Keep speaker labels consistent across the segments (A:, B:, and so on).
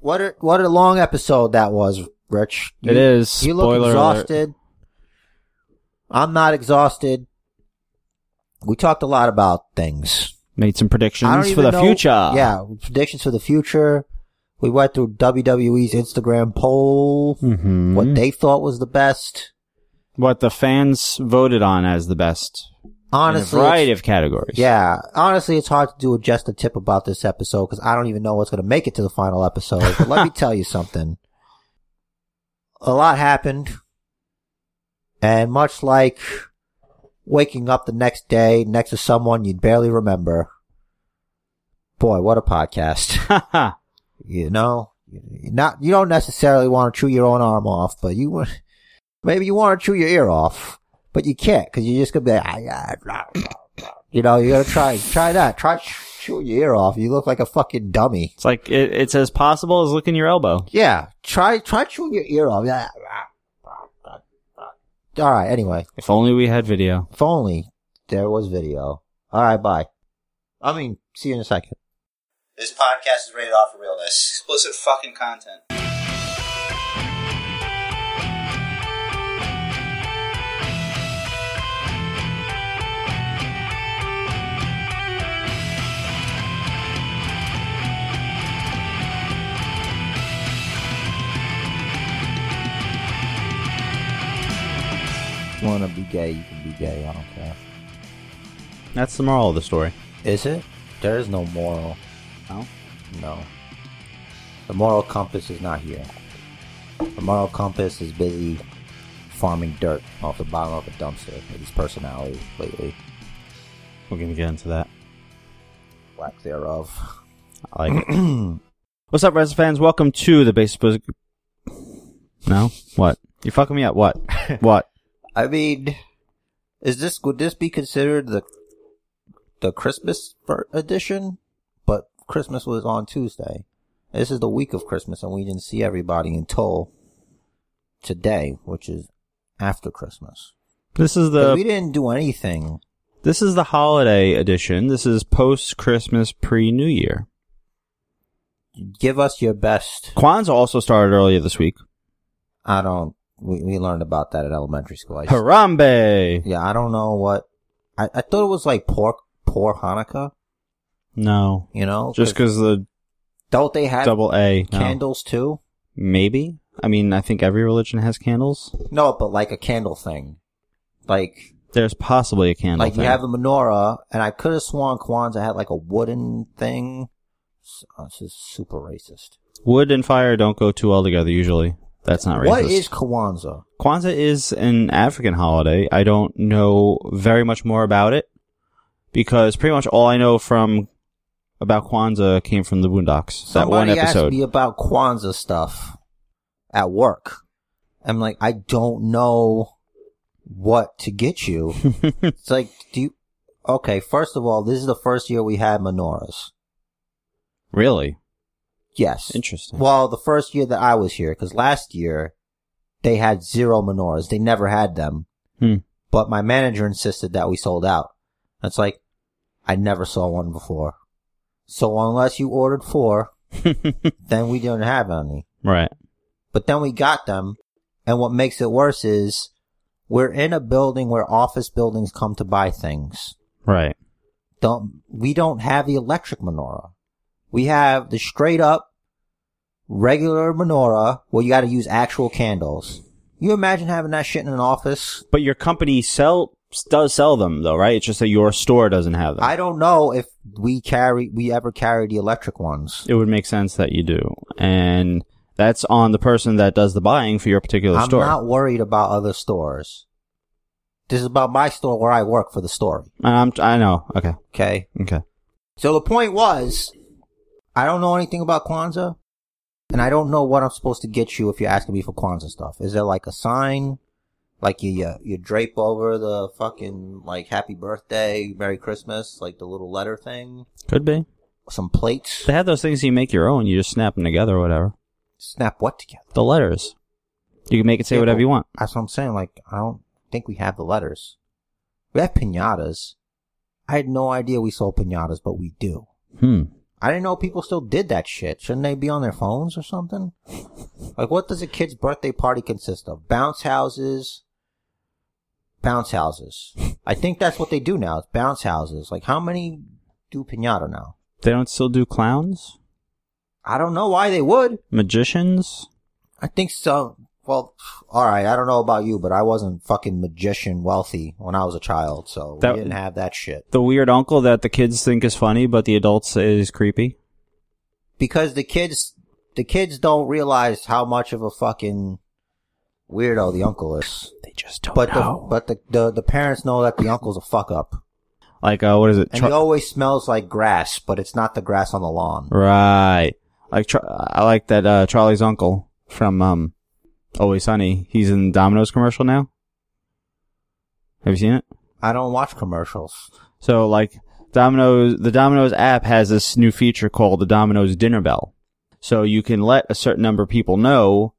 A: What a, what a long episode that was, Rich. You,
B: It is.
A: You look
B: Spoiler alert.
A: exhausted. I'm not exhausted. We talked a lot about things.
B: Made
A: I
B: some
A: don't
B: predictions for
A: even
B: the
A: know-
B: future.
A: Yeah, predictions for the future. We went through WWE's Instagram poll,
B: hmm
A: what they thought was the best.
B: what the fans voted on as the best
A: Honestly,
B: in a variety
A: it's-
B: of categories.
A: yeah. Honestly, it's hard to do a just a tip about this episode because I don't even know what's going to make it to the final episode. But let me tell you something. A lot happened, and much like waking up the next day next to someone you'd barely remember. Boy, what a podcast. you know not you don't necessarily want to chew your own arm off but you want maybe you want to chew your ear off but you can't because you're just gonna be like, "Ah, yeah, blah, blah, blah." you know you're gonna try try that try ch- chewing your ear off you look like a fucking dummy
B: it's like it, it's as possible as licking your elbow.
A: yeah try try chewing your ear off Yeah. all right anyway
B: If only we had video.
A: if only there was video all right bye i mean see you in a second this podcast is rated off for realness
C: Explicit fucking content.
A: want to be gay you can be gay i don't care
B: That's the moral of the story.
A: Is it? There is no moral.
B: No?
A: No. The moral compass is not here. The moral compass is busy farming dirt off the bottom of a dumpster with his personality lately.
B: We're gonna get into that.
A: Lack thereof.
B: I like it. What's up, Wrestling fans? Welcome to the Basis Buzz. No, what? You're fucking me up. What? What?
A: I mean, is this would this be considered the the Christmas ver- edition? But Christmas was on Tuesday. This is the week of Christmas, and we didn't see everybody until today, which is after Christmas.
B: This is
A: 'Cause
B: the
A: we didn't do anything.
B: this is the holiday edition. This is post Christmas, pre New Year.
A: Give us your best.
B: Kwanzaa also started earlier this week.
A: I don't. We, we learned about that at elementary school. I just,
B: Harambe.
A: yeah, I don't know what. I, I thought it was like pork, poor Hanukkah.
B: No,
A: You know,
B: just because the
A: don't they have
B: double A no.
A: candles too?
B: Maybe. I mean, I think every religion has candles.
A: No, but like a candle thing, like
B: There's possibly a candle.
A: like
B: thing.
A: you have the menorah, and I could have sworn Kwanzaa had like a wooden thing. S- oh, this is super racist.
B: Wood and fire don't go too well together usually. That's not racist.
A: What is Kwanzaa?
B: Kwanzaa is an African holiday. I don't know very much more about it because pretty much all I know from about Kwanzaa came from the Boondocks. That one
A: Somebody asked
B: episode.
A: me about Kwanzaa stuff at work. I'm like, I don't know what to get you. it's like, do you? Okay, first of all, this is the first year we had menorahs.
B: really?
A: Yes.
B: Interesting.
A: Well, the first year that I was here, because last year they had zero menorahs. They never had them.
B: Hmm.
A: But my manager insisted that we sold out. It's like, I never saw one before. So unless you ordered four, then we didn't have any.
B: Right.
A: But then we got them. And what makes it worse is we're in a building where office buildings come to buy things.
B: Right.
A: Don't, we don't have the electric menorah. We have the straight up regular menorah where you got to use actual candles. You imagine having that shit in an office?
B: But your company sell does sell them though, right? It's just that your store doesn't have them.
A: I don't know if we carry, we ever carry the electric ones.
B: it would make sense that you do. And that's on the person that does the buying for your particular
A: I'm
B: store.
A: not worried about other stores. This is about my store where I work for the story.
B: And I'm, I know. Okay.
A: Okay.
B: Okay.
A: So the point was, I don't know anything about Kwanzaa, and I don't know what I'm supposed to get you if you're asking me for Kwanzaa stuff. Is there like a sign, like you you, you drape over the fucking like Happy Birthday, Merry Christmas, like the little letter thing,
B: Could be.
A: some plates,
B: They have those things you make your own. You just snap them together or whatever.
A: snap what together?
B: The letters. You can make it say whatever you want.
A: That's what I'm saying. Like I don't think we have the letters. We have pinatas. I had no idea we sold pinatas, but we do.
B: Hmm.
A: I didn't know people still did that shit. Shouldn't they be on their phones or something? like, what does a kid's birthday party consist of? Bounce houses. Bounce houses. I think that's what they do now. It's bounce houses. Like, how many do pinata now?
B: They don't still do clowns,
A: I don't know why they would.
B: magicians.
A: I think so. Well, all right. I don't know about you, but I wasn't fucking magician wealthy when I was a child, so
B: That-
A: we didn't have that shit.
B: The weird uncle that the kids think is funny, but the adults say is creepy.
A: Because the kids, the kids don't realize how much of a fucking weirdo the uncle is.
B: They just don't
A: But the, but the, the the parents know that the uncle's a fuck up,
B: like, uh, what is it?
A: and
B: Char-
A: he always smells like grass, but it's not the grass on the lawn.
B: right. Like, Char- I like that uh, Charlie's uncle from um, Always Sunny. He's in Domino's commercial now. Have you seen it?
A: I don't watch commercials.
B: So like Domino's, the Domino's app has this new feature called the Domino's Dinner Bell. So you can let a certain number of people know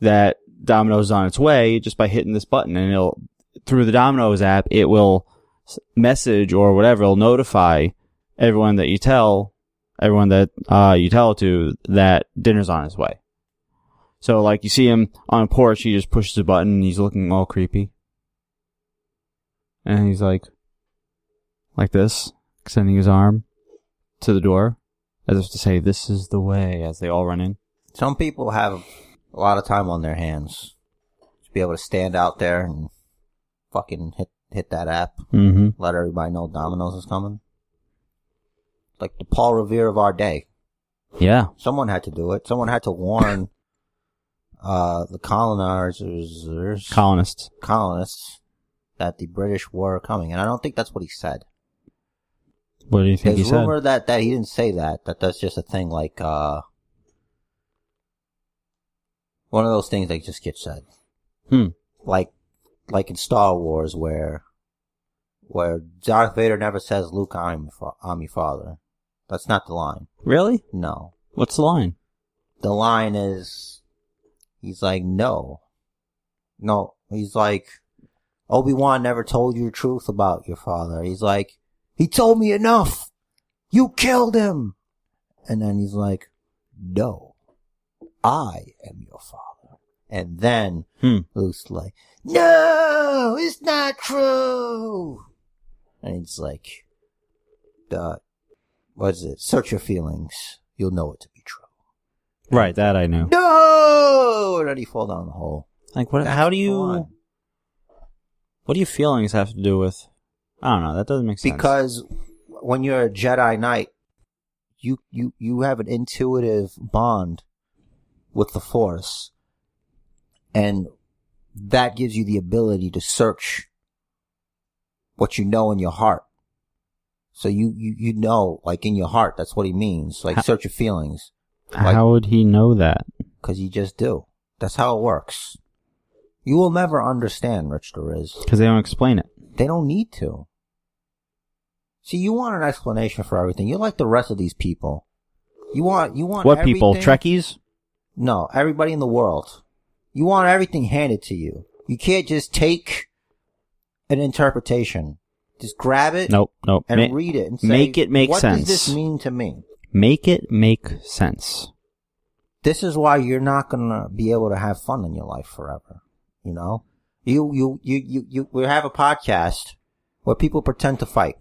B: that Domino's is on its way just by hitting this button and it'll, through the Domino's app, it will s- message or whatever, it'll notify everyone that you tell, everyone that, uh, you tell it to that dinner's on its way. So like you see him on a porch, he just pushes a button and he's looking all creepy. And he's like, like this, extending his arm to the door, as if to say, "This is the way." As they all run in,
A: Some people have a lot of time on their hands to be able to stand out there and fucking hit hit that app.
B: mm-hmm.
A: let everybody know Domino's is coming. Like the Paul Revere of our day.
B: yeah,
A: Someone had to do it. Someone had to warn uh, the colonizers,
B: colonists.
A: colonists, that the British were coming. And I don't think that's what he said.
B: What do you think
A: There's
B: he
A: rumor that, that he didn't say that. That that's just a thing like uh, one of those things that just gets said.
B: said? Hmm.
A: like like in Star Wars where where Darth Vader never says Luke I'm your fa- I'm your father. That's not the line.
B: Really?
A: No.
B: What's the line?
A: The line is he's like no. No, he's like Obi-Wan never told you the truth about your father. He's like he told me enough. You killed him. And then he's like no. I am your father. And then
B: Hmm.
A: Luke's like, no, it's not true. And it's like, uh, what is it? Search your feelings. You'll know it to be true.
B: Right, that I know.
A: No! And then he fall down the hole.
B: Like, what?
A: That's
B: How do
A: the
B: you?
A: line.
B: What do your feelings have to do with? I don't know. That doesn't make sense.
A: Because when you're a Jedi Knight, you, you, you have an intuitive bond with the Force. And that gives you the ability to search what you know in your heart. So you, you, you know, like in your heart, that's what he means. Like
B: Ha-
A: search your feelings. like-
B: how would he know that?
A: Cause you just do. That's how it works. You will never understand, Rich Derez.
B: Because they don't explain it.
A: They don't need to. See, you want an explanation for everything. You're like the rest of these people. You want, you want
B: What people?
A: everything-
B: Trekkies?
A: No, everybody in the world. You want everything handed to you. You can't just take an interpretation. Just grab it
B: Nope, nope.
A: and
B: Ma-
A: read it and say,
B: make it make
A: what
B: sense.
A: does this mean to me?
B: Make it make sense.
A: This is why you're not gonna be able to have fun in your life forever. You know, you you you you, you we have a podcast where people pretend to fight.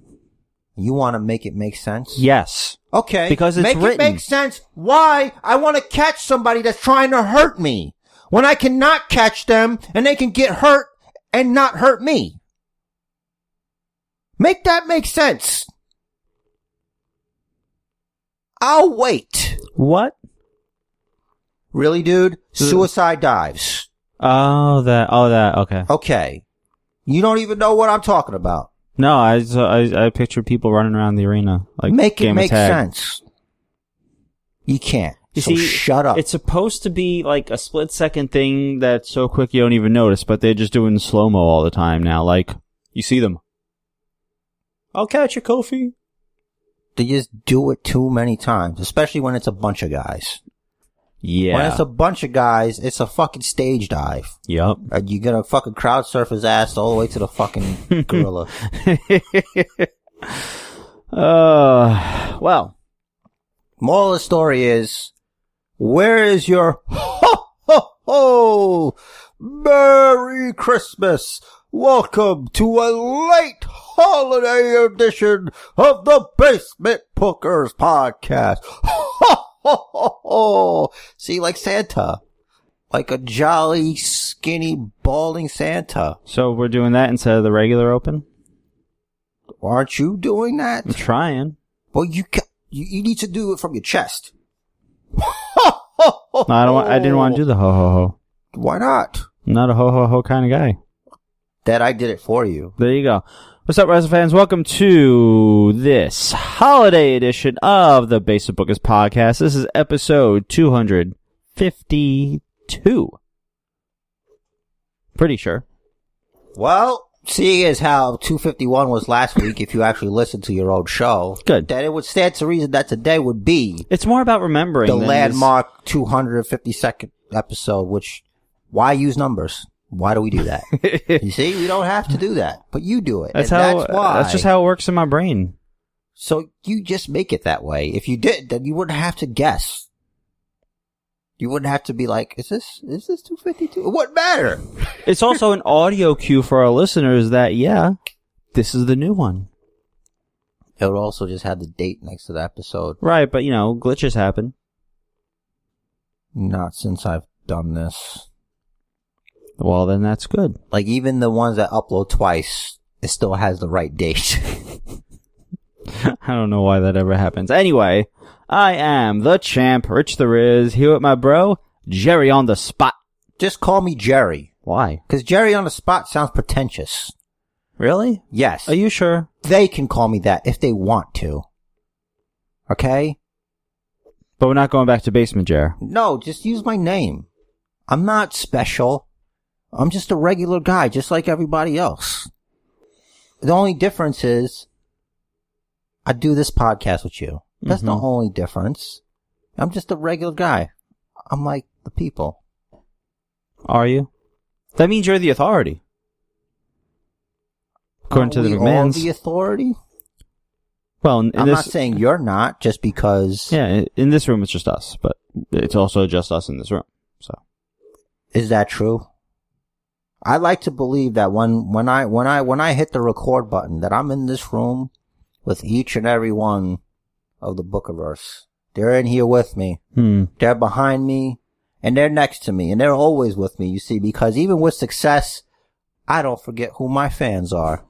A: You want to make it make sense?
B: Yes.
A: Okay.
B: Because it's
A: make
B: written.
A: it make sense. Why I want to catch somebody that's trying to hurt me when I cannot catch them and they can get hurt and not hurt me. Make that make sense. I'll wait.
B: What?
A: Really, dude? Suicide dives.
B: Oh, that. Oh, that. Okay.
A: Okay. You don't even know what I'm talking about.
B: No, I so I, I pictured people running around the arena like
A: make
B: game
A: it
B: of
A: make
B: tag.
A: sense. You can't.
B: You
A: so
B: see,
A: shut up.
B: It's supposed to be like a split second thing that's so quick you don't even notice, but they're just doing slow mo all the time now. Like you see them. I'll catch you, Kofi.
A: they just do it too many times, especially when it's a bunch of guys. When
B: Yeah.
A: it's a bunch of guys, it's a fucking stage dive.
B: yep.
A: And you're gonna fucking crowd surf his ass all the way to the fucking gorilla.
B: uh, well,
A: Moral of the story is, where is your ho ho ho? Merry Christmas! Welcome to a late holiday edition of the Basement Bookers podcast. Ho ho ho ho! See, like Santa, like a jolly, skinny, balding Santa.
B: So we're doing that instead of the regular open?
A: Aren't you doing that?
B: I'm trying.
A: Well, you ca you, you need to do it from your chest.
B: No, I don't want, I didn't want to do the ho ho ho.
A: Why not?
B: I'm not a ho ho ho kind of guy.
A: That I did it for you.
B: There you go. What's up, wrestling fans? Welcome to this holiday edition of the Basic Bookers podcast. This is episode 252. Pretty sure.
A: Well, seeing as how 251 was last week, if you actually listened to your own show,
B: Good.
A: then it would stand to reason that today would be
B: It's more about remembering
A: the
B: than it is-
A: landmark 252nd episode, which, why use numbers? Why do we do that? you see, we don't have to do that, but you do it.
B: That's
A: and
B: how.
A: That's why.
B: That's just how it works in my brain.
A: So you just make it that way. If you did, then you wouldn't have to guess. You wouldn't have to be like, is this, is this 252? It wouldn't matter.
B: It's also an audio cue for our listeners that yeah, this is the new one,
A: It would also just have the date next to the episode.
B: right? But you know, glitches happen.
A: Not since I've done this.
B: Well, then that's good.
A: Like even the ones that upload twice, it still has the right date.
B: I don't know why that ever happens. Anyway, I am the champ, Rich the Riz, here with my bro Jerry on the spot.
A: just call me Jerry.
B: Why?
A: Cause Jerry on the spot sounds pretentious.
B: Really?
A: Yes.
B: Are you sure?
A: they can call me that if they want to. Okay?
B: But we're not going back to basement, Jerry.
A: No, just use my name. I'm not special. I'm just a regular guy, just like everybody else. The only difference is I do this podcast with you. That's
B: Mhm.
A: the only difference. I'm just a regular guy. I'm like the people.
B: Are you? That means you're the authority, according to
A: Aren't we
B: the
A: all
B: McMahons.
A: the authority.
B: well, in
A: I'm
B: this,
A: not saying you're not, just because
B: Yeah, i- in this room it's just us, but it's also just us in this room. So
A: Is that true? I like to believe that when, when I, when I, when I hit the record button, that I'm in this room with each and every one of the Bookiverse. They're in here with me.
B: hmm.
A: They're behind me and they're next to me and they're always with me, you see, because even with success, I don't forget who my fans are.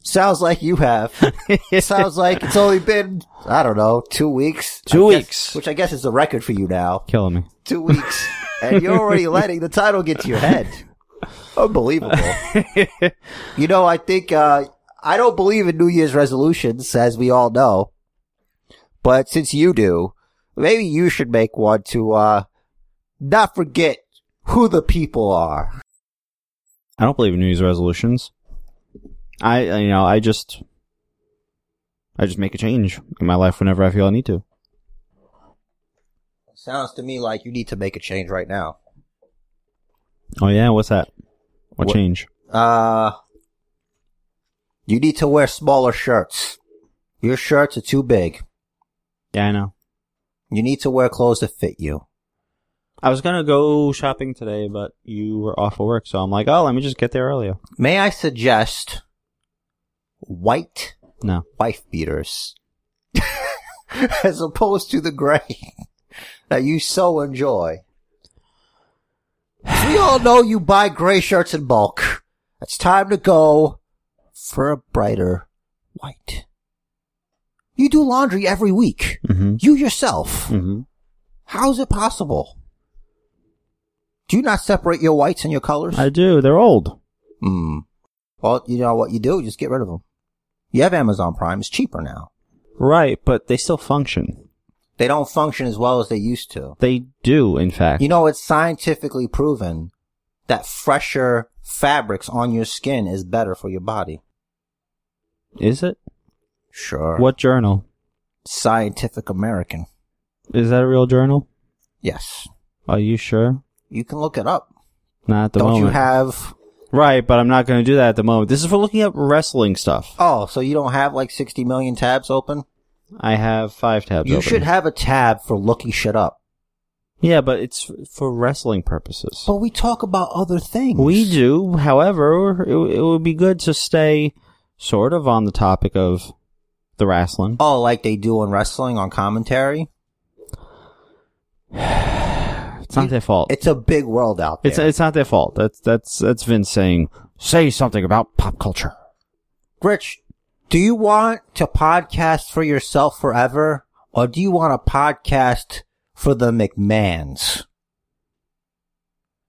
A: Sounds like you have. Sounds like it's only been, I don't know, two weeks.
B: Two
A: I guess-
B: weeks.
A: which I guess is a record for you now
B: killing me.
A: two weeks, and you're already letting the title get to your head. Unbelievable. you know, I think uh, I don't believe in New Year's resolutions, as we all know. But since you do, maybe you should make one to uh, not forget who the people are.
B: I don't believe in New Year's resolutions. I I- you know I just I just make a change in my life whenever I feel I need to.
A: Sounds to me like you need to make a change right now.
B: Oh yeah, what's that? What,
A: What-
B: change?
A: Uh, you need to wear smaller shirts. Your shirts are too big.
B: Yeah, I know.
A: You need to wear clothes that fit you.
B: I was gonna go shopping today, but you were off of work, so I'm like, oh, let me just get there earlier.
A: May I suggest white
B: No,
A: wife beaters as opposed to the gray that you so enjoy? We all know you buy gray shirts in bulk. It's time to go for a brighter white. You do laundry every week.
B: mm-hmm.
A: You yourself.
B: Mm-hmm.
A: How's it possible? Do you not separate your whites and your colors?
B: I do. They're old.
A: Hmm. Well, you know what you do? Just get rid of them. You have Amazon Prime. It's cheaper now.
B: Right, but they still function.
A: They don't function as well as they used to.
B: They do, in fact.
A: You know, it's scientifically proven that fresher fabrics on your skin is better for your body.
B: Is it?
A: Sure.
B: What journal?
A: Scientific American.
B: Is that a real journal?
A: Yes.
B: Are you sure?
A: You can look it up.
B: Not at the
A: don't
B: moment.
A: you have?
B: right, but I'm not going to do that at the moment. This is for looking up wrestling stuff.
A: Oh, so you don't have like 60 million tabs open?
B: I have five tabs.
A: You
B: open.
A: should have a tab for looking shit up.
B: Yeah, but it's f- for wrestling purposes.
A: But we talk about other things.
B: We do, however, it, it would be good to stay sort of on the topic of the wrestling.
A: Oh, like they do in wrestling on commentary.
B: It's not their fault.
A: Oh, It's a big world out there.
B: It's it's not their fault. That's that's that's Vince saying say something about pop culture.
A: Rich, do you want to podcast for yourself forever, or do you want a podcast for the McMahons?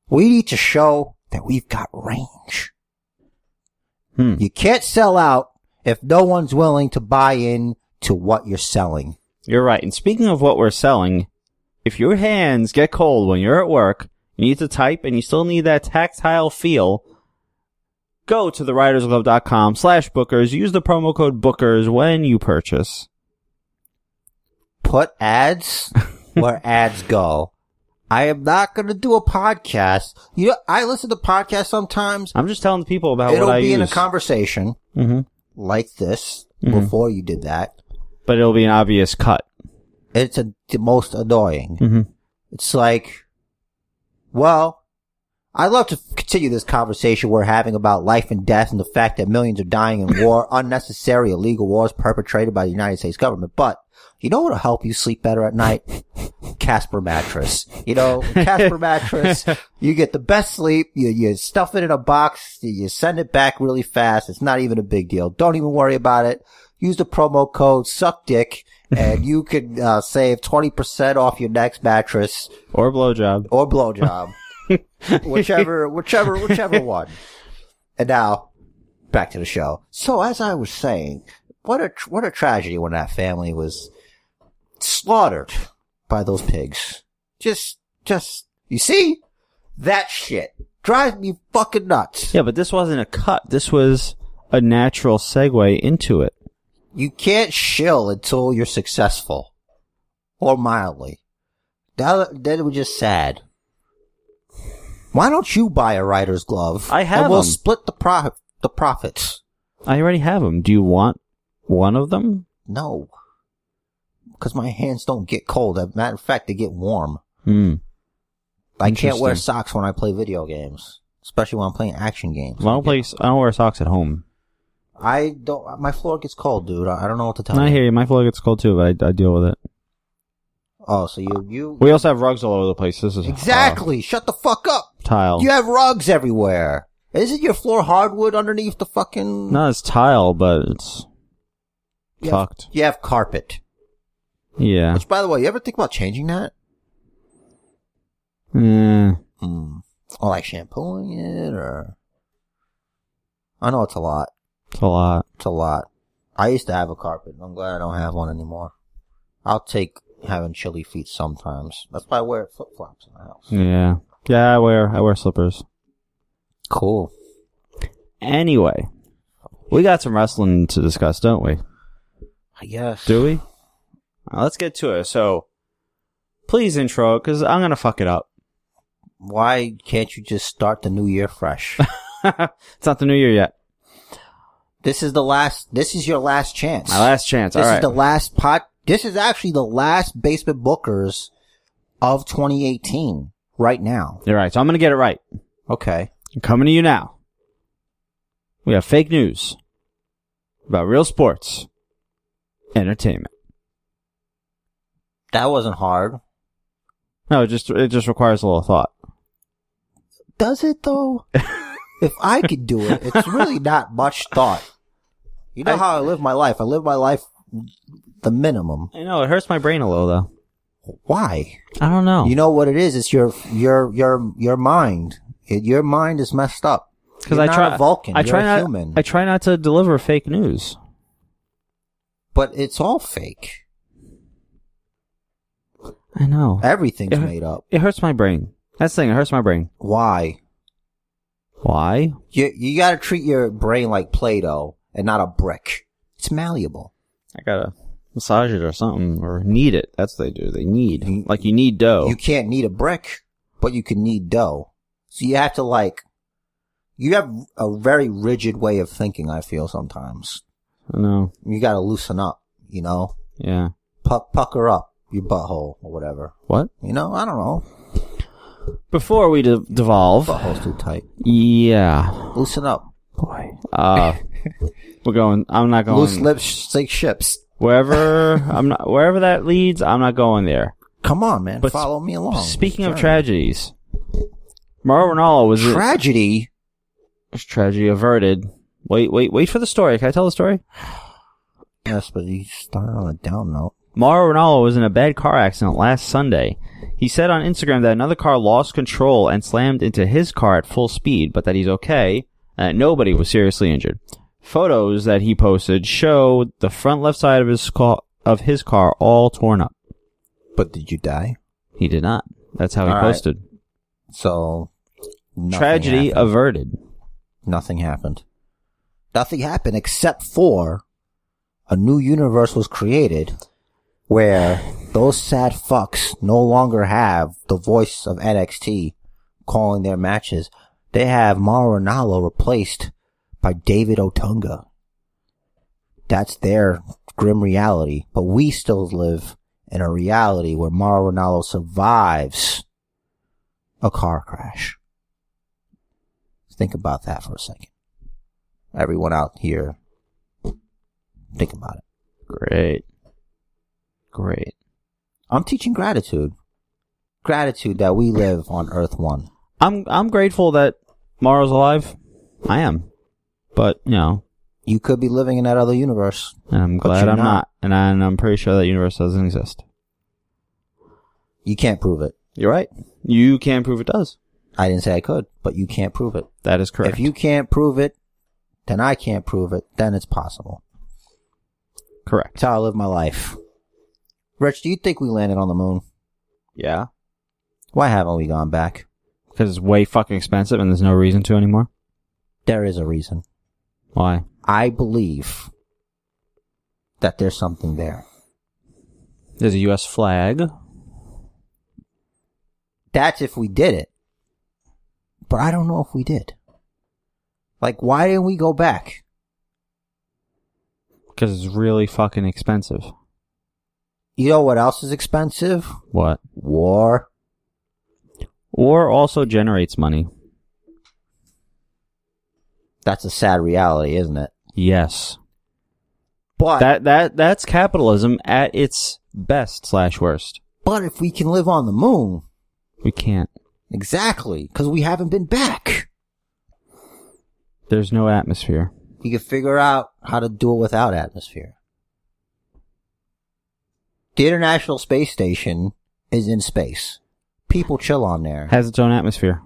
A: We need to show that we've got range.
B: Hmm.
A: You can't sell out if no one's willing to buy in to what you're selling.
B: You're right. And speaking of what we're selling, if your hands get cold when you're at work, you need to type and you still need that tactile feel, go to thewritersglove.com slash bookers. Use the promo code bookers when you purchase.
A: Put ads where ads go. I am not going to do a podcast. You know, I listen to podcasts sometimes.
B: I'm just telling the people about
A: It'll
B: what I
A: be
B: use.
A: in a conversation
B: hmm
A: like this
B: Mhm.
A: before you did that.
B: But it'll be an obvious cut.
A: It's a, the most annoying.
B: Mm-hmm.
A: It's like, well, I'd love to continue this conversation we're having about life and death and the fact that millions are dying in war, unnecessary illegal wars perpetrated by the United States government. But you know what'll help you sleep better at night? Casper mattress. You know, Casper mattress. You get the best sleep. You, you stuff it in a box. You- You send it back really fast. It's not even a big deal. Don't even worry about it. Use the promo code SUCKDICK and you can uh, save 20% off your next mattress
B: Or blowjob.
A: or blowjob, whichever, whichever, whichever one. And now back to the show. So as I was saying, what a what a tragedy when that family was slaughtered by those pigs. Just, just you see that shit drives me fucking nuts.
B: Yeah, but this wasn't a cut. This was a natural segue into it.
A: You can't shill until you're successful or mildly. Now then it was just sad. Why don't you buy a writer's glove?
B: I have
A: And we'll
B: them.
A: split the profit. The profits.
B: I already have them. Do you want one of them?
A: No, because my hands don't get cold. As a matter of fact, they get warm.
B: Hmm.
A: I can't wear
B: Interesting.
A: socks when I play video games, especially when I'm playing action games.
B: I don't play. I don't wear socks at home.
A: I don't. My floor gets cold, dude. I I don't know what to tell
B: And I
A: you.
B: hear you. My floor gets cold too, but I, I deal with it.
A: Oh, so you you
B: We also have rugs all over the place. This is uh,
A: exactly? Shut the fuck up.
B: tile.
A: You have rugs everywhere. Isn't your floor hardwood underneath the fucking?
B: No, it's tile, but it's
A: you have,
B: fucked.
A: you have carpet.
B: Yeah.
A: Which, by the way, you ever think about changing that?
B: Mm.
A: Hmm. Or like shampooing it, or I know it's a lot.
B: It's a lot.
A: It's a lot. I used to have a carpet. I'm glad I don't have one anymore. I'll take having chilly feet sometimes. That's why I wear flip flops in the house.
B: Yeah. Yeah. I wear. I wear slippers.
A: Cool.
B: Anyway, we got some wrestling to discuss, don't we?
A: I guess.
B: Do we? Uh, let's get to it. So, please intro, because I'm gonna fuck it up.
A: Why can't you just start the new year fresh?
B: it's not the new year yet.
A: this is the last. This is your last chance.
B: My last chance.
A: This
B: all right.
A: is the last pot. This is actually the last basement bookers of 2018 right now.
B: You're right. So I'm gonna get it right.
A: Okay.
B: I'm coming to you now. We have fake news about real sports, entertainment.
A: That wasn't hard.
B: No, it just it just requires a little thought.
A: Does it though? if I could do it, it's really not much thought. You know
B: I-
A: how I live my life. I live my life the minimum.
B: I know it hurts my brain a little though.
A: Why?
B: I don't know.
A: You know what it is? It's your your your your mind. It- your mind is messed up.
B: because
A: You're
B: I
A: not
B: try
A: a Vulcan.
B: I
A: You're
B: try
A: a
B: not.
A: human.
B: I try not to deliver fake news.
A: but it's all fake.
B: I know.
A: Everything's
B: Yeah.
A: made up.
B: It hurts my brain. That's the thing. It hurts my brain.
A: Why?
B: Why?
A: You you gotta treat your brain like Play-Doh and not a brick. It's malleable.
B: I gotta massage it or something, or knead it. That's what they do. They
A: You-
B: knead. Like you need dough.
A: You can't need a brick, but you can need dough. So you have to like, you have a very rigid way of thinking. I feel sometimes
B: I know.
A: you gotta loosen up. You know,
B: Yeah.
A: Puck, pucker up your butthole or whatever.
B: What?
A: You know, I don't know.
B: Before we de- devolve,
A: Butthole's too tight.
B: yeah,
A: Loosen up.
B: boy, uh, we're going. I'm not going
A: Loose lips sink ships.
B: wherever. I'm not wherever that leads. I'm not going there.
A: Come on, man.
B: But
A: Follow me along.
B: Speaking of
A: Sure.
B: tragedies, Mauro Ronaldo was
A: tragedy,
B: tragedy averted. Wait, wait, wait for the story. Can I tell the story?
A: yes, but he started on a down note.
B: Mauro Ronaldo was in a bad car accident last Sunday. He said on Instagram that another car lost control and slammed into his car at full speed, but that he's okay and that nobody was seriously injured. Photos that he posted show the front left side of his car, of his car all torn up.
A: But did you die?
B: He did not. That's how he
A: All right.
B: posted.
A: So nothing
B: Tragedy
A: happened.
B: averted.
A: nothing happened. Nothing happened except for a new universe was created where those sad fucks no longer have the voice of NXT calling their matches. They have Maranello replaced by David Otunga. That's their grim reality. But we still live in a reality where Maranello survives a car crash. Think about that for a second. Everyone out here, think about it.
B: Great. Great.
A: I'm teaching gratitude. Gratitude that we live on Earth 1.
B: I'm I'm grateful that Mauro's alive. I am. But, you know,
A: You could be living in that other universe.
B: And I'm
A: But
B: glad
A: you're
B: I'm
A: not.
B: not. And, I, and I'm pretty sure that universe doesn't exist.
A: You can't prove it.
B: You're right. You can't prove it does.
A: I didn't say I could, but you can't prove it.
B: That is correct.
A: If you can't prove it, then I can't prove it. Then it's possible.
B: correct.
A: That's how I live my life. Rich, do you think we landed on the moon?
B: Yeah.
A: Why haven't we gone back?
B: Because it's way fucking expensive and there's no reason to anymore.
A: There is a reason.
B: Why?
A: I believe that there's something there.
B: There's a U.S. flag.
A: That's if we did it. But I don't know if we did. Like, why didn't we go back?
B: Because it's really fucking expensive.
A: You know what else is expensive?
B: What?
A: War.
B: War also generates money.
A: That's a sad reality, isn't it?
B: Yes.
A: But,
B: That that that's capitalism at its best slash worst.
A: but if we can live on the moon,
B: We can't.
A: exactly, because we haven't been back,
B: There's no atmosphere.
A: we can figure out how to do it without atmosphere. The International Space Station is in space. People chill on there.
B: Has its own atmosphere.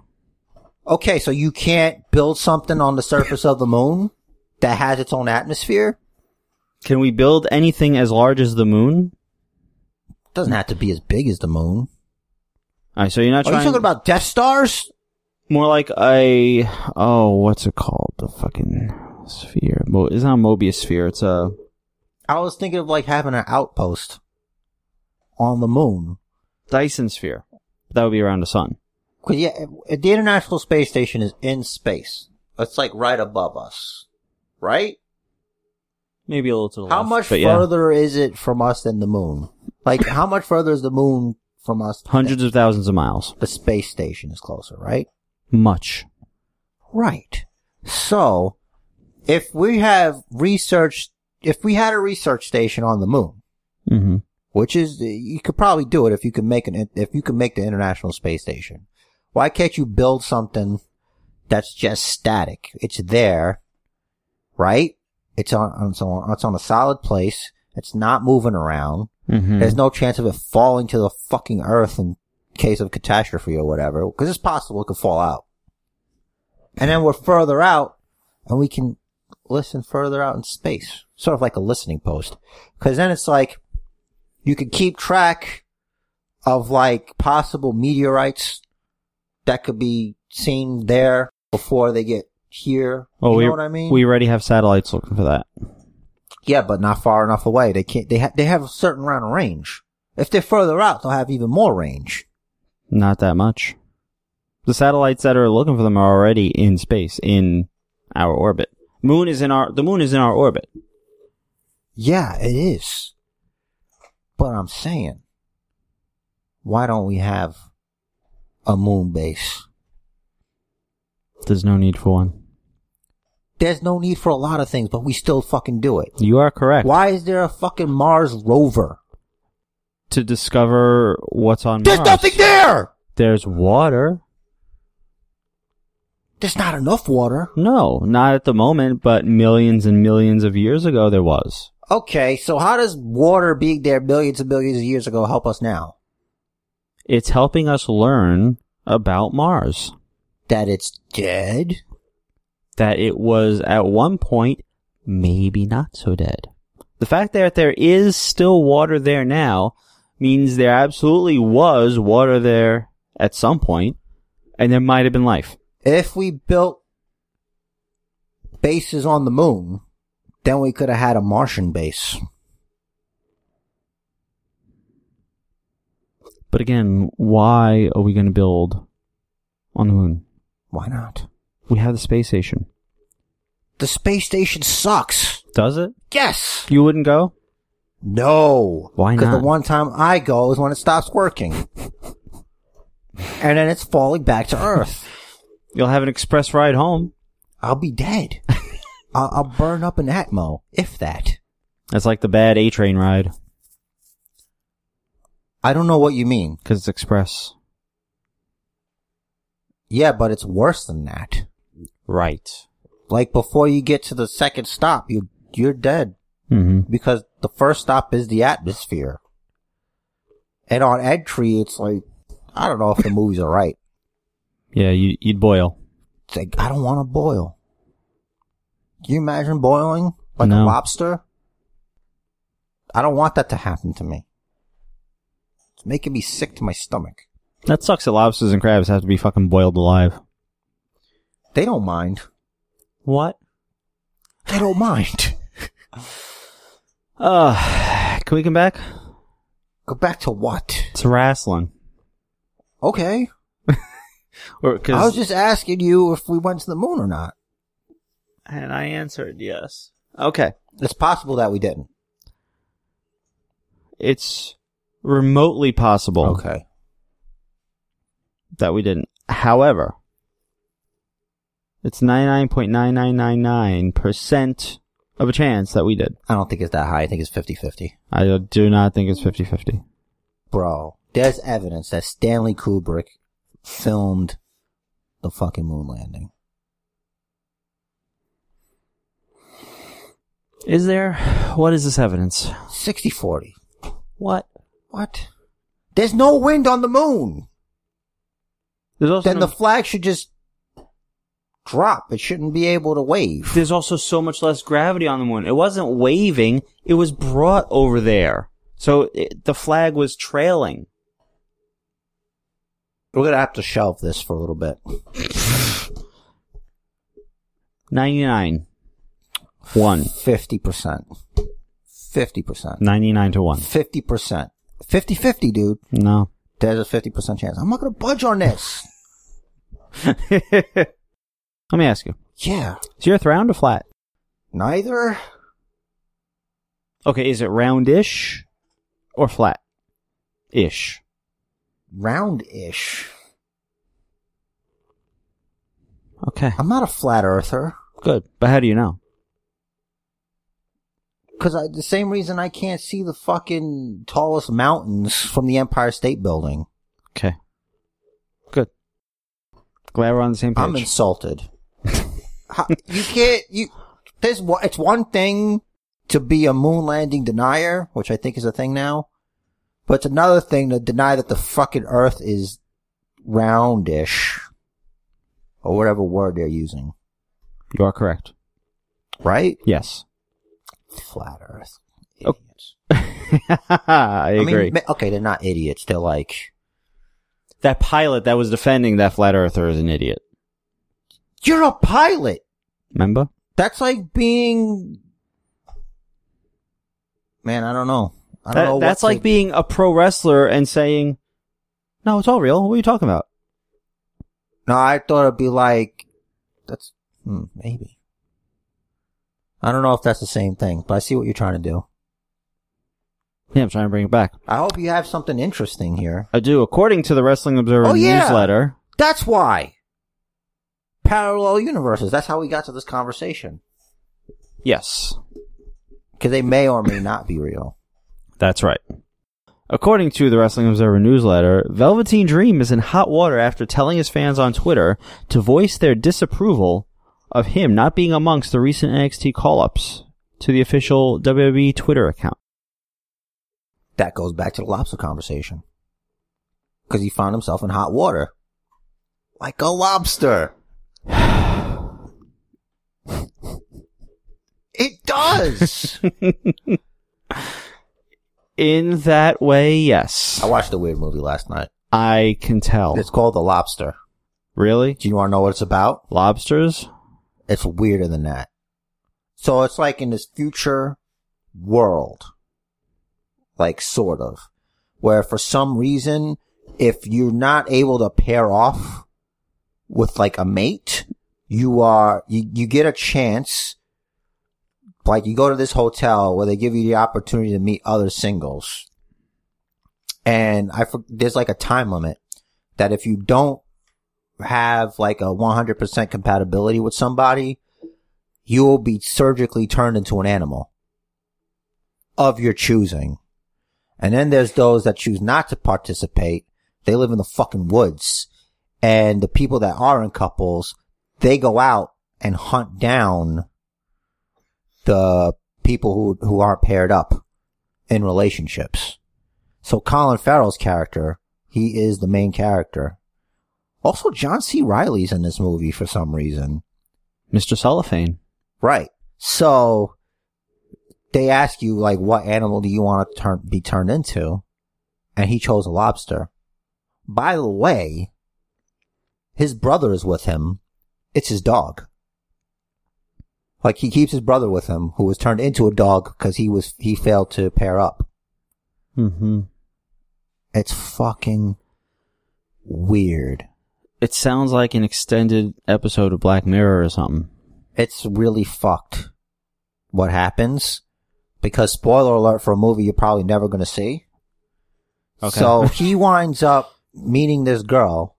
A: Okay, so you can't build something on the surface of the moon that has its own atmosphere?
B: Can we build anything as large as the moon?
A: Doesn't have to be as big as the moon.
B: All right. So you're not
A: Are
B: trying.
A: you talking about Death Stars?
B: More like a oh, what's it called? The fucking sphere. Mo- it's not a Mobius sphere. It's a
A: I was thinking of like having an outpost on the moon.
B: Dyson sphere. That would be around the sun.
A: Cause yeah, it- the International Space Station is in space. It's like right above us. Right?
B: Maybe a little to the
A: How
B: left.
A: much
B: but yeah.
A: further is it from us than the moon? Like, how much further is the moon from us?
B: Hundreds of thousands of miles.
A: The space station is closer, right?
B: Much.
A: Right. So, if we have research, if we had a research station on the moon,
B: Mm-hmm.
A: which is, you could probably do it if you could make an, if you could make the International Space Station. Why can't you build something that's just static? It's there, right? It's on, on- it's on, it's on a solid place. It's not moving around.
B: Mm-hmm.
A: There's no chance of it falling to the fucking earth in case of catastrophe or whatever, because it's possible it could fall out. And then we're further out, and we can listen further out in space, sort of like a listening post. Because then it's like you can keep track of like possible meteorites that could be seen there before they get here.
B: oh,
A: you
B: we
A: know what I mean?
B: we already have satellites looking for that.
A: Yeah, but not far enough away. They can't. They have. They have a certain amount of range. If they're further out, they'll have even more range.
B: Not that much. The satellites that are looking for them are already in space in our orbit. Moon is in our the moon is in our orbit.
A: Yeah, it is. But I'm saying, why don't we have a moon base?
B: There's no need for one.
A: There's no need for a lot of things, but we still fucking do it.
B: You are correct.
A: Why is there a fucking Mars rover?
B: To discover what's on
A: There's
B: Mars.
A: nothing there!
B: There's water.
A: There's not enough water.
B: No, not at the moment, but millions and millions of years ago there was.
A: Okay, so how does water being there millions and millions of years ago help us now?
B: It's helping us learn about Mars.
A: That it's dead?
B: That it was at one point maybe not so dead. The fact that there is still water there now means there absolutely was water there at some point, and there might have been life.
A: If we built bases on the moon, then we could have had a Martian base.
B: But again, why are we going to build on the moon?
A: Why not?
B: We have the space station.
A: The space station sucks.
B: Does it?
A: Yes.
B: You wouldn't go?
A: No.
B: Why
A: Because the
B: not?
A: one time I go is when it stops working. and then it's falling back to Earth.
B: You'll have an express ride home.
A: I'll be dead. I'll, I'll burn up in Atmo, if that.
B: That's like the bad A train ride
A: I don't know what you mean.
B: because it's express.
A: Yeah, but it's worse than that.
B: Right.
A: Like before you get to the second stop, you you're dead
B: hmm
A: because the first stop is the atmosphere. And on entry, it's like I don't know if the movies are right.
B: Yeah, you, you'd boil.
A: It's like I don't want to boil. Can you imagine boiling like a
B: No.
A: lobster? I don't want that to happen to me. It's making me sick to my stomach.
B: That sucks that lobsters and crabs have to be fucking boiled alive.
A: They don't mind.
B: What?
A: They don't mind.
B: Uh, can we come back?
A: Go back to what?
B: It's wrestling.
A: Okay.
B: Or,
A: I was just asking you if we went to the moon or not.
B: and I answered yes. Okay.
A: It's possible that we didn't.
B: It's remotely possible
A: Okay.
B: that we didn't. However, it's 99.9999% of a chance that we did.
A: I don't think it's that high. I think it's 50 50.
B: I do not think it's 50 50.
A: Bro, there's evidence that Stanley Kubrick filmed the fucking moon landing.
B: Is there? What is this evidence?
A: 60 40.
B: What?
A: What? There's no wind on the moon.
B: There's also
A: Then
B: no-
A: the flag should just drop. It shouldn't be able to wave.
B: there's also so much less gravity on the moon. It wasn't waving; it was brought over there. So it, the flag was trailing.
A: We're going to have to shelve this for a little bit.
B: Ninety nine, one.
A: 50%. 50%.
B: Ninety nine to one.
A: 50%. 50 50, dude.
B: No.
A: There's a 50% chance. I'm not going to budge on this.
B: Let me ask you:
A: Yeah.
B: Is your earth round or flat?
A: Neither.
B: Okay, is it roundish or flat? Ish.
A: Round-ish.
B: Okay.
A: I'm not a flat earther.
B: Good. But how do you know?
A: Cause I, the same reason I can't see the fucking tallest mountains from the Empire State Building.
B: Okay. Good. Glad we're on the same page.
A: I'm insulted. How, you can't, you, there's one, it's one thing to be a moon landing denier, which I think is a thing now, but it's another thing to deny that the fucking earth is roundish. Or whatever word they're using.
B: you are correct.
A: Right?
B: Yes.
A: Flat Earth.
B: Oh,
A: Idiots.
B: I
A: I
B: agree.
A: mean, ma- okay, they're not idiots. They're like,
B: that pilot that was defending that flat earther is an idiot.
A: you're a pilot.
B: Remember?
A: That's like being. Man, I don't know. I don't
B: That-
A: know.
B: that's
A: what
B: like
A: to-
B: being a pro wrestler and saying, "No, it's all real." What are you talking about?
A: No, I thought it'd be like. That's hmm, maybe. I don't know if that's the same thing, but I see what you're trying to do.
B: Yeah, I'm trying to bring it back.
A: I hope you have something interesting here.
B: I do. According to the Wrestling Observer
A: Oh, yeah.
B: newsletter,
A: That's why. Parallel universes. That's how we got to this conversation.
B: yes,
A: Because they may or may not be real.
B: that's right. According to the Wrestling Observer newsletter, Velveteen Dream is in hot water after telling his fans on Twitter to voice their disapproval of him not being amongst the recent NXT call-ups to the official WWE Twitter account.
A: That goes back to the lobster conversation. Because he found himself in hot water. Like a lobster. it does.
B: In that way, yes.
A: I watched a weird movie last night.
B: I can tell.
A: It's called The Lobster.
B: Really?
A: Do you want to know what it's about?
B: Lobsters?
A: It's weirder than that. So it's like in this future world, like sort of, where for some reason, if you're not able to pair off with like a mate, you are, you, you get a chance, like you go to this hotel where they give you the opportunity to meet other singles. And I, for, there's like a time limit that if you don't have like a 100% compatibility with somebody, you will be surgically turned into an animal of your choosing. And then there's those that choose not to participate. They live in the fucking woods. And the people that are in couples, they go out and hunt down the people who, who aren't paired up in relationships. So Colin Farrell's character, he is the main character also, John C. Riley's in this movie for some reason.
B: Mr. Cellophane.
A: Right. So they ask you like, what animal do you want to turn be turned into? And he chose a lobster. By the way, his brother is with him. It's his dog. Like he keeps his brother with him, who was turned into a dog because he was he failed to pair up.
B: Mm-hmm.
A: It's fucking weird.
B: It sounds like an extended episode of Black Mirror or something.
A: it's really fucked what happens because spoiler alert for a movie you're probably never going to see.
B: Okay.
A: So he winds up meeting this girl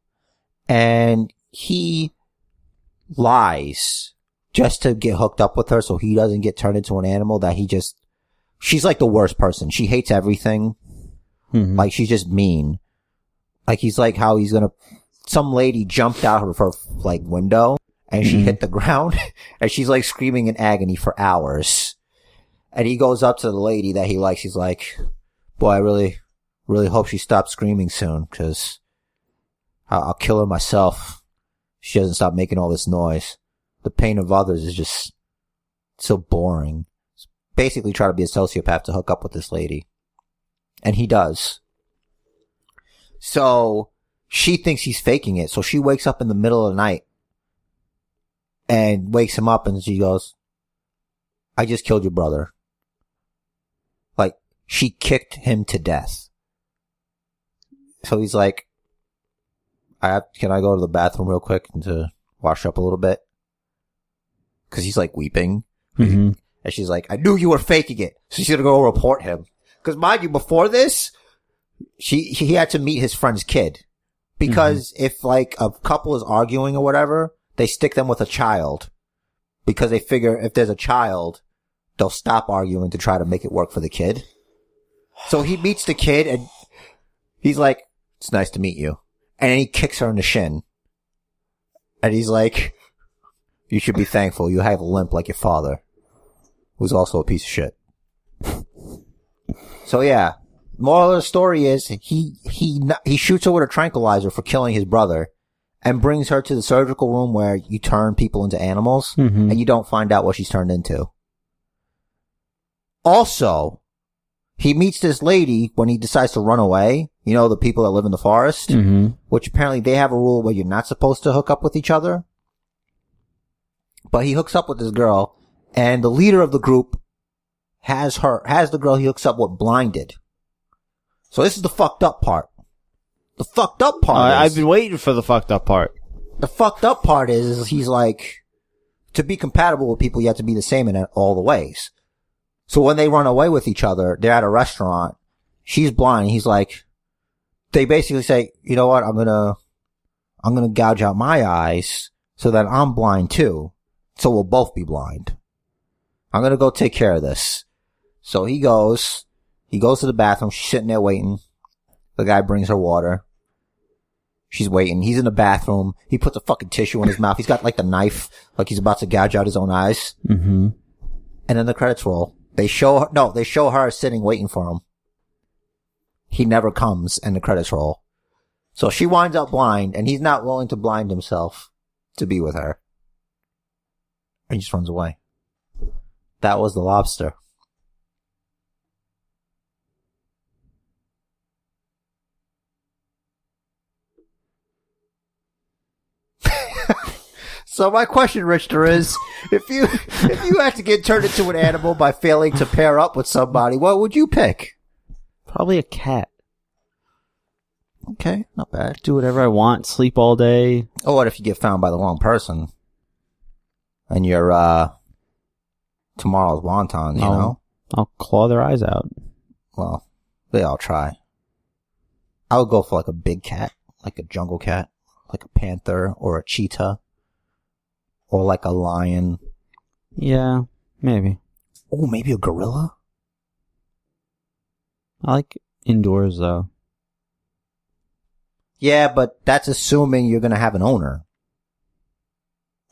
A: and he lies just to get hooked up with her so he doesn't get turned into an animal that he just she's like the worst person. She hates everything.
B: Mhm.
A: Like she's just mean. Like he's like how he's gonna. Some lady jumped out of her like window and she hit the ground and she's like screaming in agony for hours. And he goes up to the lady that he likes. He's like, "Boy, I really, really hope she stops screaming soon because I'll, I'll kill her myself. if She doesn't stop making all this noise. The pain of others is just so boring." Basically, try to be a sociopath to hook up with this lady, and he does. So she thinks he's faking it. So she wakes up in the middle of the night and wakes him up and she goes, I just killed your brother. Like she kicked him to death. So he's like, I have, can I go to the bathroom real quick and to wash up a little bit? Cause he's like weeping.
B: Mhm.
A: And she's like, I knew you were faking it. So she's going to go report him. Because mind you, before this, she, he had to meet his friend's kid. Because if like a couple is arguing or whatever, they stick them with a child. Because they figure if there's a child, they'll stop arguing to try to make it work for the kid. So he meets the kid and he's like, it's nice to meet you. And he kicks her in the shin. And he's like, you should be thankful you have a limp like your father who's also a piece of shit. so yeah, moral of the story is he he kn- he shoots her with a tranquilizer for killing his brother, and brings her to the surgical room where you turn people into animals,
B: Mhm.
A: and you don't find out what she's turned into. Also, he meets this lady when he decides to run away. You know the people that live in the forest
B: Mhm.
A: which apparently they have a rule where you're not supposed to hook up with each other. But he hooks up with this girl, and the leader of the group has her, has the girl he hooks up with blinded. So this is the fucked up part. The fucked up
B: Uh,
A: part.
B: I've
A: is-
B: been waiting for the fucked up part.
A: the fucked up part is, is he's like, to be compatible with people, you have to be the same in all the ways. So when they run away with each other, they're at a restaurant she's blind. He's like, they basically say, you know what? I'm gonna, I'm gonna gouge out my eyes so that I'm blind too. So we'll both be blind. I'm gonna go take care of this. So he goes, he goes to the bathroom. She's sitting there waiting. The guy brings her water. She's waiting. He's in the bathroom. He puts a fucking tissue in his mouth. He's got like the knife, like he's about to gouge out his own eyes.
B: Mm-hmm.
A: And then the credits roll. They show her, no, they show her sitting waiting for him. He never comes and the credits roll. So she winds up blind and he's not willing to blind himself to be with her. And he just runs away. That was the lobster. So my question, Richter, is if you if you had to get turned into an animal by failing to pair up with somebody, what would you pick?
B: Probably a cat.
A: Okay, not bad.
B: Do whatever I want. Sleep all day.
A: Or what if you get found by the wrong person? And you're uh tomorrow's wontons, you
B: I'll,
A: know?
B: I'll claw their eyes out.
A: Well, they all try. I would go for like a big cat, like a jungle cat, like a panther or a cheetah. Or like a lion.
B: Yeah, maybe.
A: Oh, maybe a gorilla?
B: I like indoors though.
A: Yeah, but that's assuming you're gonna have an owner.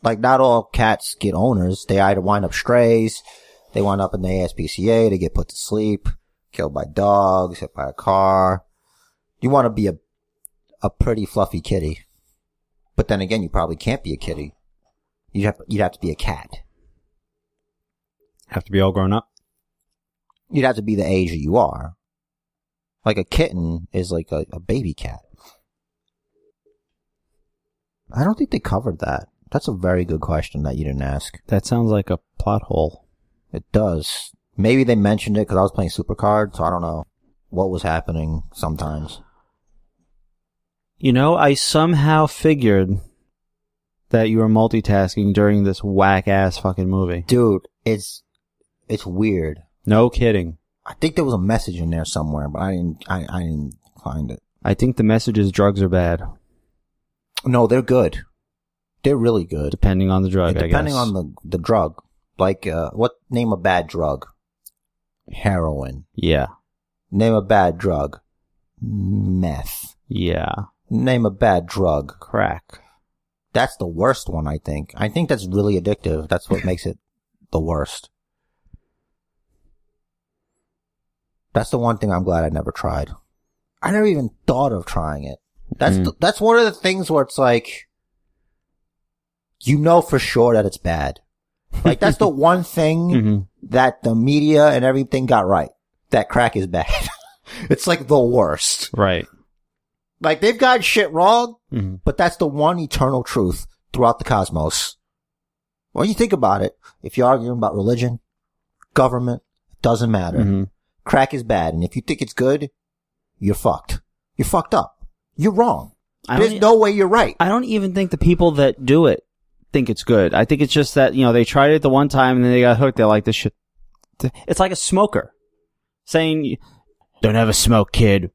A: Like, not all cats get owners. They either wind up strays, they wind up in the ASPCA, they get put to sleep, killed by dogs, hit by a car. You want to be a a pretty fluffy kitty, but then again, you probably can't be a kitty. You'd have you'd have to be a cat.
B: Have to be all grown up.
A: You'd have to be the age that you are. Like a kitten is like a, a baby cat. I don't think they covered that. That's a very good question that you didn't ask.
B: That sounds like a plot hole.
A: It does. Maybe they mentioned it because I was playing Supercard, so I don't know what was happening sometimes.
B: You know, I somehow figured that you were multitasking during this whack ass fucking movie.
A: Dude, it's it's weird.
B: No kidding.
A: I think there was a message in there somewhere, but I didn't I, I didn't find it.
B: I think the message is drugs are bad,
A: No, they're good. They're really good.
B: depending on the drug.
A: Yeah, depending on the the drug, like uh, what name a bad drug? Heroin.
B: yeah,
A: Name a bad drug. Meth.
B: yeah,
A: Name a bad drug.
B: crack.
A: That's the worst one, I think. I think that's really addictive. That's what makes it the worst. That's the one thing I'm glad I never tried. I never even thought of trying it. That's
B: Mhm.
A: the, that's one of the things where it's like, you know for sure that it's bad. Like that's the one thing
B: hmm
A: that the media and everything got right. That crack is bad. it's like the worst.
B: Right.
A: Like they've got shit wrong,
B: hmm
A: but that's the one eternal truth throughout the cosmos. When you think about it, if you're arguing about religion, government, it doesn't matter.
B: hmm
A: Crack is bad, and if you think it's good, you're fucked. You're fucked up. You're wrong.
B: I
A: There's
B: don't,
A: no way you're right.
B: I don't even think the people that do it think it's good. I think it's just that you know they tried it the one time and then they got hooked. They're like, this shit. It's like a smoker saying, "Don't ever smoke, kid."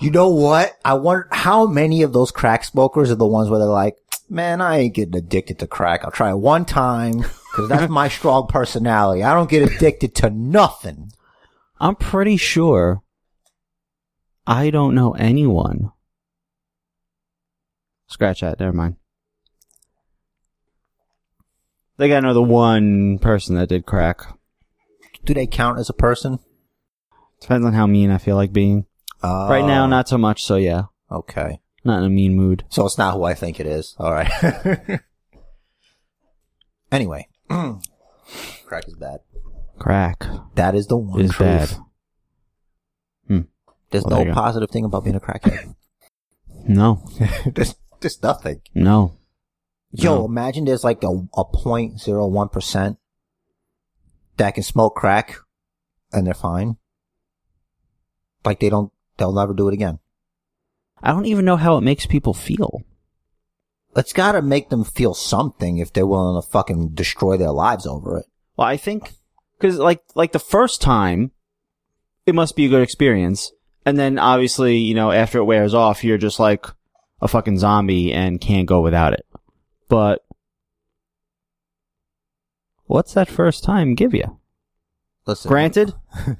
A: You know what? I wonder how many of those crack smokers are the ones where they're like, man, I ain't getting addicted to crack. I'll try it one time because that's my strong personality. I don't get addicted to nothing.
B: I'm pretty sure I don't know anyone. Scratch that, never mind. They gotta know the one person that did crack.
A: Do they count as a person?
B: Depends on how mean I feel like being.
A: Uh,
B: right now, not so much, so yeah.
A: Okay.
B: Not in a mean mood.
A: So it's not who I think it is. All right. anyway, crack is bad.
B: Crack
A: That is the one
B: is
A: truth.
B: bad. Hmm.
A: There's
B: Well, there you
A: no
B: go.
A: positive thing about being a crackhead.
B: No,
A: there's, there's nothing.
B: no.
A: Yo,
B: No.
A: imagine there's like a a point zero one percent that can smoke crack and they're fine. Like they don't, they'll never do it again.
B: I don't even know how it makes people feel.
A: It's gotta make them feel something if they're willing to fucking destroy their lives over it.
B: Well, I think because like like the first time, it must be a good experience. And then obviously, you know, after it wears off, you're just like a fucking zombie and can't go without it. But what's that first time give you?
A: Listen,
B: Granted,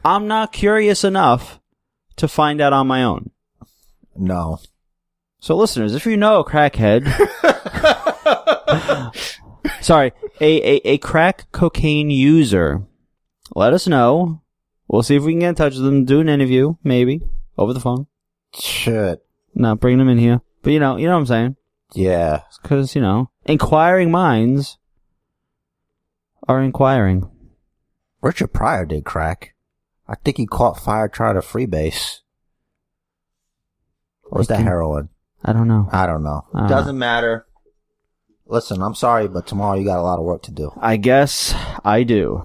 B: I'm not curious enough to find out on my own.
A: no.
B: So listeners, if you know a crackhead, sorry, a, a, a crack cocaine user, let us know. We'll see if we can get in touch with them, do an interview, maybe, over the phone.
A: Shit.
B: Not bringing them in here. But you know, you know what I'm saying?
A: Yeah.
B: Cause, you know, inquiring minds are inquiring.
A: Richard Pryor did crack. I think he caught fire trying to freebase. Or was that
B: Okay.
A: heroin?
B: I don't know.
A: I don't know.
B: Uh.
A: Doesn't matter. Listen, I'm sorry, but tomorrow you got a lot of work to do.
B: I guess I do.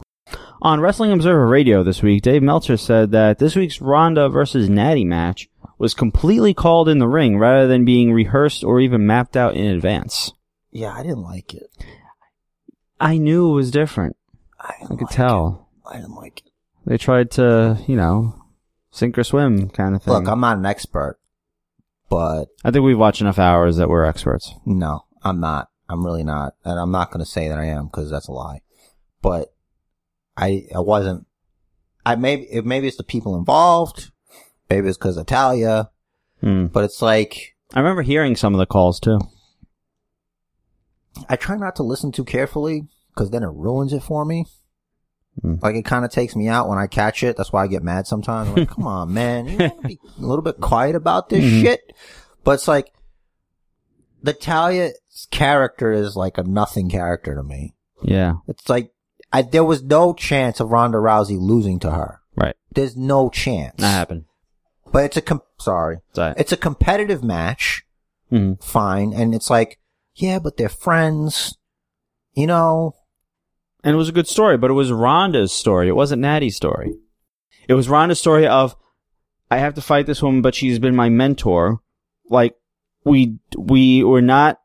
B: On Wrestling Observer Radio this week, Dave Meltzer said that this week's Ronda versus Natty match was completely called in the ring rather than being rehearsed or even mapped out in advance.
A: Yeah, I didn't like it.
B: I knew it was different.
A: I,
B: I could tell.
A: I didn't like it.
B: They tried to, you know, sink or swim kind of thing.
A: Look, I'm not an expert, but
B: I think we've watched enough hours that we're experts.
A: no, I'm not. I'm really not, and I'm not going to say that I am because that's a lie. But I, I wasn't. I maybe it, maybe it's the people involved. Maybe it's because Italia,
B: Hmm.
A: but it's like
B: I remember hearing some of the calls too.
A: I try not to listen too carefully because then it ruins it for me.
B: Mm.
A: Like it kind of takes me out when I catch it. That's why I get mad sometimes. I'm like, come on, man, you want to be a little bit quiet about this
B: Mhm.
A: shit. But it's like the Talia's character is like a nothing character to me.
B: Yeah,
A: It's like I, there was no chance of Ronda Rousey losing to her.
B: right.
A: There's no chance.
B: That happened.
A: But it's a com- sorry,
B: Sorry.
A: it's a competitive match
B: Mhm.
A: fine. And it's like, yeah, but they're friends. You know,
B: And it was a good story, but it was Rhonda's story. It wasn't Natty's story. It was Rhonda's story of I have to fight this woman, but she's been my mentor. Like we we were not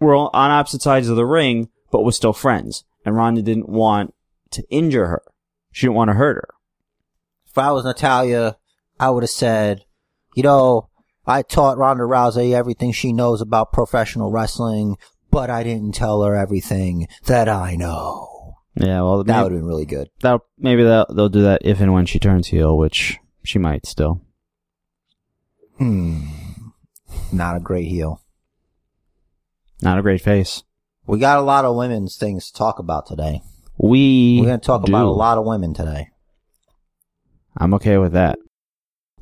B: we're on opposite sides of the ring, but we're still friends. And Rhonda didn't want to injure her. She didn't want to hurt her.
A: if I was Natalia, I would have said, you know, I taught Ronda Rousey everything she knows about professional wrestling, but I didn't tell her everything that I know.
B: Yeah, well,
A: That would
B: maybe,
A: have been really good.
B: that maybe that they'll do that if and when she turns heel, which she might still.
A: Hmm. Not a great heel.
B: Not a great face.
A: We got a lot of women's things to talk about today.
B: We
A: We're going to talk about a
B: do.
A: lot of women today.
B: I'm okay with that.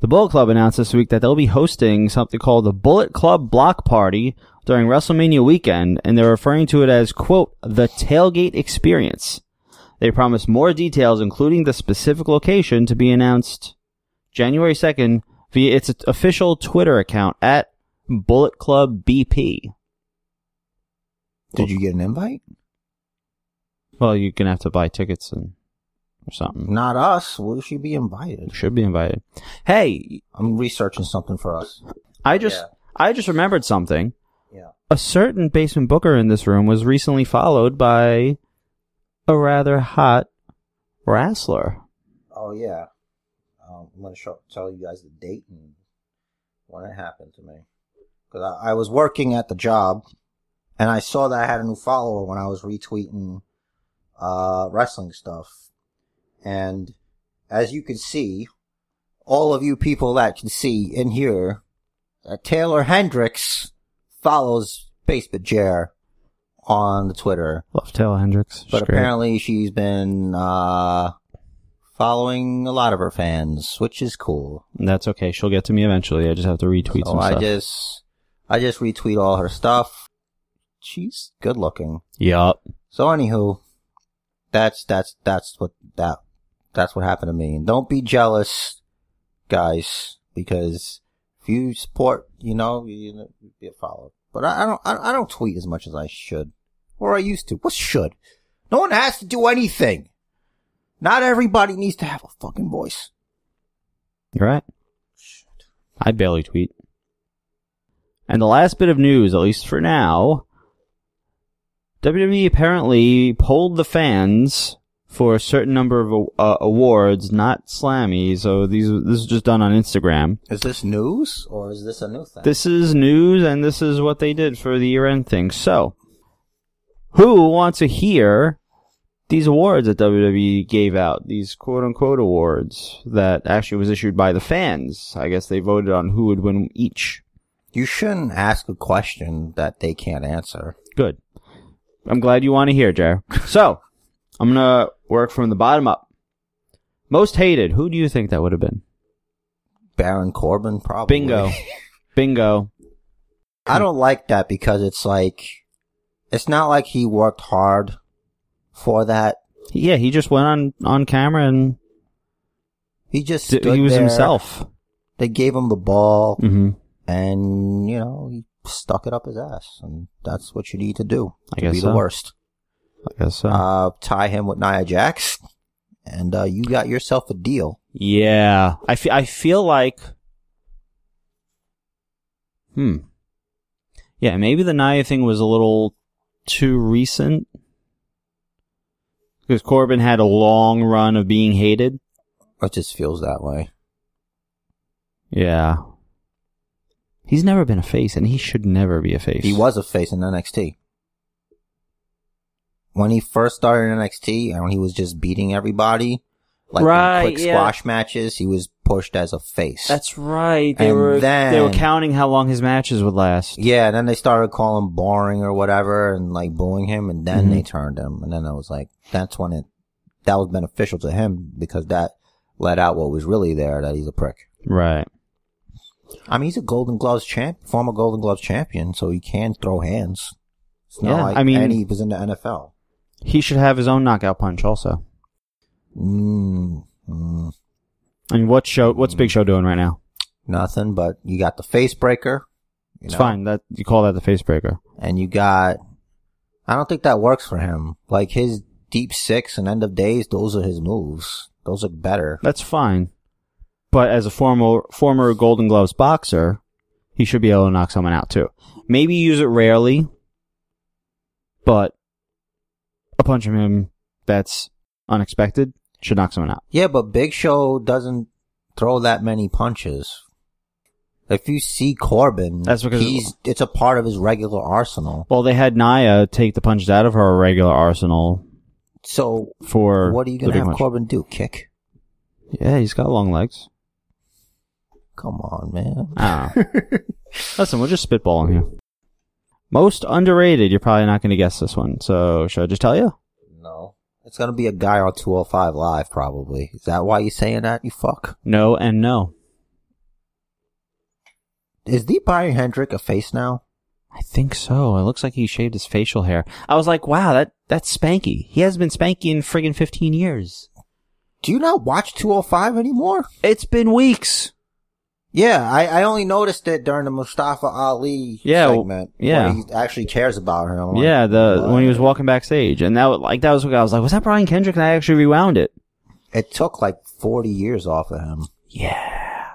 B: The Bullet Club announced this week that they'll be hosting something called the Bullet Club Block Party during WrestleMania weekend, and they're referring to it as, quote, the tailgate experience. They promise more details, including the specific location, to be announced January 2nd via its official Twitter account at Bullet Club BP.
A: Did you get an invite?
B: Well, you're going to have to buy tickets and or something.
A: Not us. Will she be invited?
B: Should be invited. Hey,
A: I'm researching something for us.
B: I just
A: Yeah.
B: I just remembered something.
A: Yeah.
B: a certain basement booker in this room was recently followed by a rather hot wrestler.
A: Oh yeah. Um, I'm gonna show, tell you guys the date and when it happened to me. Cause I, I was working at the job, and I saw that I had a new follower when I was retweeting uh, wrestling stuff. And as you can see, all of you people that can see in here, that Taylor Hendricks follows Basement Jer on the Twitter.
B: Love Taylor Hendricks. She's
A: But
B: great.
A: apparently she's been uh, following a lot of her fans, which is cool.
B: That's okay. She'll get to me eventually. I just have to retweet
A: so
B: some
A: I
B: stuff.
A: just I just retweet all her stuff. She's good looking.
B: Yup.
A: So anywho, that's that's that's what that that's what happened to me. And don't be jealous, guys, because if you support, you know, you know, you get followed. But I, I don't I, I don't tweet as much as I should, or I used to. What should? No one has to do anything. Not everybody needs to have a fucking voice.
B: You're right. I barely tweet. And the last bit of news, at least for E now, WWE apparently polled the fans for a certain number of uh, awards, not Slammy. So these this is just done on Instagram.
A: Is this news or is this a new thing?
B: This is news, and this is what they did for the year end thing. So, who wants to hear these awards that WWE gave out? These quote unquote awards that actually was issued by the fans. I guess they voted on who would win each.
A: you shouldn't ask a question that they can't answer.
B: Good. I'm glad you want to hear, Jer. So, I'm gonna work from the bottom up. Most hated. Who do you think that would have been?
A: Baron Corbin, probably.
B: Bingo. Bingo.
A: I don't like that because it's like, it's not like he worked hard for that.
B: Yeah, he just went on on camera and
A: He just
B: d-
A: stood
B: he was
A: there.
B: himself.
A: They gave him the ball,
B: Mm-hmm.
A: and you know he stuck it up his ass, and that's what you need to do
B: I
A: to
B: guess
A: be
B: so.
A: the worst.
B: I guess so.
A: Uh, tie him with Nia Jax, and uh, you got yourself a deal.
B: yeah, I fe- I feel like. Hmm. Yeah, maybe the Nia thing was a little too recent because Corbin had a long run of being hated.
A: It just feels that way.
B: Yeah. He's never been a face, and he should never be a face.
A: He was a face in NXT. When he first started in NXT, and when he was just beating everybody, like in
B: Right,
A: quick
B: yeah.
A: squash matches, he was pushed as a face.
B: That's right. They
A: And
B: were they were
A: then-
B: counting how long his matches would last.
A: yeah, and then they started calling him boring or whatever and like booing him and then
B: Mhm.
A: they turned him and then I was like that's when it that was beneficial to him because that let out what was really there that he's a prick.
B: Right.
A: I mean he's a golden gloves champ former golden gloves champion, so he can throw hands. It's not
B: Yeah,
A: like
B: I mean-
A: and he was in the NFL.
B: He should have his own knockout punch also.
A: Mm, mm,
B: I mean, what's show?
A: Hmm.
B: What's Big Show doing right now?
A: nothing but you got the face breaker. you
B: It's
A: know,
B: fine. That you call that the face breaker.
A: And you got I don't think that works for him. Like his deep six and end of days, those are his moves. Those look better.
B: That's fine. But as a former former Golden Gloves boxer, he should be able to knock someone out too. Maybe use it rarely, but a punch from him that's unexpected should knock someone out.
A: Yeah, but Big Show doesn't throw that many punches. If you see Corbin,
B: That's because-
A: he's it's a part of his regular arsenal.
B: Well, they had Naya take the punches out of her regular arsenal
A: So
B: for
A: what are you
B: the
A: gonna
B: big
A: have
B: punch.
A: Corbin do? Kick?
B: Yeah, he's got long legs.
A: Come on, man.
B: Ah. Listen, we're just spitballing here. Most underrated. You're probably not going to guess this one, so should I just tell you?
A: No. It's gonna be a guy on 205 Live, probably. Is that why you're saying that, you fuck?
B: No and no.
A: Is the Byron Hendrick a face now?
B: I think so. It looks like he shaved his facial hair. I was like, wow, that that's Spanky. He hasn't been Spanky in friggin' 15 years.
A: Do you not watch 205 anymore?
B: It's been weeks.
A: Yeah, I, I only noticed it during the Mustafa Ali
B: Yeah, well,
A: segment.
B: yeah.
A: where he actually cares about her. I'm like,
B: yeah, the
A: what?
B: when he was walking backstage, and that was- like that was what I was like, was that Brian Kendrick? And I actually rewound it.
A: It took like 40 years off of him.
B: Yeah.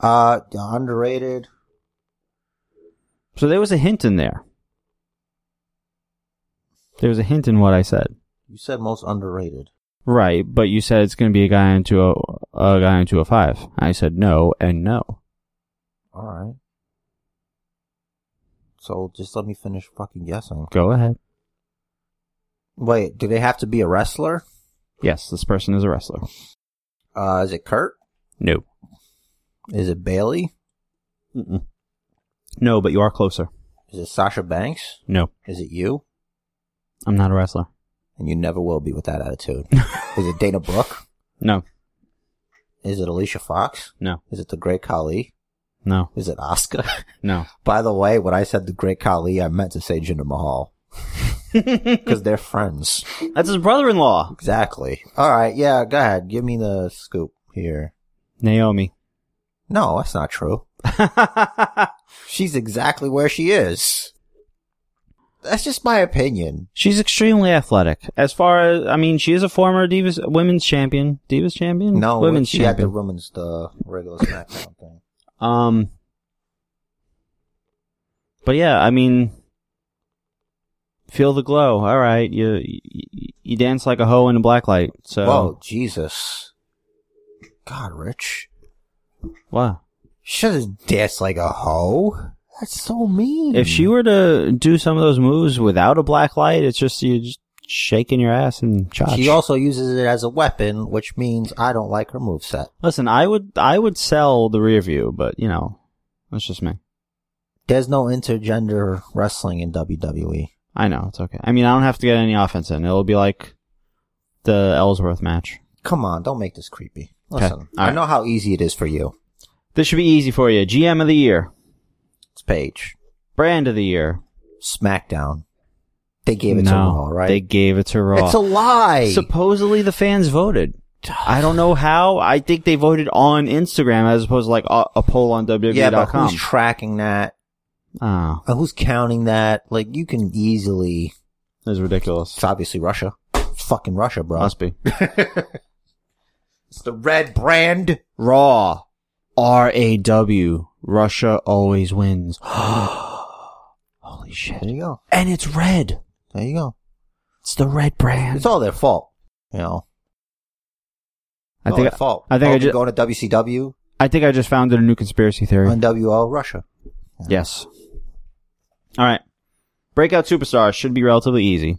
A: Uh, underrated.
B: So there was a hint in there. There was a hint in what I said.
A: You said most underrated.
B: Right, but you said it's going to be a guy into a, a guy into a five. I said no and no.
A: All right. So just let me finish fucking guessing.
B: Go ahead.
A: Wait, do they have to be a wrestler?
B: Yes, this person is a wrestler.
A: Uh, is it Kurt?
B: No.
A: Is it Bailey?
B: Mm-mm. No, but you are closer.
A: Is it Sasha Banks?
B: No,
A: Is it you?
B: I'm not a wrestler.
A: And you never will be with that attitude. is it Dana Brooke?
B: No,
A: Is it Alicia Fox?
B: no,
A: Is it the Great Khali?
B: no,
A: Is it Oscar?
B: no.
A: By the way, when I said the Great Khali, I meant to say Jinder Mahal
B: That's
A: because they're friends.
B: his brother-in-law,
A: Exactly. All right. Yeah. Go ahead. Give me the scoop here.
B: Naomi.
A: No, that's not true. She's exactly where she is. That's just my opinion.
B: She's extremely athletic. As far as I mean, she is a former divas women's champion. Divas champion?
A: No,
B: women's
A: she had the
B: champion.
A: women's the regular SmackDown thing.
B: Um, but yeah, I mean, Feel the glow. All right, you you, you dance like a hoe in a black light. So
A: Whoa, Jesus. God, Rich.
B: wow.
A: Should have danced like a hoe. That's so mean.
B: If she were to do some of those moves without a black light, it's just you just shaking your ass and chotch.
A: She also uses it as a weapon, which means I don't like her moveset.
B: Listen, I would I would sell the rear view, but you know, that's just me.
A: There's no intergender wrestling in E. WWE.
B: I know it's okay. I mean, I don't have to get any offense in. It'll be like the Ellsworth match.
A: Come on, don't make this creepy.
B: Okay,
A: Listen,
B: all
A: I
B: right.
A: know how easy it is for you.
B: This should be easy for you. GM of the year,
A: It's Paige.
B: brand of the year.
A: SmackDown. They gave it to
B: No,
A: Raw, right?
B: They gave it to Raw.
A: It's a lie.
B: Supposedly the fans voted. I don't know how. I think they voted on Instagram as opposed to like a, a poll on E WWE.com.
A: yeah, but who's tracking that?
B: oh,
A: Uh, who's counting that? Like, you can easily.
B: that's ridiculous.
A: It's obviously Russia. It's fucking Russia, bro.
B: Must be.
A: It's the red brand.
B: Raw. R A W. Russia always wins. Holy
A: There
B: shit.
A: you go.
B: And it's red.
A: There you go.
B: It's the red brand.
A: It's all their fault. You know,
B: I
A: all
B: think
A: their fault.
B: I think I
A: Hogan
B: ju-
A: going to WCW
B: I think I just founded a new conspiracy theory.
A: on WO Russia.
B: Yes. All right. Breakout superstar should be relatively easy.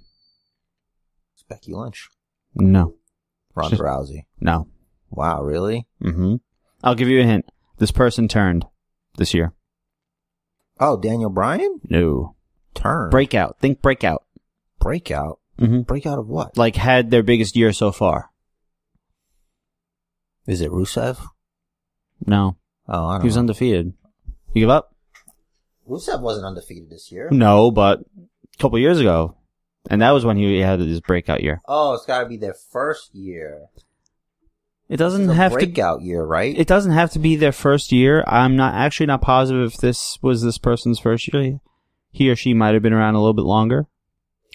A: It's Becky Lynch,
B: No.
A: Ronda
B: She's-
A: Rousey.
B: No.
A: Wow, really?
B: Mm-hmm. I'll give you a hint. This person turned this year.
A: Oh, Daniel Bryan
B: No.
A: turn
B: Breakout. Think breakout.
A: breakout
B: Mm-hmm.
A: breakout of what?
B: Like had their biggest year so far.
A: Is it Rusev?
B: No.
A: Oh, I
B: He
A: don't.
B: was
A: know.
B: undefeated. You give up?
A: Rusev wasn't undefeated this year.
B: No, but a couple years ago. And that was when he had his breakout year.
A: Oh, it's got to be their first year.
B: It
A: This
B: doesn't
A: is a
B: have to
A: breakout year, right?
B: it doesn't have to be their first year. I'm not actually not positive if this was this person's first year. He or she might have been around a little bit longer.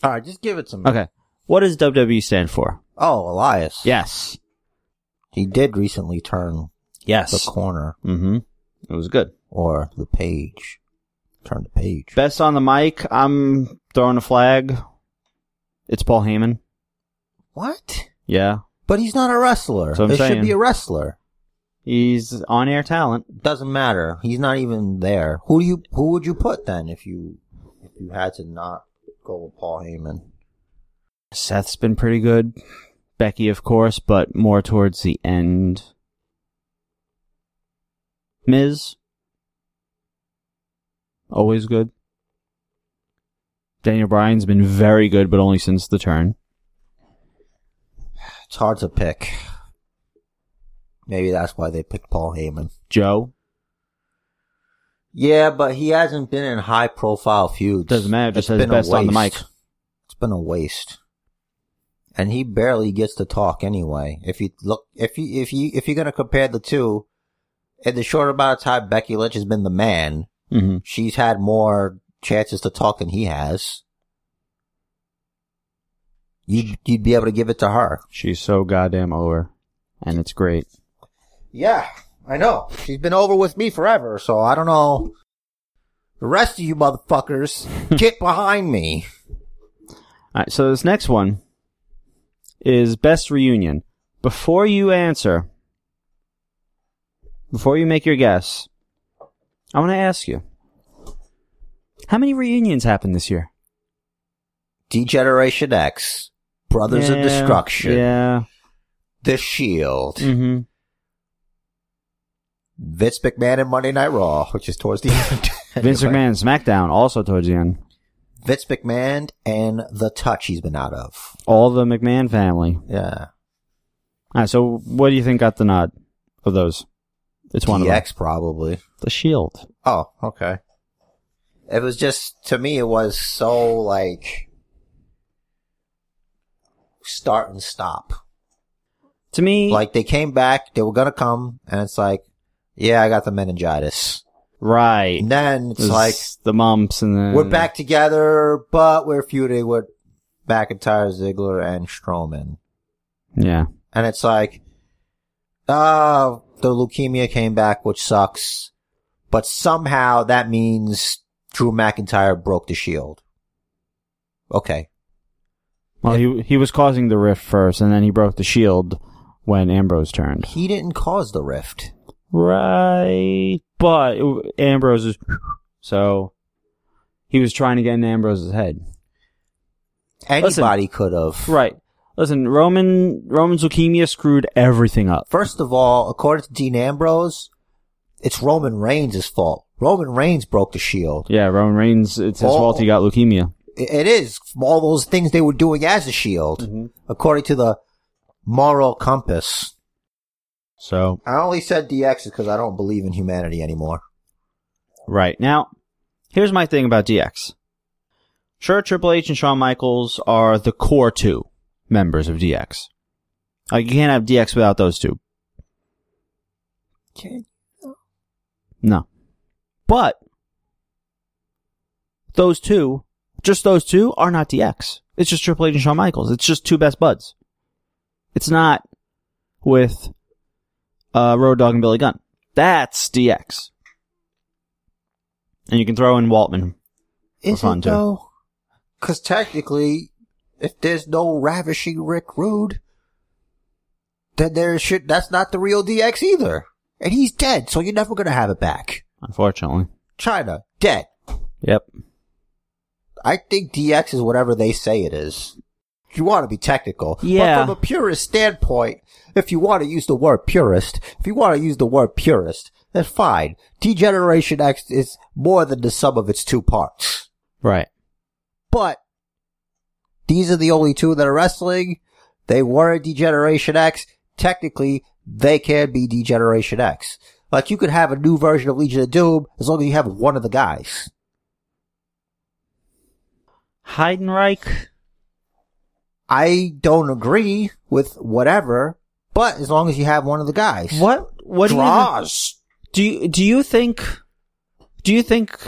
A: All right, just give it to me.
B: Okay. What does WWE stand for?
A: Oh, Elias.
B: Yes.
A: he did recently turn the
B: Yes.
A: corner
B: Mm-hmm. It was good.
A: or the page. Turn the page.
B: Best on the mic. I'm throwing a flag. It's Paul Heyman.
A: What?
B: Yeah.
A: But he's not a wrestler.
B: So I'm
A: it
B: saying.
A: should be a wrestler.
B: He's on air talent.
A: Doesn't matter. He's not even there. Who do you who would you put then if you if you had to not go with Paul Heyman?
B: Seth's been pretty good. Becky, of course, but more towards the end. Miz. Always good. Daniel Bryan's been very good, but only since the turn.
A: It's hard to pick. Maybe that's why they picked Paul Heyman.
B: Joe.
A: Yeah, but he hasn't been in high profile feuds.
B: Doesn't matter, just
A: It's
B: says
A: been a
B: best on the mic.
A: waste. It's been a waste. And he barely gets to talk anyway. If you look if you if you if you're gonna compare the two, in the short amount of time Becky Lynch has been the man,
B: Mm-hmm.
A: she's had more chances to talk than he has. You'd, you'd be able to give it to her.
B: She's so goddamn over. And it's great.
A: Yeah, I know. She's been over with me forever, so I don't know. The rest of you motherfuckers, get behind me.
B: Alright, so this next one is best reunion. Before you answer, before you make your guess, I want to ask you how many reunions happened this year?
A: Degeneration X, Brothers of
B: Yeah,
A: Destruction,
B: Yeah.
A: The Shield,
B: hmm
A: Vince McMahon and Monday Night Raw, which is towards the end.
B: Vince
A: Anyway.
B: McMahon SmackDown also towards the end.
A: Vince McMahon and The Touch he's been out of.
B: All the McMahon family.
A: Yeah.
B: All right, so what do you think got the nod of those? It's one of them.
A: DX probably.
B: The Shield.
A: Oh, okay. It was just to me. It was so like start and stop.
B: To me,
A: Like they came back, they were gonna come, and it's like, yeah, I got the meningitis.
B: right.
A: And then it's
B: It was
A: like
B: the mumps and then
A: we're back together, but we're feuding with McIntyre, Ziggler, and Strowman.
B: Yeah.
A: And it's like, ah, the leukemia came back, which sucks. But somehow that means Drew McIntyre broke the shield. Okay.
B: Well, he he was causing the rift first, and then he broke the shield when Ambrose turned.
A: He didn't cause the rift.
B: Right, but it- Ambrose is so he was trying to get in Ambrose's head. Listen.
A: Anybody could have.
B: Right. Listen, Roman Roman leukemia screwed everything up.
A: First of all, according to Dean Ambrose, it's Roman Reigns' fault. Roman Reigns broke the shield.
B: Yeah, Roman Reigns. It's his
A: Oh.
B: fault he got leukemia.
A: I- It is from all those things they were doing as a shield,
B: Mm-hmm.
A: according to the moral compass.
B: So
A: I only said DX because I don't believe in humanity anymore.
B: right now, here's my thing about DX. Sure, Triple H and Shawn Michaels are the core two members of DX. Like you can't have DX without those two. No. But those two, just those two, are not DX. It's just Triple H and Shawn Michaels. It's just two best buds. It's not with uh, Road Dogg and Billy Gunn. That's DX. And you can throw in Waltman.
A: Is
B: fun,
A: it
B: too.
A: though? Because technically, if there's no ravishing Rick Rude, then there should that's not the real DX either. And he's dead, so you're never gonna have it back.
B: Unfortunately.
A: China dead.
B: Yep.
A: I think DX is whatever they say it is. You want to be technical.
B: Yeah.
A: But from a purist standpoint, if you want to use the word purist, if you want to use the word purist, then fine. Degeneration X is more than the sum of its two parts.
B: Right.
A: But these are the only two that are wrestling. They were Degeneration X. Technically, they can be Degeneration X. Like you could have a new version of Legion of Doom as long as you have one of the guys.
B: Heidenreich.
A: I don't agree with whatever, but as long as you have one of the guys.
B: What? What do you even-
A: draws?
B: do you do you think do you think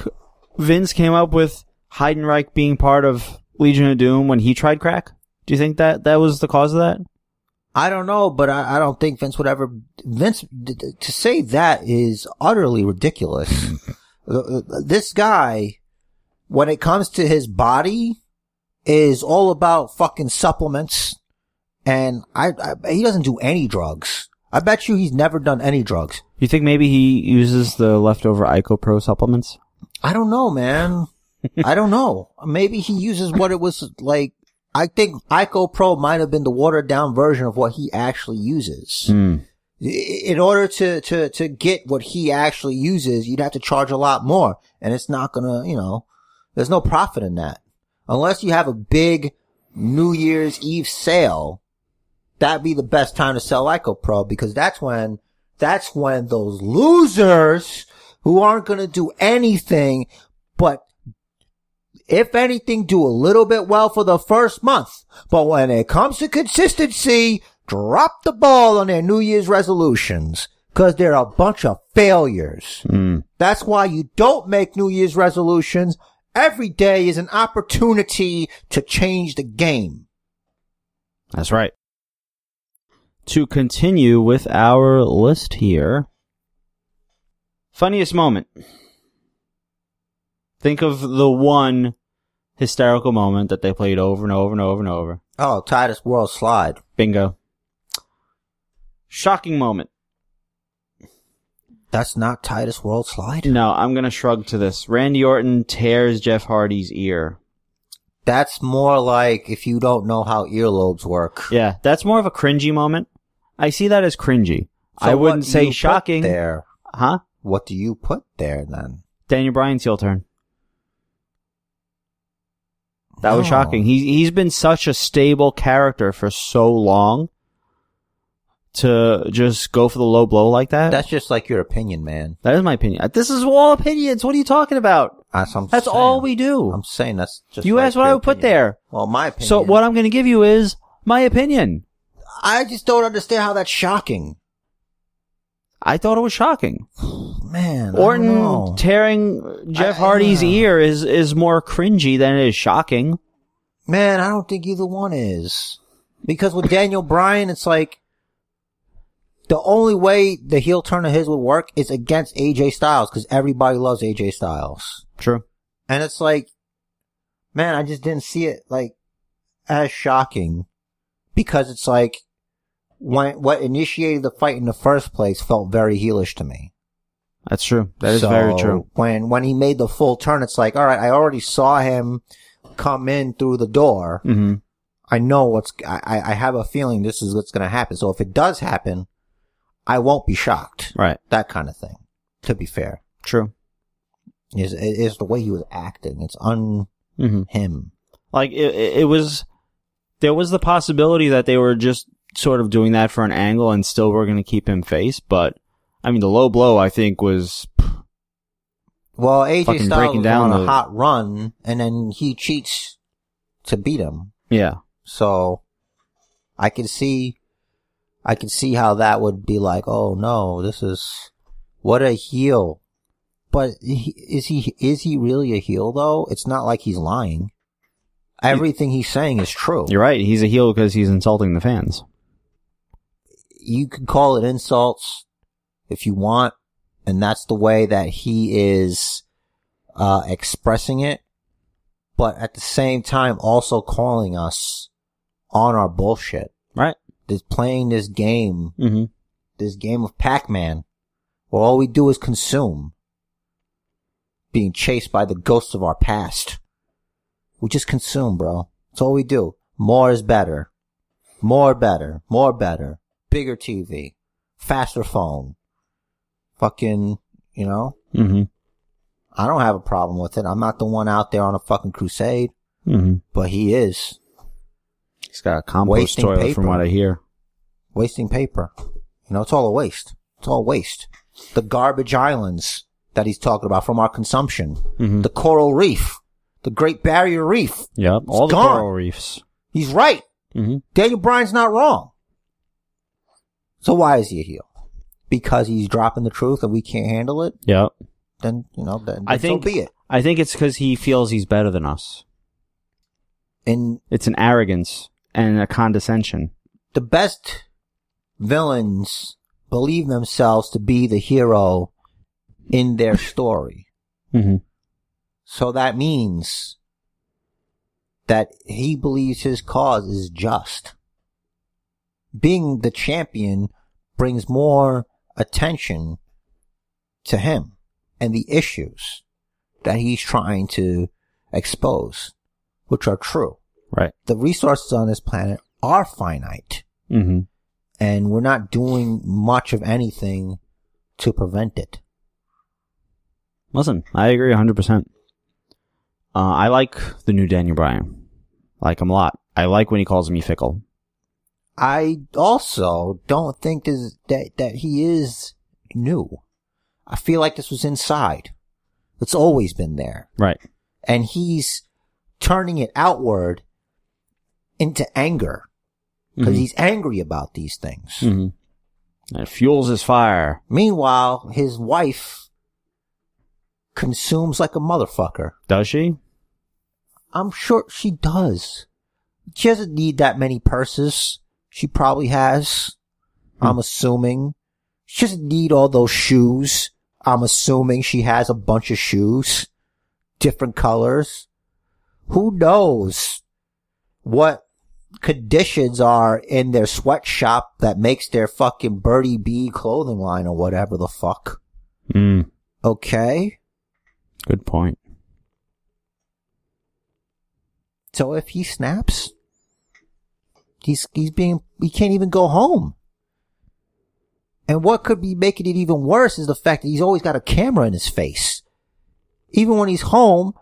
B: Vince came up with Heidenreich being part of Legion of Doom when he tried crack? Do you think that that was the cause of that?
A: I don't know, but I, I don't think Vince would ever. Vince d- d- to say that is utterly ridiculous. Uh, this guy, when it comes to his body, is all about fucking supplements, and I, I he doesn't do any drugs. I bet you he's never done any drugs.
B: You think maybe he uses the leftover IcoPro supplements?
A: I don't know, man. I don't know. Maybe he uses what it was like. I think Ico Pro might have been the watered down version of what he actually uses.
B: Hmm.
A: in order to, to, to get what he actually uses, you'd have to charge a lot more. And it's not gonna, you know, there's no profit in that. Unless you have a big New Year's Eve sale, that'd be the best time to sell IcoPro because that's when, that's when those losers who aren't gonna do anything but if anything, do a little bit well for the first month. But when it comes to consistency, drop the ball on their New Year's resolutions. Cause they're a bunch of failures.
B: Mm.
A: That's why you don't make New Year's resolutions. Every day is an opportunity to change the game.
B: That's right. To continue with our list here. Funniest moment. Think of the one hysterical moment that they played over and over and over and over.
A: Oh, Titus World slide.
B: Bingo. Shocking moment.
A: That's not Titus World slide.
B: No, I'm gonna shrug to this. Randy Orton tears Jeff Hardy's ear.
A: That's more like if you don't know how earlobes work.
B: Yeah, that's more of a cringy moment. I see that as cringy.
A: So
B: I
A: what
B: wouldn't
A: do
B: say
A: you put
B: shocking.
A: There.
B: Huh?
A: What do you put there then?
B: Daniel Bryan's heel turn. That was
A: No.
B: shocking. He he's been such a stable character for so long to just go for the low blow like that.
A: That's just like your opinion, man.
B: that is my opinion. This is all opinions. What are you talking about?
A: That's, I'm
B: That's
A: saying.
B: all we do.
A: I'm saying that's just.
B: You
A: like
B: asked what
A: your
B: I would put
A: opinion.
B: there.
A: Well, my opinion.
B: So what I'm going to give you is my opinion.
A: I just don't understand how that's shocking,
B: I thought it was shocking.
A: man. I don't know.
B: Orton tearing Jeff
A: I-
B: Hardy's
A: yeah.
B: ear is is more cringy than it is shocking.
A: man, I don't think either one is because with Daniel Bryan, it's like the only way the heel turn of his would work is against AJ Styles because everybody loves AJ Styles,
B: True.
A: and it's like man, I just didn't see it like as shocking because it's like when, what initiated the fight in the first place felt very heelish to me.
B: That's true. That is very true.
A: When when he made the full turn, it's like, all right, I already saw him come in through the door.
B: Mm-hmm.
A: I know what's. I I I have a feeling this is what's going to happen. So if it does happen, I won't be shocked.
B: Right.
A: That kind of thing. To be fair,
B: True.
A: is is the way he was acting. It's un
B: Mm-hmm.
A: him.
B: Like it, it it was, there was the possibility that they were just sort of doing that for an angle and still were going to keep him face. But I mean, the low blow I think was
A: Well, AJ
B: Fucking
A: Styles
B: breaking
A: was
B: down
A: on a
B: the-
A: hot run, and then he cheats to beat him.
B: yeah.
A: So I can see, I can see how that would be like, oh no, this is what a heel. But he, is he is he really a heel though? It's not like he's lying. Everything he's saying is true.
B: You're right. He's a heel because he's insulting the fans.
A: You can call it insults if you want, and that's the way that he is uh, expressing it. But at the same time, also calling us on our bullshit.
B: Right.
A: This playing this game,
B: Mm-hmm.
A: this game of Pac-Man, where all we do is consume, being chased by the ghosts of our past. We just consume, bro. That's all we do. More is better. More better. More better. Bigger TV. Faster phone. Fucking, you know,
B: Mm-hmm.
A: I don't have a problem with it. I'm not the one out there on a fucking crusade,
B: Mm-hmm.
A: but he is
B: He's got a compost
A: Wasting
B: toilet
A: paper.
B: from what I hear.
A: wasting paper. You know, it's all a waste. It's all waste. The garbage islands that he's talking about from our consumption,
B: Mm-hmm.
A: the coral reef, the Great Barrier Reef.
B: Yep.
A: It's
B: All the
A: gone.
B: coral reefs.
A: He's right.
B: Mm-hmm.
A: Daniel Bryan's not wrong. So why is he a heel? Because he's dropping the truth and we can't handle it.
B: Yep.
A: Then you know, then,
B: I
A: then
B: think
A: so be it.
B: I think it's because he feels he's better than us.
A: And
B: It's an arrogance and a condescension.
A: the best villains believe themselves to be the hero in their story.
B: Mm-hmm.
A: So that means that he believes his cause is just. Being the champion brings more attention to him and the issues that he's trying to expose, which are true.
B: Right.
A: The resources on this planet are finite
B: Mm-hmm.
A: and we're not doing much of anything to prevent it.
B: Listen, I agree 100%. Uh, I like the new Daniel Bryan. Like him a lot. I like when he calls me fickle.
A: I also don't think this, that that he is new. I feel like this was inside. It's always been there,
B: Right.
A: and he's turning it outward into anger because he's angry about these things.
B: Mm-hmm. It fuels his fire.
A: Meanwhile, his wife consumes like a motherfucker.
B: Does she?
A: I'm sure she does. She doesn't need that many purses. She probably has. I'm assuming. She doesn't need all those shoes. I'm assuming she has a bunch of shoes. Different colors. Who knows what conditions are in their sweatshop that makes their fucking Birdie B clothing line or whatever the fuck.
B: Mm.
A: Okay?
B: Good point.
A: So if he snaps, he's he's being he can't even go home. And what could be making it even worse is the fact that he's always got a camera in his face. Even when he's home,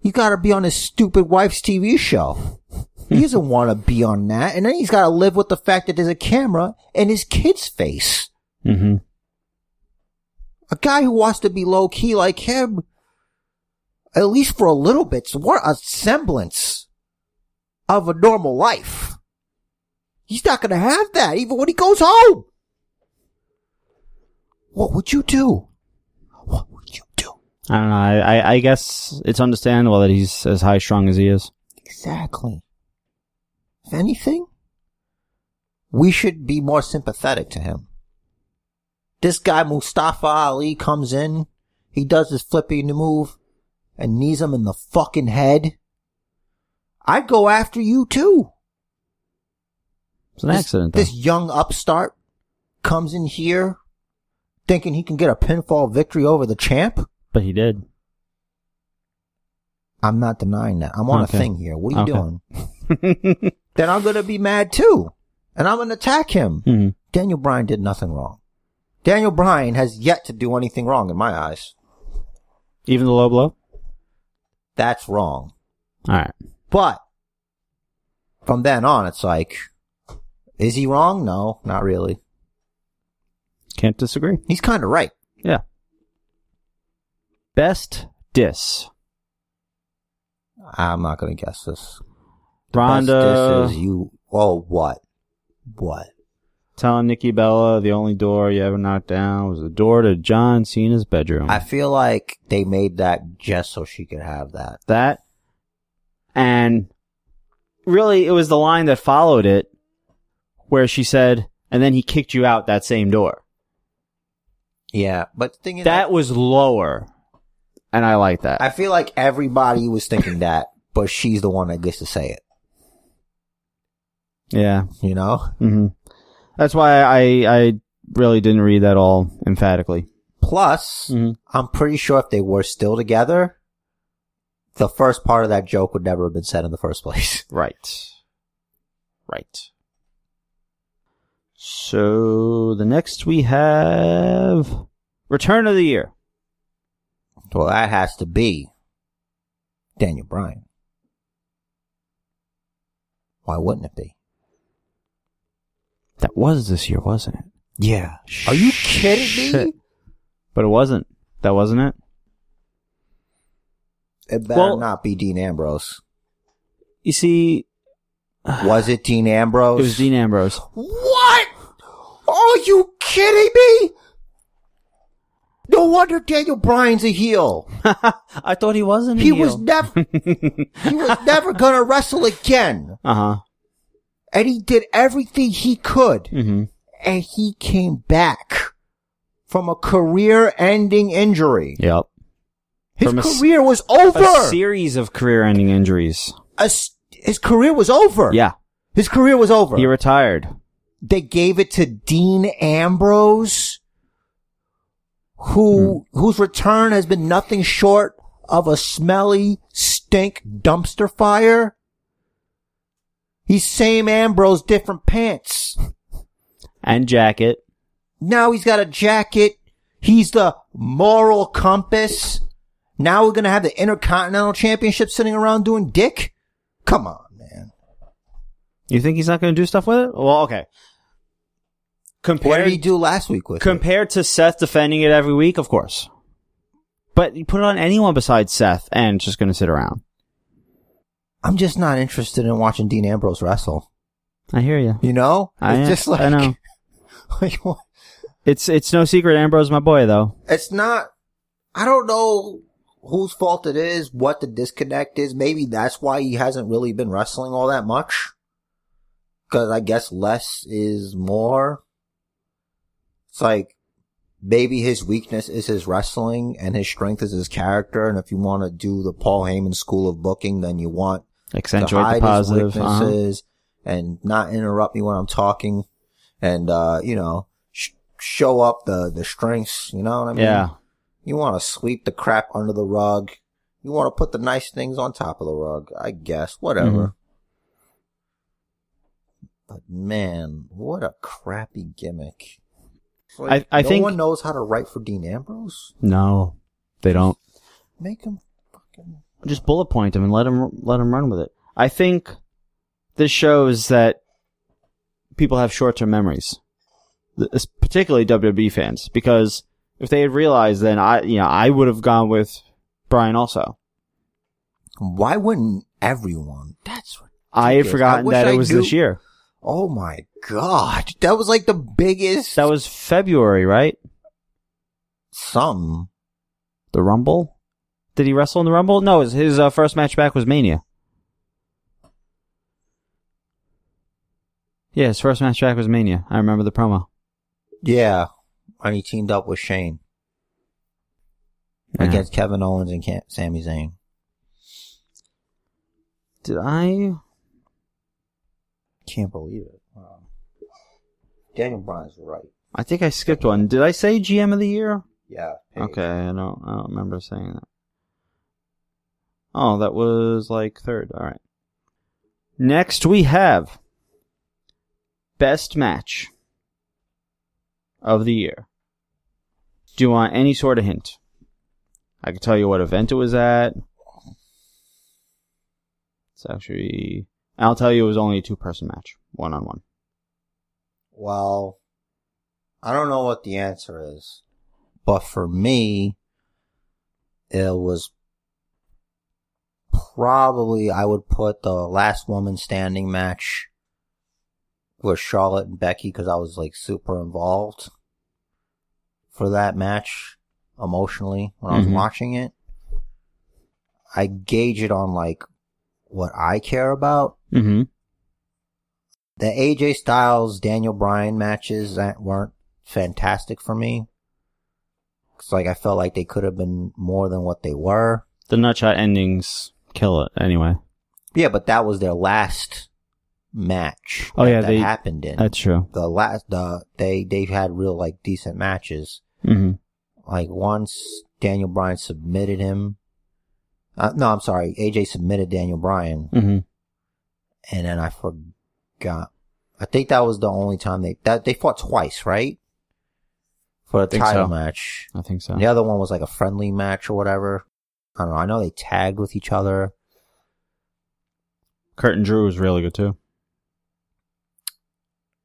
A: he's got to be on his stupid wife's TV show. He doesn't want to be on that. And then he's got to live with the fact that there's a camera in his kid's face.
B: Mm-hmm.
A: A guy who wants to be low key like him, at least for a little bit, what a semblance of a normal life. He's not going to have that even when he goes home. What would you do? What would you do?
B: I don't know. I, I, I guess it's understandable that he's as high strung as he is.
A: Exactly. If anything, we should be more sympathetic to him. This guy Mustafa Ali comes in, he does his flippy move, and knees him in the fucking head, I'd go after you too.
B: It's an
A: this,
B: accident, though.
A: This young upstart comes in here thinking he can get a pinfall victory over the champ.
B: but he did.
A: I'm not denying that. I'm on
B: Okay.
A: a thing here. What are you
B: Okay.
A: doing? Then I'm gonna be mad too, and I'm gonna attack him.
B: hmm
A: Daniel Bryan did nothing wrong. Daniel Bryan has yet to do anything wrong in my eyes.
B: Even the low blow?
A: That's wrong.
B: All right.
A: But from then on, it's like, is he wrong? No, not really.
B: Can't disagree.
A: He's kind of right.
B: Yeah. Best diss.
A: I'm not gonna guess this.
B: Ronda
A: This is you. Oh, what? What?
B: telling Nikki Bella the only door you ever knocked down was the door to John Cena's bedroom.
A: I feel like they made that just so she could have that.
B: that. And really, it was the line that followed it where she said, and then he kicked you out that same door.
A: Yeah, but the thing is,
B: That was lower. And I like that.
A: I feel like everybody was thinking that, but she's the one that gets to say it.
B: yeah.
A: You know,
B: hmm That's why I, I really didn't read that all emphatically.
A: Plus,
B: Mhm.
A: I'm pretty sure if they were still together, the first part of that joke would never have been said in the first place.
B: Right. Right. So the next we have Return of the Year.
A: Well, that has to be Daniel Bryan. Why wouldn't it be?
B: That was this year, wasn't it?
A: Yeah. Are you kidding me?
B: Shit. But it wasn't. That wasn't it.
A: It better
B: Well-
A: not be Dean Ambrose.
B: You see,
A: Was it Dean
B: it
A: Ambrose?
B: was Dean Ambrose.
A: What? Are you kidding me? No wonder Daniel Bryan's a heel.
B: I thought he wasn't.
A: He was never he was never gonna wrestle again.
B: uh huh.
A: And he did everything he could.
B: Mm-hmm.
A: And he came back from a career ending injury.
B: Yep.
A: His
B: From a s-
A: career was
B: A
A: over.
B: series of career-ending injuries.
A: A s- his career was over.
B: Yeah,
A: His career was over.
B: he retired.
A: they gave it to Dean Ambrose, who whose return has been nothing short of a smelly stink dumpster fire. He's same Ambrose, different pants.
B: And jacket.
A: Now he's got a jacket. He's the moral compass. Now we're gonna have the Intercontinental Championship sitting around doing dick. Come on, man.
B: You think he's not going to do stuff with it? Well, okay.
A: What
B: Compared
A: did he do last week with? it?
B: compared to Seth defending it every week, of course. But you put it on anyone besides Seth, and it's just going to sit around.
A: I'm just not interested in watching Dean Ambrose wrestle.
B: I hear you.
A: You know,
B: I
A: it's just like
B: I know.
A: like, what-
B: It's it's no secret Ambrose, my boy, though.
A: it's not. I don't know whose fault it is, what the disconnect is. Maybe that's why he hasn't really been wrestling all that much. Because I guess less is more. It's like maybe his weakness is his wrestling and his strength is his character. And if you want to do the Paul Heyman school of booking, then you want
B: Accentuate the
A: his
B: positive. Uh-huh.
A: weaknesses and not interrupt me when I'm talking and, uh, you know, sh- show up the, the strengths. You know what I mean?
B: Yeah,
A: You want to sweep the crap under the rug. You want to put the nice things on top of the rug. I guess. Whatever.
B: Mhm. Mm-hmm.
A: But man, what a crappy gimmick.
B: I- I
A: no
B: think-
A: one knows how to write for Dean Ambrose.
B: no, they don't.
A: Make him fucking.
B: Just bullet point him and let him let him run with it. I think this shows that people have short term memories, Th- it's particularly WWE fans, because if they had realized, then I you know I would have gone with Brian also.
A: Why wouldn't everyone? That's
B: I had
A: ridiculous.
B: forgotten
A: I wish
B: that it
A: I
B: was
A: knew-
B: this year.
A: Oh my god. That was like the biggest
B: That was February, right?
A: some.
B: The Rumble. Did he wrestle in the Rumble? No, his, his uh, first match back was Mania. Yeah, his first match back was Mania. I remember the promo.
A: Yeah. And he teamed up with Shane
B: Yeah.
A: against Kevin Owens and Cam- Sami Zayn.
B: Did I?
A: Can't believe it. Wow. Daniel Bryan's right.
B: I think I skipped one. Did I say GM of the year?
A: Yeah. Paige.
B: Okay, I don't. I don't remember saying that. Oh, that was like third. All right. Next we have best match of the year. Do you want any sort of hint? I can tell you what event it was at. It's actually. I'll tell you it was only a two person match, one on one.
A: Well, I don't know what the answer is, but for me, it was probably I would put the last woman standing match with Charlotte and Becky because I was like super involved for that match emotionally when I was
B: Mhm.
A: watching it. I gauge it on like what I care about.
B: Mm hmm.
A: The AJ Styles Daniel Bryan matches that weren't fantastic for me. Cause like I felt like they could have been more than what they were.
B: The nutshot endings kill it anyway.
A: Yeah, but that was their last match.
B: Oh,
A: that-
B: yeah,
A: that
B: they-
A: happened in
B: That's true.
A: the last. The they they've had real like decent matches.
B: Mm-hmm.
A: Like once Daniel Bryan submitted him. Uh, no, I'm sorry. AJ submitted Daniel Bryan,
B: Mm-hmm.
A: and then I forgot. I think that was the only time they that they fought twice, right? For a
B: Think
A: title
B: so.
A: match.
B: I think so.
A: The other one was like a friendly match or whatever. I don't know. I know they tagged with each other.
B: Kurt and Drew was really good too.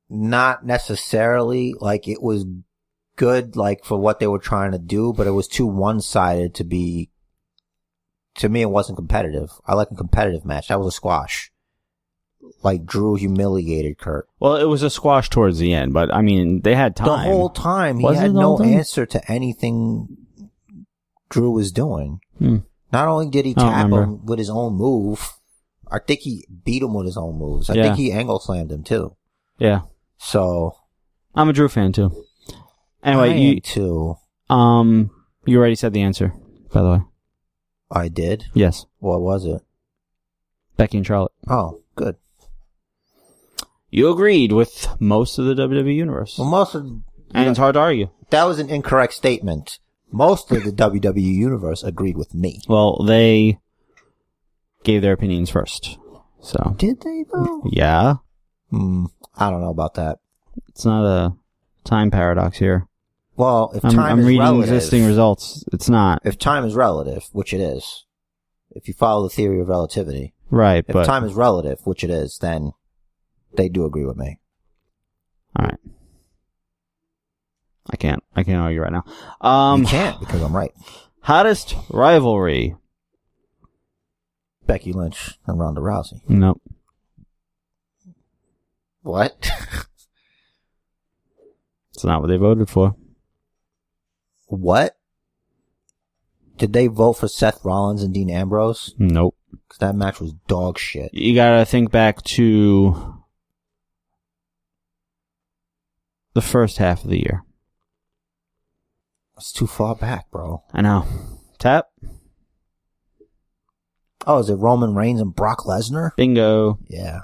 A: not necessarily like it was good like for what they were trying to do but it was too one-sided to be to me it wasn't competitive i like a competitive match that was a squash like drew humiliated kurt
B: Well, it was a squash towards the end, but I mean, they had time.
A: the whole time he
B: Was it
A: had
B: the whole
A: no
B: time?
A: answer to anything drew was doing
B: Hmm.
A: not only did he
B: I don't
A: tap
B: remember.
A: him with his own move i think he beat him with his own moves i
B: Yeah.
A: think he angle slammed him too
B: Yeah,
A: so
B: I'm a Drew fan too.
A: I
B: Anyway,
A: am
B: you
A: too
B: um, you already said the answer, by the way.
A: i did
B: Yes,
A: What was it?
B: Becky and Charlotte.
A: Oh, good.
B: You agreed with most of the WWE universe,
A: Well, most of
B: and it's hard to argue.
A: that was an incorrect statement. Most of the WWE universe agreed with me.
B: Well, they gave their opinions first, so
A: Did they though?
B: yeah,
A: Hmm. I don't know about that.
B: it's not a time paradox here.
A: Well, if
B: I'm,
A: time
B: I'm
A: is
B: reading
A: relative,
B: existing results. It's not
A: if time is relative, which it is, if you follow the theory of relativity,
B: right,
A: if
B: but
A: time is relative, which it is, then they do agree with me.
B: all right. I can't. I can't argue right now. Um,
A: you can't because I'm right.
B: Hottest rivalry?
A: Becky Lynch and Ronda Rousey.
B: Nope.
A: What?
B: It's not what they voted for.
A: what? Did they vote for Seth Rollins and Dean Ambrose?
B: Nope.
A: Because that match was dog shit.
B: You gotta think back to the first half of the year.
A: It's too far back, bro.
B: I know. Tap.
A: Oh, is it Roman Reigns and Brock Lesnar?
B: Bingo.
A: Yeah.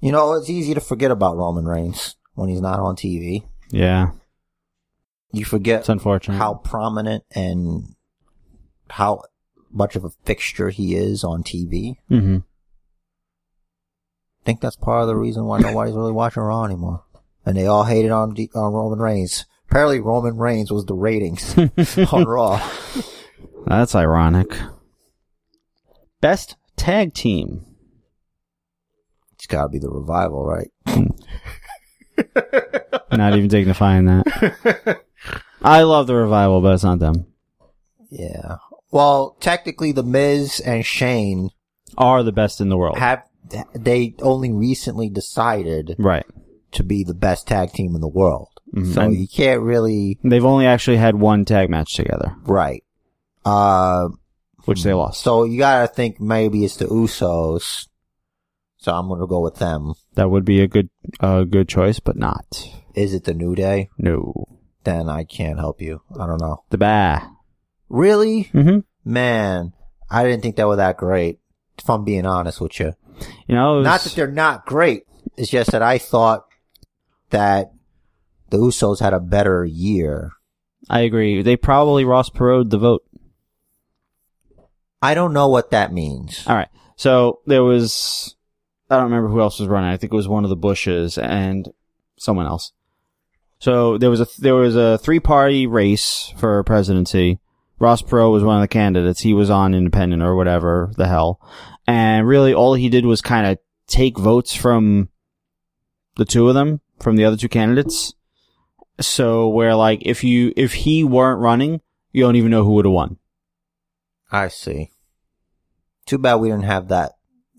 A: You know, it's easy to forget about Roman Reigns when he's not on TV.
B: Yeah.
A: You forget
B: It's unfortunate.
A: how prominent and how much of a fixture he is on TV.
B: Mm-hmm.
A: I think that's part of the reason why nobody's really watching Raw anymore. And they all hated on D- on Roman Reigns. Apparently, Roman Reigns was the ratings on Raw.
B: That's ironic. Best tag team.
A: It's got to be the revival, right?
B: Not even dignifying that. I love the revival, but it's not them.
A: Yeah. Well, technically, The Miz and Shane
B: Are the best in the world.
A: have they only recently decided
B: right.
A: to be the best tag team in the world.
B: Mhm.
A: So
B: And-
A: you can't really
B: They've only actually had one tag match together,
A: right. Uh,
B: which they lost.
A: so you gotta think maybe it's the Usos. So I'm gonna go with them.
B: That would be a good uh, good choice, but not.
A: Is it the New Day?
B: No.
A: Then I can't help you. I don't know.
B: The ba.
A: Really,
B: Mm-hmm.
A: man. I didn't think that was that great. if I'm being honest with you.
B: You know, it
A: Not
B: was-
A: that they're not great. It's just that I thought that the Usos had a better year.
B: I agree. They probably Ross Perot the vote.
A: I don't know what that means.
B: All right. So there was, I don't remember who else was running. I think it was one of the Bushes and someone else. So there was a there was a three party race for presidency. Ross Perot was one of the candidates. He was on independent or whatever the hell, and really all he did was kind of take votes from the two of them from the other two candidates. So where like if you if he weren't running, you don't even know who would have won.
A: I see. Too bad we didn't have that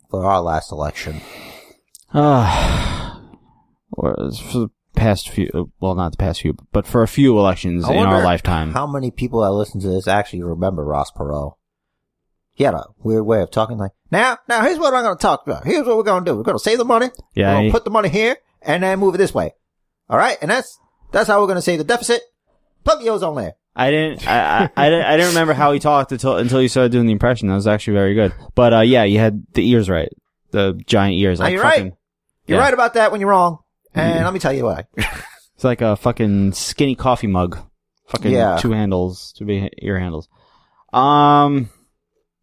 A: for our last election.
B: Uh, well, for the past few, well, not the past few, but for a few elections
A: I
B: in our
A: wonder
B: lifetime.
A: How many people that listen to this actually remember Ross Perot? He had a weird way of talking like, now, now here's what I'm going to talk about. Here's what we're going to do. We're going to save the money.
B: Yeah,
A: We're going
B: he-
A: to put the money here and then move it this way. All right. And that's, that's how we're going to save the deficit. Plug the ozone layer.
B: I didn't, I, I, I didn't, I didn't remember how he talked until until you started doing the impression. That was actually very good. But uh, yeah, you had the ears right, the giant ears.
A: Are
B: Like
A: you right?
B: fucking,
A: You're
B: Yeah.
A: right about that when you're wrong. And let me tell you why.
B: It's like a fucking skinny coffee mug. Fucking
A: Yeah.
B: two handles, two big ear handles. Um,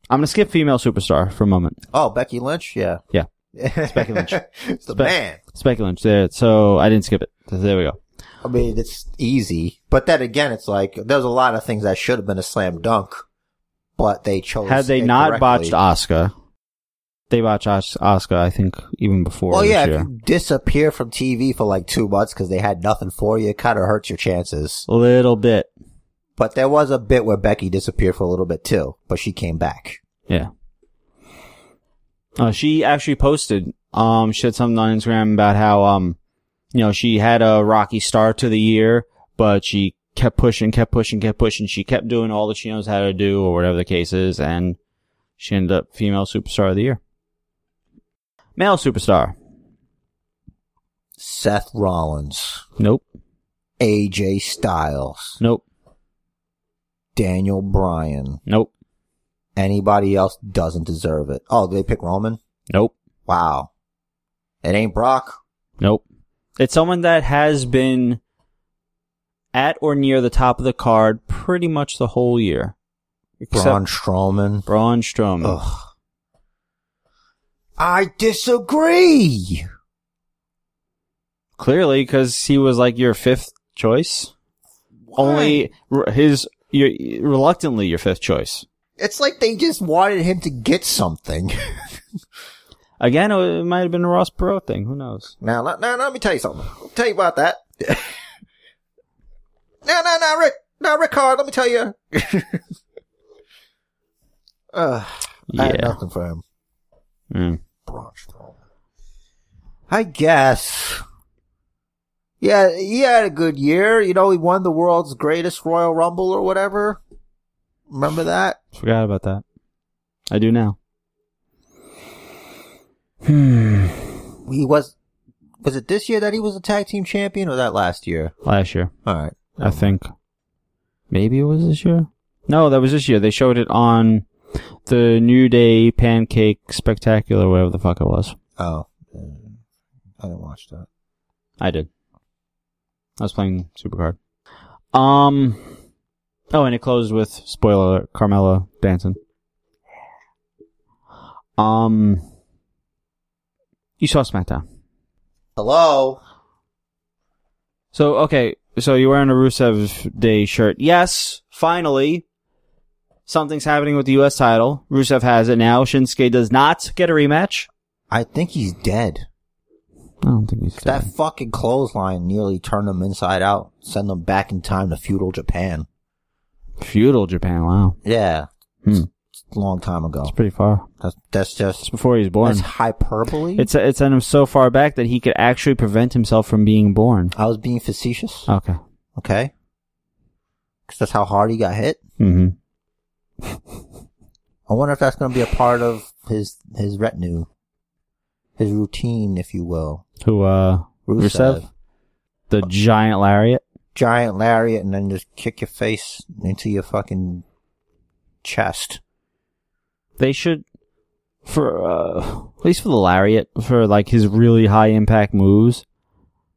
B: I'm gonna skip female superstar for a moment.
A: Oh, Becky Lynch. Yeah.
B: Yeah.
A: Becky
B: Becky Lynch.
A: it's the
B: Spe-
A: man.
B: Speculants there, so I didn't skip it. So there we go.
A: I mean, it's easy. But then again, it's like there's a lot of things that should have been a slam dunk, but they chose.
B: Had they not botched Oscar, they botched Os- Oscar, I think, even before.
A: Well,
B: this
A: yeah,
B: year.
A: if you disappear from TV for like two months because they had nothing for you, it kind of hurts your chances.
B: a little bit.
A: But there was a bit where Becky disappeared for a little bit too, but she came back.
B: Yeah. Uh, she actually posted. Um, she had something on Instagram about how um, you know, she had a rocky start to the year, but she kept pushing, kept pushing, kept pushing. She kept doing all that she knows how to do, or whatever the case is, and she ended up female superstar of the year. Male superstar?
A: Seth Rollins,
B: Nope.
A: AJ Styles,
B: Nope.
A: Daniel Bryan.
B: Nope.
A: Anybody else doesn't deserve it. Oh, they pick Roman?
B: Nope.
A: Wow. It ain't Brock.
B: Nope. It's someone that has been at or near the top of the card pretty much the whole year.
A: Braun Strowman.
B: Braun Strowman.
A: Ugh. I disagree.
B: Clearly, because he was like your fifth choice. Only re- his, your, reluctantly your fifth choice.
A: It's like they just wanted him to get something.
B: Again, it it might have been a Ross Perot thing. Who knows?
A: now, let- now, let me tell you something. I'll tell you about that. no, no, no, Rick. No, Rick Hard, let me tell you. uh, I had
B: Yeah.
A: nothing for him.
B: Mm.
A: Braun Strowman. I guess. Yeah, he had a good year. You know, he won the world's greatest Royal Rumble or whatever. Remember that?
B: Forgot about that. I do now. Hmm.
A: He was. Was it this year that he was a tag team champion or that last year?
B: Last year.
A: All right.
B: I think. Maybe it was this year. No, that was this year. They showed it on the New Day Pancake Spectacular, whatever the fuck it was.
A: Oh. Mm. I didn't watch that.
B: I did. I was playing Supercard. Um. Oh, and it closed with spoiler alert, Carmella dancing. Um. You saw SmackDown.
A: Hello?
B: So okay, so you're wearing a Rusev Day shirt. Yes, finally, something's happening with the U.S. title. Rusev has it now. Shinsuke does not get a rematch.
A: I think he's dead.
B: I don't think he's
A: That fucking clothesline nearly turned him inside out, send him back in time to feudal Japan.
B: feudal Japan. Wow,
A: Yeah.
B: Hmm.
A: It's a long time
B: it's
A: ago.
B: pretty far.
A: That's, that's
B: It's
A: just.
B: before he was born.
A: That's hyperbole?
B: It's it's sent him so far back that he could actually prevent himself from being born.
A: I was being facetious.
B: Okay.
A: Okay. Because that's how hard he got hit.
B: Mm-hmm.
A: I wonder if that's going to be a part of his his retinue, his routine, if you will.
B: Who uh
A: Rusev,
B: Rusev? the giant lariat?
A: giant lariat, and then just kick your face into your fucking chest.
B: They should for uh, at least for the lariat for like his really high impact moves.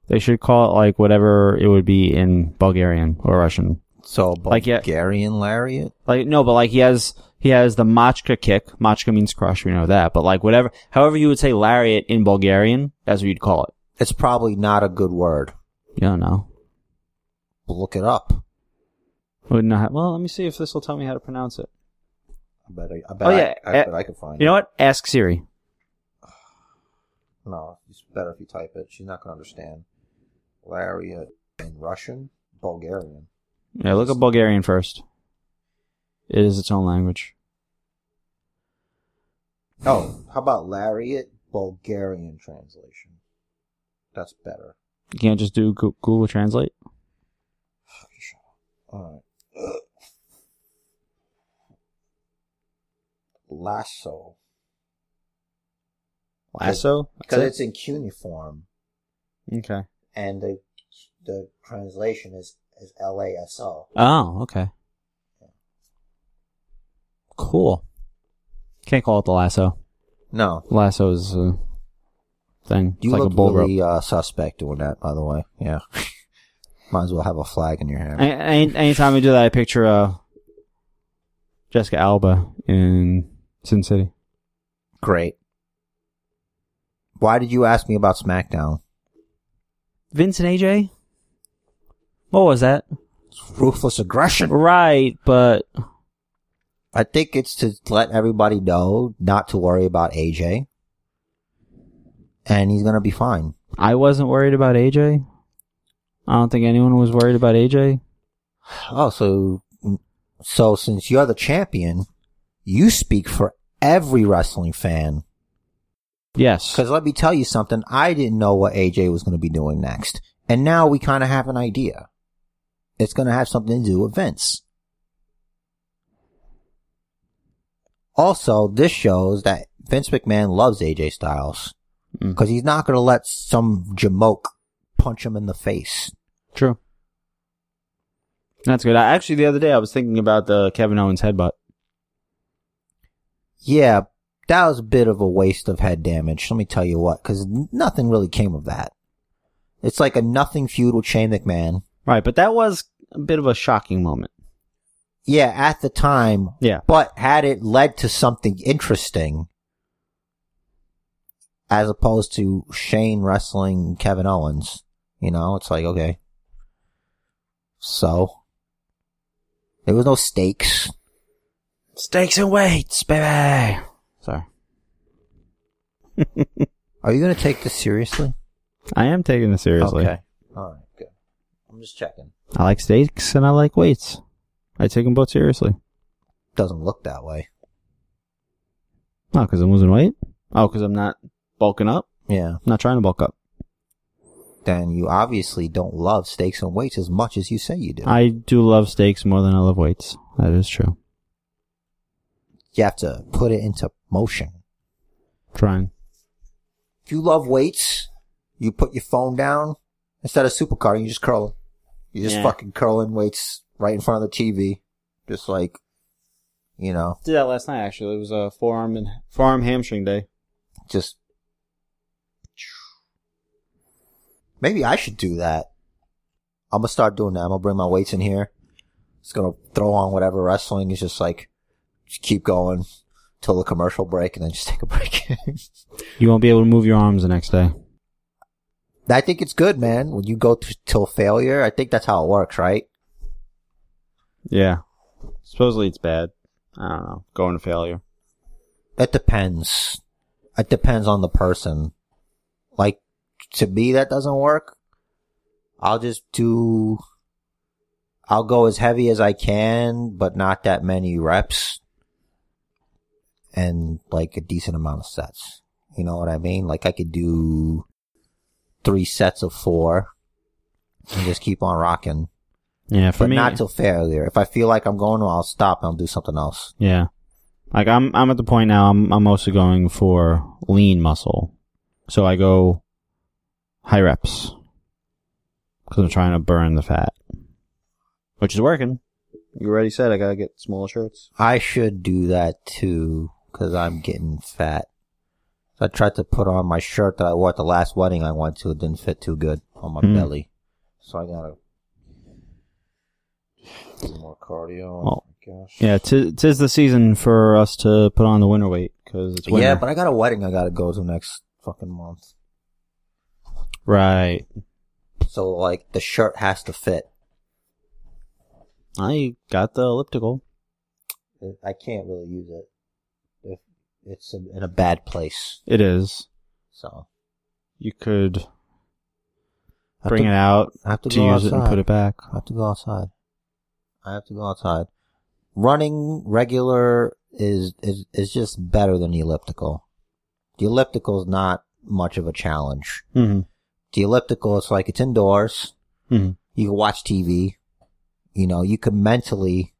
B: They should call it like whatever it would be in Bulgarian or Russian.
A: So
B: Like, yeah.
A: Bulgarian lariat.
B: Like no, but like he has he has the machka kick. Machka means crush, we know that. But like whatever, however you would say lariat in Bulgarian, that's what you'd call it.
A: It's probably not a good word.
B: You don't know.
A: Look it up.
B: Would not. well, let me see if this will tell me how to pronounce it.
A: I bet. I, I bet.
B: Oh, yeah.
A: I, I
B: Eh,
A: bet I could find
B: You know what? Ask Siri.
A: it. No, it's better if you type it. She's not going to understand. Lariat in Russian, Bulgarian.
B: Yeah, look up Bulgarian first. It is its own language.
A: Oh, how about lariat Bulgarian translation? That's better.
B: You can't just do Goo- Google Translate.
A: All right. Lasso.
B: Lasso.
A: Because it's in cuneiform,
B: okay.
A: and the the translation is is L A S O.
B: Oh, okay. Cool. Can't call it the lasso.
A: No,
B: Lasso is a thing.
A: you
B: it's like
A: look
B: a bull rope.
A: really uh, suspect doing that. By the way, yeah. Might as well have a flag in your hand.
B: Any- any- anytime we do that, I picture uh, Jessica Alba in Sin City.
A: Great. Why did you ask me about SmackDown?
B: Vince and AJ? What was that?
A: Ruthless aggression.
B: Right, but
A: I think it's to let everybody know not to worry about AJ, and he's gonna be fine.
B: I wasn't worried about AJ. I don't think anyone was worried about AJ.
A: Oh, so so since you're the champion, you speak for every wrestling fan.
B: Yes.
A: Because let me tell you something, I didn't know what AJ was going to be doing next, and now we kind of have an idea. It's going to have something to do with Vince. Also, this shows that Vince McMahon loves AJ Styles
B: Mm.
A: because he's not going to let some jamoke punch him in the face.
B: True. That's good. I, actually, the other day I was thinking about the Kevin Owens headbutt.
A: Yeah, that was a bit of a waste of head damage. Let me tell you what, because nothing really came of that. It's like a nothing feud with Shane McMahon.
B: Right, but that was a bit of a shocking moment.
A: Yeah, at the time,
B: Yeah.
A: but had it led to something interesting, as opposed to Shane wrestling Kevin Owens, you know, it's like okay, so there was no stakes.
B: Stakes and weights, baby. Sorry.
A: Are you going to take this seriously?
B: I am taking this seriously.
A: Okay. All right. Good. I'm just checking.
B: I like stakes and I like weights. I take them both seriously.
A: Doesn't look that way.
B: Not because I'm losing weight. Oh, because I'm not bulking up.
A: Yeah.
B: I'm not trying to bulk up.
A: then you obviously don't love steaks and weights as much as you say you do.
B: I do love steaks more than I love weights. That is true.
A: you have to put it into motion.
B: Trying.
A: If you love weights, you put your phone down instead of supercar, you just curl. You just
B: Yeah.
A: fucking curling weights right in front of the TV, just like, you know,
B: Did that last night actually. It was a forearm and forearm hamstring day.
A: just. Maybe I should do that. I'm gonna start doing that. I'm gonna bring my weights in here. Just gonna throw on whatever wrestling. It's just like, just keep going till the commercial break and then just take a break.
B: You won't be able to move your arms the next day.
A: I think it's good, man. When you go t- till failure, I think that's how it works, right?
B: Yeah. Supposedly it's bad. I don't know. Going to failure.
A: It depends. It depends on the person. Like, to me, that doesn't work. I'll just do, I'll go as heavy as I can, but not that many reps and like a decent amount of sets. You know what I mean? Like I could do three sets of four and just keep on rocking,
B: Yeah, for
A: but
B: me.
A: not till failure. If I feel like I'm going, I'll stop and I'll do something else.
B: yeah. Like I'm I'm at the point now I'm I'm mostly going for lean muscle. So I go high reps. Cuz I'm trying to burn the fat. Which is working. You already said I got to get smaller shirts.
A: I should do that too. because I'm getting fat. So I tried to put on my shirt that I wore at the last wedding I went to. It didn't fit too good on my
B: Hmm.
A: belly. So I gotta do more cardio.
B: Well,
A: my gosh.
B: Yeah, tis, tis the season for us to put on the winter weight because it's winter.
A: Yeah, but I got a wedding I gotta go to next fucking month.
B: right.
A: So like the shirt has to fit.
B: I got the elliptical.
A: It- I can't really use it. If it's in in a bad place.
B: It is.
A: So
B: You could
A: I have
B: bring
A: to-
B: it out
A: I have to,
B: to,
A: go
B: use
A: outside.
B: it and put it back.
A: I have to go outside. I have to go outside. Running regular is is is just better than the elliptical. The elliptical is not much of a challenge.
B: Mm-hmm.
A: The elliptical, it's like it's indoors.
B: Mhm.
A: You can watch TV. You know, you can mentally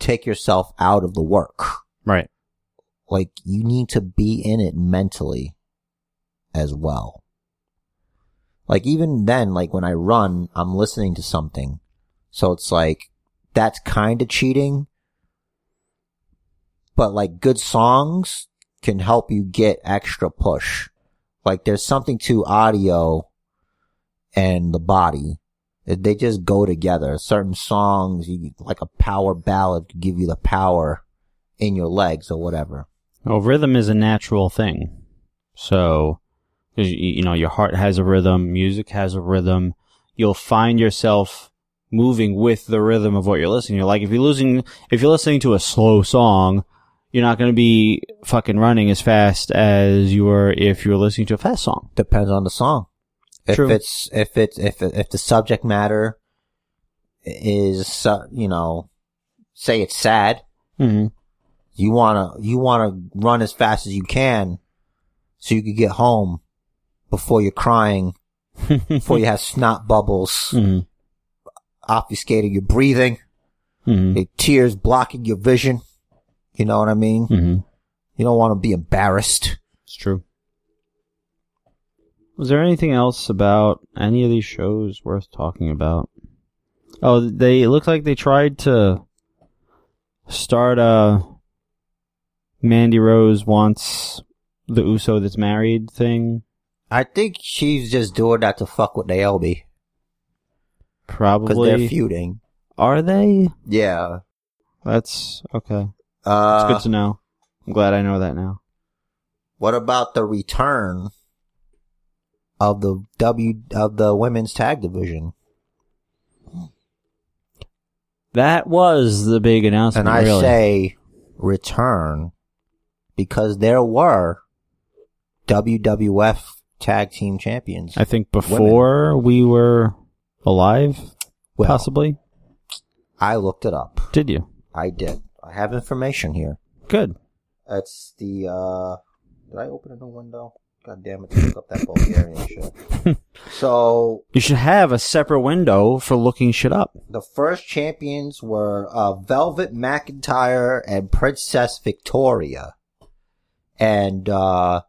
A: take yourself out of the work.
B: Right.
A: Like you need to be in it mentally as well. Like even then, like when I run, I'm listening to something. So it's like, that's kind of cheating. But like good songs can help you get extra push. Like there's something to audio and the body. It- They just go together. Certain songs, you, like a power ballad could give you the power in your legs or whatever.
B: Well, rhythm is a natural thing. So, 'cause y- you know, your heart has a rhythm, music has a rhythm. You'll find yourself moving with the rhythm of what you're listening to. Like if you're losing, if you're listening to a slow song, you're not going to be fucking running as fast as you were if you were listening to a fast song.
A: Depends on the song. If
B: True.
A: it's, if it's, if, if the subject matter is, uh, you know, say it's sad,
B: Mm-hmm.
A: You wanna you wanna run as fast as you can so you can get home before you're crying, before you have snot bubbles
B: Mm-hmm.
A: obfuscating your breathing,
B: Mm-hmm.
A: your tears blocking your vision. You know what I mean?
B: Mm-hmm.
A: You don't wanna be embarrassed.
B: It's true. Was there anything else about any of these shows worth talking about? Oh, they it looked like they tried to start a Mandy Rose wants the Uso that's married thing.
A: I think she's just doing that to fuck with Naomi. Because they're
B: Probably.
A: feuding.
B: Are they?
A: Yeah.
B: That's okay. It's
A: Uh,
B: good to know. I'm glad I know that now.
A: what about the return of the W of the women's tag division?
B: That was the big announcement.
A: and I
B: really.
A: say return because there were WWF tag team champions.
B: I think before we were alive,
A: Well,
B: possibly.
A: I looked it up.
B: Did you?
A: I did. I have information here.
B: Good.
A: It's the uh did I open a new window? God damn it, to look up that Bulgarian shit. So
B: You should have a separate window for looking shit up.
A: the first champions were uh, Velvet McIntyre and Princess Victoria, and uh,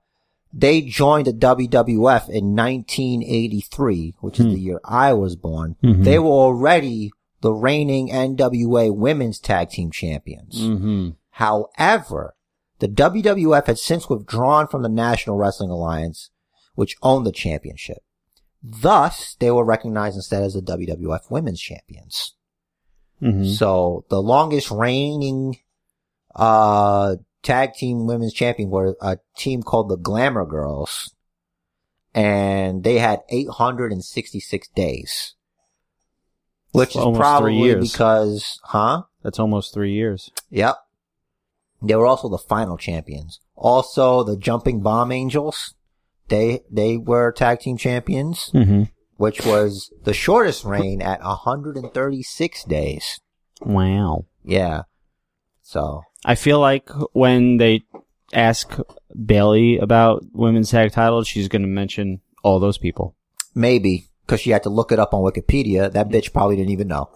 A: they joined the WWF in 1983, which
B: Hmm.
A: is the year I was born.
B: Mhm.
A: They were already the reigning NWA Women's Tag Team Champions.
B: Mm-hmm.
A: However, the WWF had since withdrawn from the National Wrestling Alliance, which owned the championship. Thus, they were recognized instead as the WWF Women's Champions.
B: Mm-hmm.
A: So the longest reigning uh tag team women's champion were a team called the Glamour Girls. And they had 866 days. Which is
B: Almost three
A: probably
B: years.
A: because, huh?
B: That's almost three years.
A: Yep. They were also the final champions. Also, the Jumping Bomb Angels, they, they were tag team champions,
B: Mm-hmm.
A: which was the shortest reign at 136 days.
B: Wow.
A: Yeah. So
B: I feel like when they ask Bailey about women's tag titles, she's going to mention all those people.
A: maybe because she had to look it up on Wikipedia,
B: Mm-hmm.
A: that bitch probably didn't even know.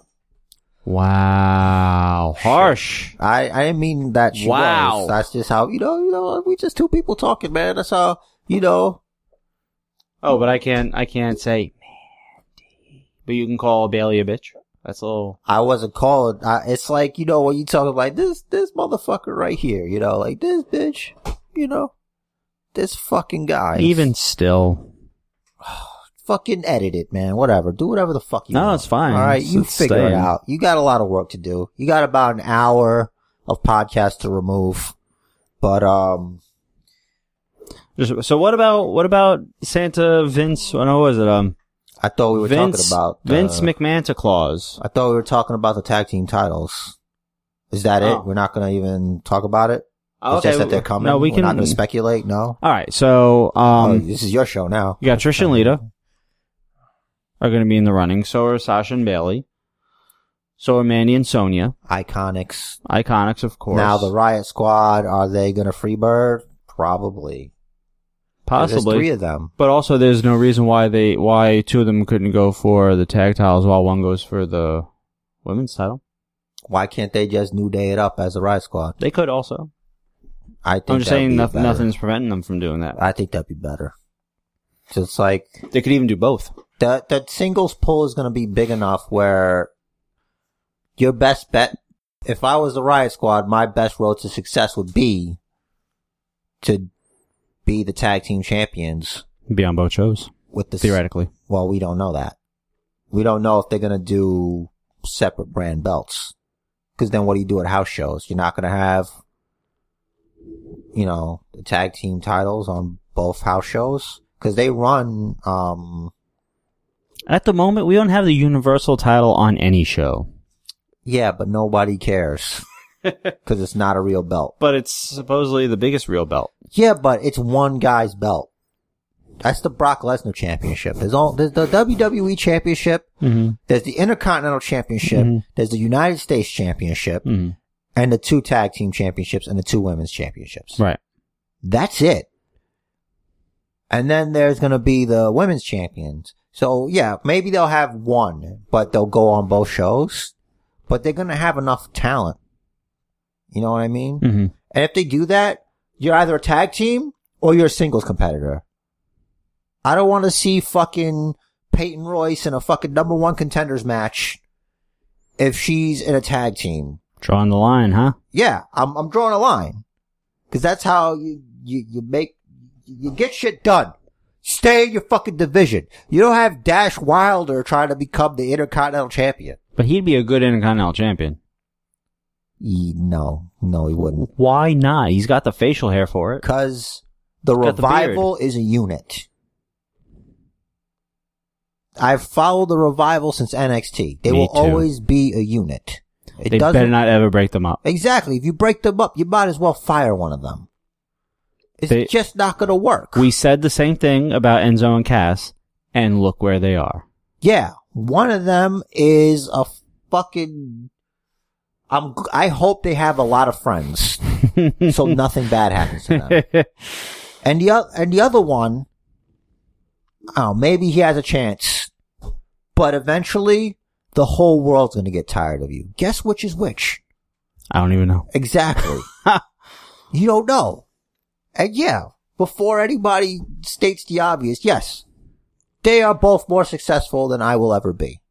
B: Wow. Harsh.
A: I, I didn't mean that she
B: Wow.
A: was. That's just how you know. You know, we just two people talking, man. That's how you know.
B: Oh, but I can't. I can't say Mandy. But you can call Bailey a bitch. That's a little.
A: I wasn't called. I, it's like you know when you talking like this this motherfucker right here, you know, like this bitch, you know, this fucking guy.
B: Even still,
A: fucking edit it, man. Whatever, do whatever the fuck you.
B: No,
A: want.
B: it's fine.
A: All right,
B: It's-
A: you
B: it's
A: figure it
B: staying.
A: out. You got a lot of work to do. You got about an hour of podcast to remove, but um,
B: Just- so what about what about Santa Vince? What was it? Um,
A: I thought we were
B: Vince
A: talking about uh, the-
B: Vince McManta Claus.
A: I thought we were talking about the tag team titles. Is that
B: Oh.
A: it? We're not gonna even talk about it. It's just that they're coming.
B: No, we
A: we're
B: can.
A: not gonna speculate. No.
B: All right, so
A: Oh,
B: um,
A: this is your show now.
B: you got Trish and Lita are going to be in the running. So are Sasha and Bailey. So are Mandy and Sonia.
A: Iconics.
B: Iconics, of course.
A: Now the Riot Squad. Are they gonna freebird? Probably. There's three
B: possibly,
A: of them.
B: but also there's no reason why they why two of them couldn't go for the tag titles while one goes for the women's title.
A: Why can't they just new day it up as the Riot Squad?
B: They could also.
A: I think
B: I'm just
A: that'd
B: saying
A: be
B: nothing,
A: better.
B: nothing's preventing them from doing that.
A: I think that'd be better. Just like
B: They could even do both.
A: that that singles pull is going to be big enough where your best bet if I was the Riot Squad, my best road to success would be to be the tag team champions
B: Be on both shows
A: with the s-
B: theoretically.
A: well, we don't know that. We don't know if they're going to do separate brand belts. Cause then what do you do at house shows? You're not going to have, you know, the tag team titles on both house shows. Cause they run, um,
B: At the moment, we don't have the universal title on any show,
A: Yeah, but nobody cares because it's not a real belt.
B: but it's supposedly the biggest real belt.
A: Yeah, but it's one guy's belt. That's the Brock Lesnar championship. There's all there's the WWE championship.
B: Mm-hmm.
A: There's the Intercontinental Championship.
B: Mhm.
A: There's the United States Championship
B: mm-hmm.
A: and the two tag team championships and the two women's championships.
B: Right.
A: That's it. And then there's going to be the women's champions. So yeah, maybe they'll have one, but they'll go on both shows, but they're going to have enough talent. You know what I mean?
B: Mm-hmm.
A: And if they do that, you're either a tag team or you're a singles competitor. I don't want to see fucking Peyton Royce in a fucking number one contenders match if she's in a tag team.
B: Drawing the line, huh?
A: Yeah, I'm, I'm drawing a line. Cause that's how you, you, you make, you get shit done. Stay in your fucking division. You don't have Dash Wilder trying to become the Intercontinental Champion.
B: But he'd be a good Intercontinental Champion.
A: E- no, no, he wouldn't.
B: Why not? He's got the facial hair for it.
A: Because the
B: Got the
A: revival is a unit. I've followed the revival since NXT. They
B: Me
A: will
B: too.
A: always be a unit. It
B: they
A: doesn't
B: better not ever break them up.
A: exactly. If you break them up, you might as well fire one of them. It's
B: They-
A: just not going to work.
B: We said the same thing about Enzo and Cass, and look where they are.
A: yeah, one of them is a fucking. I'm. g- I hope they have a lot of friends, so nothing bad happens to them. And the other, and the other one, oh, maybe he has a chance, but eventually the whole world's going to get tired of you. Guess which is which?
B: I don't even know.
A: Exactly. you don't know. And yeah, before anybody states the obvious, yes, they are both more successful than I will ever be.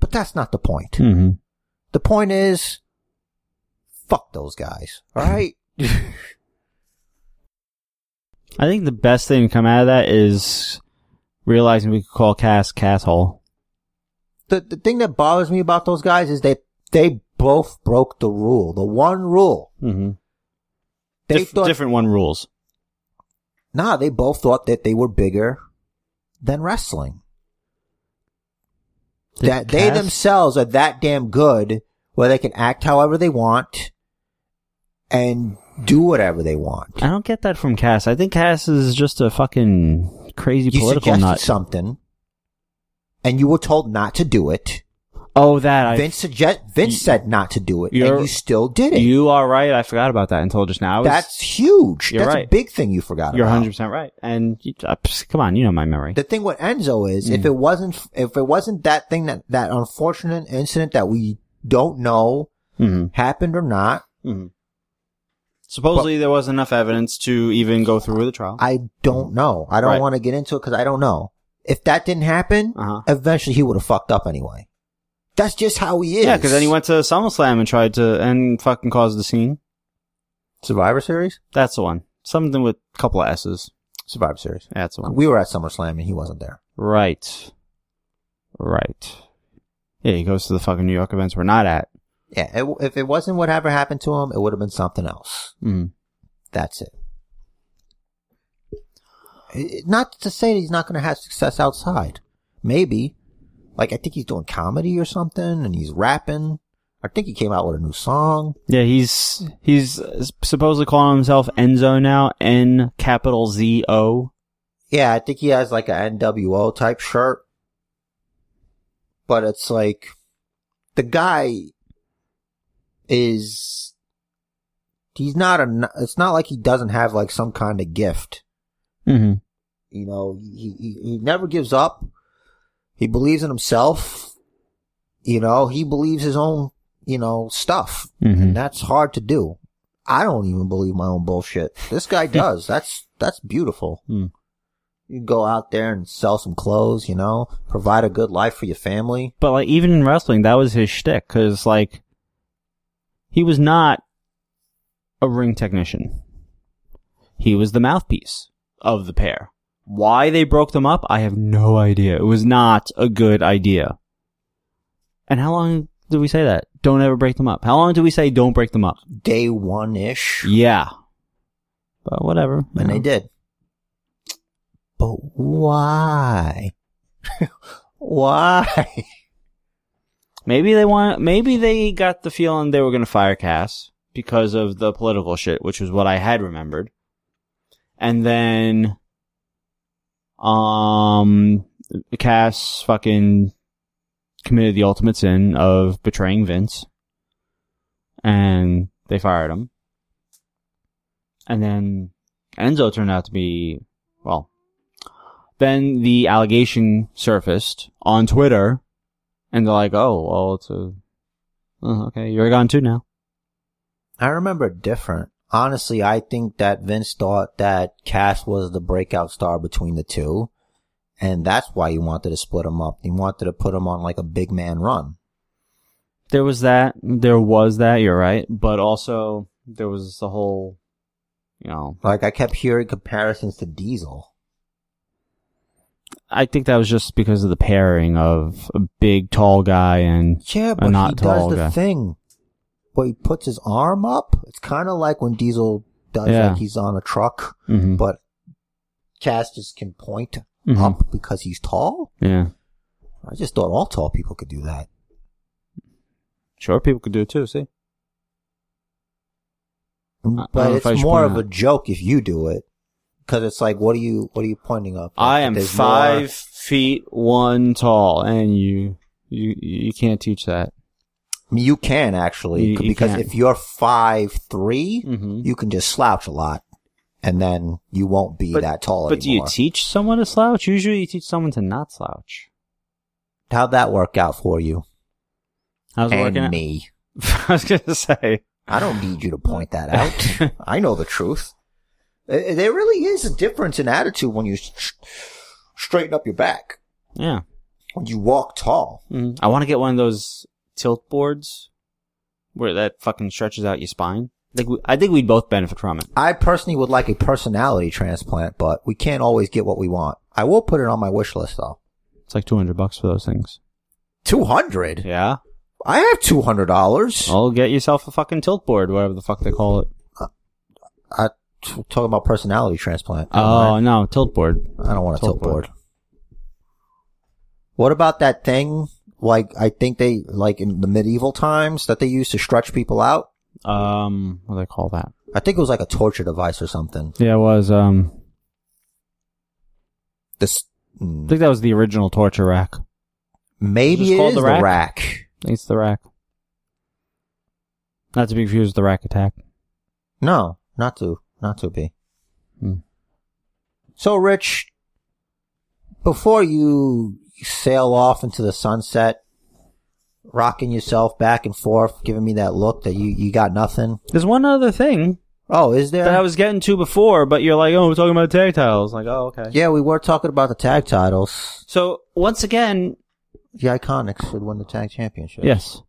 A: But that's not the point.
B: Mm-hmm.
A: The point is, fuck those guys. All right.
B: I think the best thing to come out of that is realizing we could call Cass Casshole.
A: the, the thing that bothers me about those guys is they they both broke the rule, the one rule.
B: Mm-hmm.
A: They
B: Dif-
A: thought
B: different one rules.
A: nah, they both thought that they were bigger than wrestling.
B: Did
A: that they
B: Cass-
A: themselves are that damn good where they can act however they want and do whatever they want.
B: I don't get that from Cass. I think Cass is just a fucking crazy
A: You
B: political
A: suggested
B: nut.
A: something, and you were told not to do it.
B: Oh, that I.
A: Vince suggest Vince
B: You-
A: said not to do it, and
B: you're-
A: you still did it.
B: you are right. I forgot about that until just now. I was-
A: That's huge.
B: You're
A: That's a
B: right.
A: big thing you forgot
B: you're
A: about.
B: 100 percent right. And you, uh, pss, come on, you know my memory.
A: The thing with Enzo is, if
B: Mm.
A: it wasn't, if it wasn't that thing that, that unfortunate incident that we don't know
B: Mm-hmm.
A: happened or not,
B: Mm-hmm. Supposedly there was enough evidence to even go through with the trial.
A: I don't know. I don't
B: Mm-hmm. Right.
A: want to get into it because I don't know. If that didn't happen,
B: Uh-huh.
A: eventually he would have fucked up anyway. That's just how he is.
B: Yeah, because then he went to SummerSlam and tried to and fucking caused the scene.
A: Survivor Series?
B: That's the one. Something with a couple of S's.
A: Survivor Series.
B: That's the one.
A: We were at SummerSlam and he wasn't there.
B: Right. Right. Yeah, he goes to the fucking New York events we're not at.
A: Yeah, it, if it wasn't whatever happened to him, it would have been something else.
B: Mm.
A: That's it. It- Not to say that he's not going to have success outside. Maybe. Like, I think he's doing comedy or something and he's rapping. I think he came out with a new song.
B: Yeah, he's he's supposedly calling himself Enzo now. N capital Z O.
A: Yeah, I think he has like a NWO type shirt. But it's like the guy is he's not a it's not like he doesn't have like some kind of gift.
B: Mm-hmm.
A: You know, he he, he never gives up. He believes in himself. You know, he believes his own, you know, stuff.
B: Mhm.
A: And that's hard to do. I don't even believe my own bullshit. This guy does. that's that's beautiful.
B: Hmm.
A: You go out there and sell some clothes, you know, provide a good life for your family.
B: But like even in wrestling, that was his shtick because like he was not a ring technician. He was the mouthpiece of the pair. Why they broke them up, I have no idea. It was not a good idea. And how long did we say that? Don't ever break them up. How long did we say don't break them up?
A: Day one ish.
B: Yeah. But whatever. you
A: And they
B: know.
A: did. But why? why?
B: Maybe they want. Maybe they got the feeling they were going to fire Cass because of the political shit, which was what I had remembered. And then, um, Cass fucking committed the ultimate sin of betraying Vince, and they fired him. And then Enzo turned out to be well. Then the allegation surfaced on Twitter and they're like, oh, well, it's a. Oh, okay, you're gone too now.
A: I remember different. Honestly, I think that Vince thought that Cass was the breakout star between the two. And that's why he wanted to split him up. He wanted to put him on like a big man run.
B: There was that. There was that, you're right. But also, there was the whole, you know,
A: Like I kept hearing comparisons to Diesel.
B: I think that was just because of the pairing of a big, tall guy and.
A: Yeah, but
B: not
A: he
B: tall
A: does the
B: guy.
A: thing. But he puts his arm up. It's kind of like when Diesel does
B: Yeah.
A: like he's on a truck,
B: hmm
A: but Cass just can point
B: Mhm.
A: up because he's tall.
B: Yeah.
A: I just thought all tall people could do that.
B: Sure, people could do it too, see? I don't
A: But
B: know if I
A: it's
B: should
A: more
B: point
A: of
B: out.
A: a joke if you do it, because it's like, what are you, what are you pointing up?
B: I
A: Like,
B: am
A: there's
B: five
A: more-
B: feet one tall, and you, you, you can't teach that.
A: I mean, you can actually,
B: You- you
A: because
B: can.
A: if you're five three,
B: Mm-hmm.
A: you can just slouch a lot, and then you won't be that tall
B: But do you
A: anymore.
B: teach someone to slouch? Usually you teach someone to not slouch.
A: How'd that work out for you
B: I was
A: and
B: working. at-
A: me?
B: I was gonna say.
A: I don't need you to point that out. I know the truth. Eh, There really is a difference in attitude when you s- straighten up your back,
B: Yeah,
A: when you walk tall.
B: I want to get one of those tilt boards where that fucking stretches out your spine. I think we, I think we'd both benefit from it.
A: I personally would like a personality transplant, but we can't always get what we want. I will put it on my wish list though.
B: It's like two hundred bucks for those things.
A: 200?
B: Yeah, Oh.
A: I have $200.
B: well, get yourself a fucking tilt board, whatever the fuck they call it.
A: I, t- talking about personality transplant.
B: Oh no, tilt board.
A: I don't want a
B: Tilt
A: tilt
B: board.
A: board. What about that thing? Like, I think they, like in the medieval times that they used to stretch people out.
B: Um, what do they call that?
A: I think it was like a torture device or something.
B: Yeah, it was. Um,
A: This,
B: I
A: mm,
B: think that was the original torture rack. I
A: maybe
B: Just
A: it
B: called
A: is
B: the
A: the
B: rack?
A: rack.
B: think it's the rack. Not to be confused with the rack attack.
A: No, not to, not to be.
B: Hmm.
A: So, Rich, before you sail off into the sunset, rocking yourself back and forth, giving me that look that you, you got nothing.
B: There's one other thing
A: Oh, is there?
B: that I was getting to before, but you're like, oh, we're talking about tag titles. Like, oh, okay.
A: yeah, we were talking about the tag titles.
B: So once again,
A: The Iconics would win the tag championship.
B: Yes.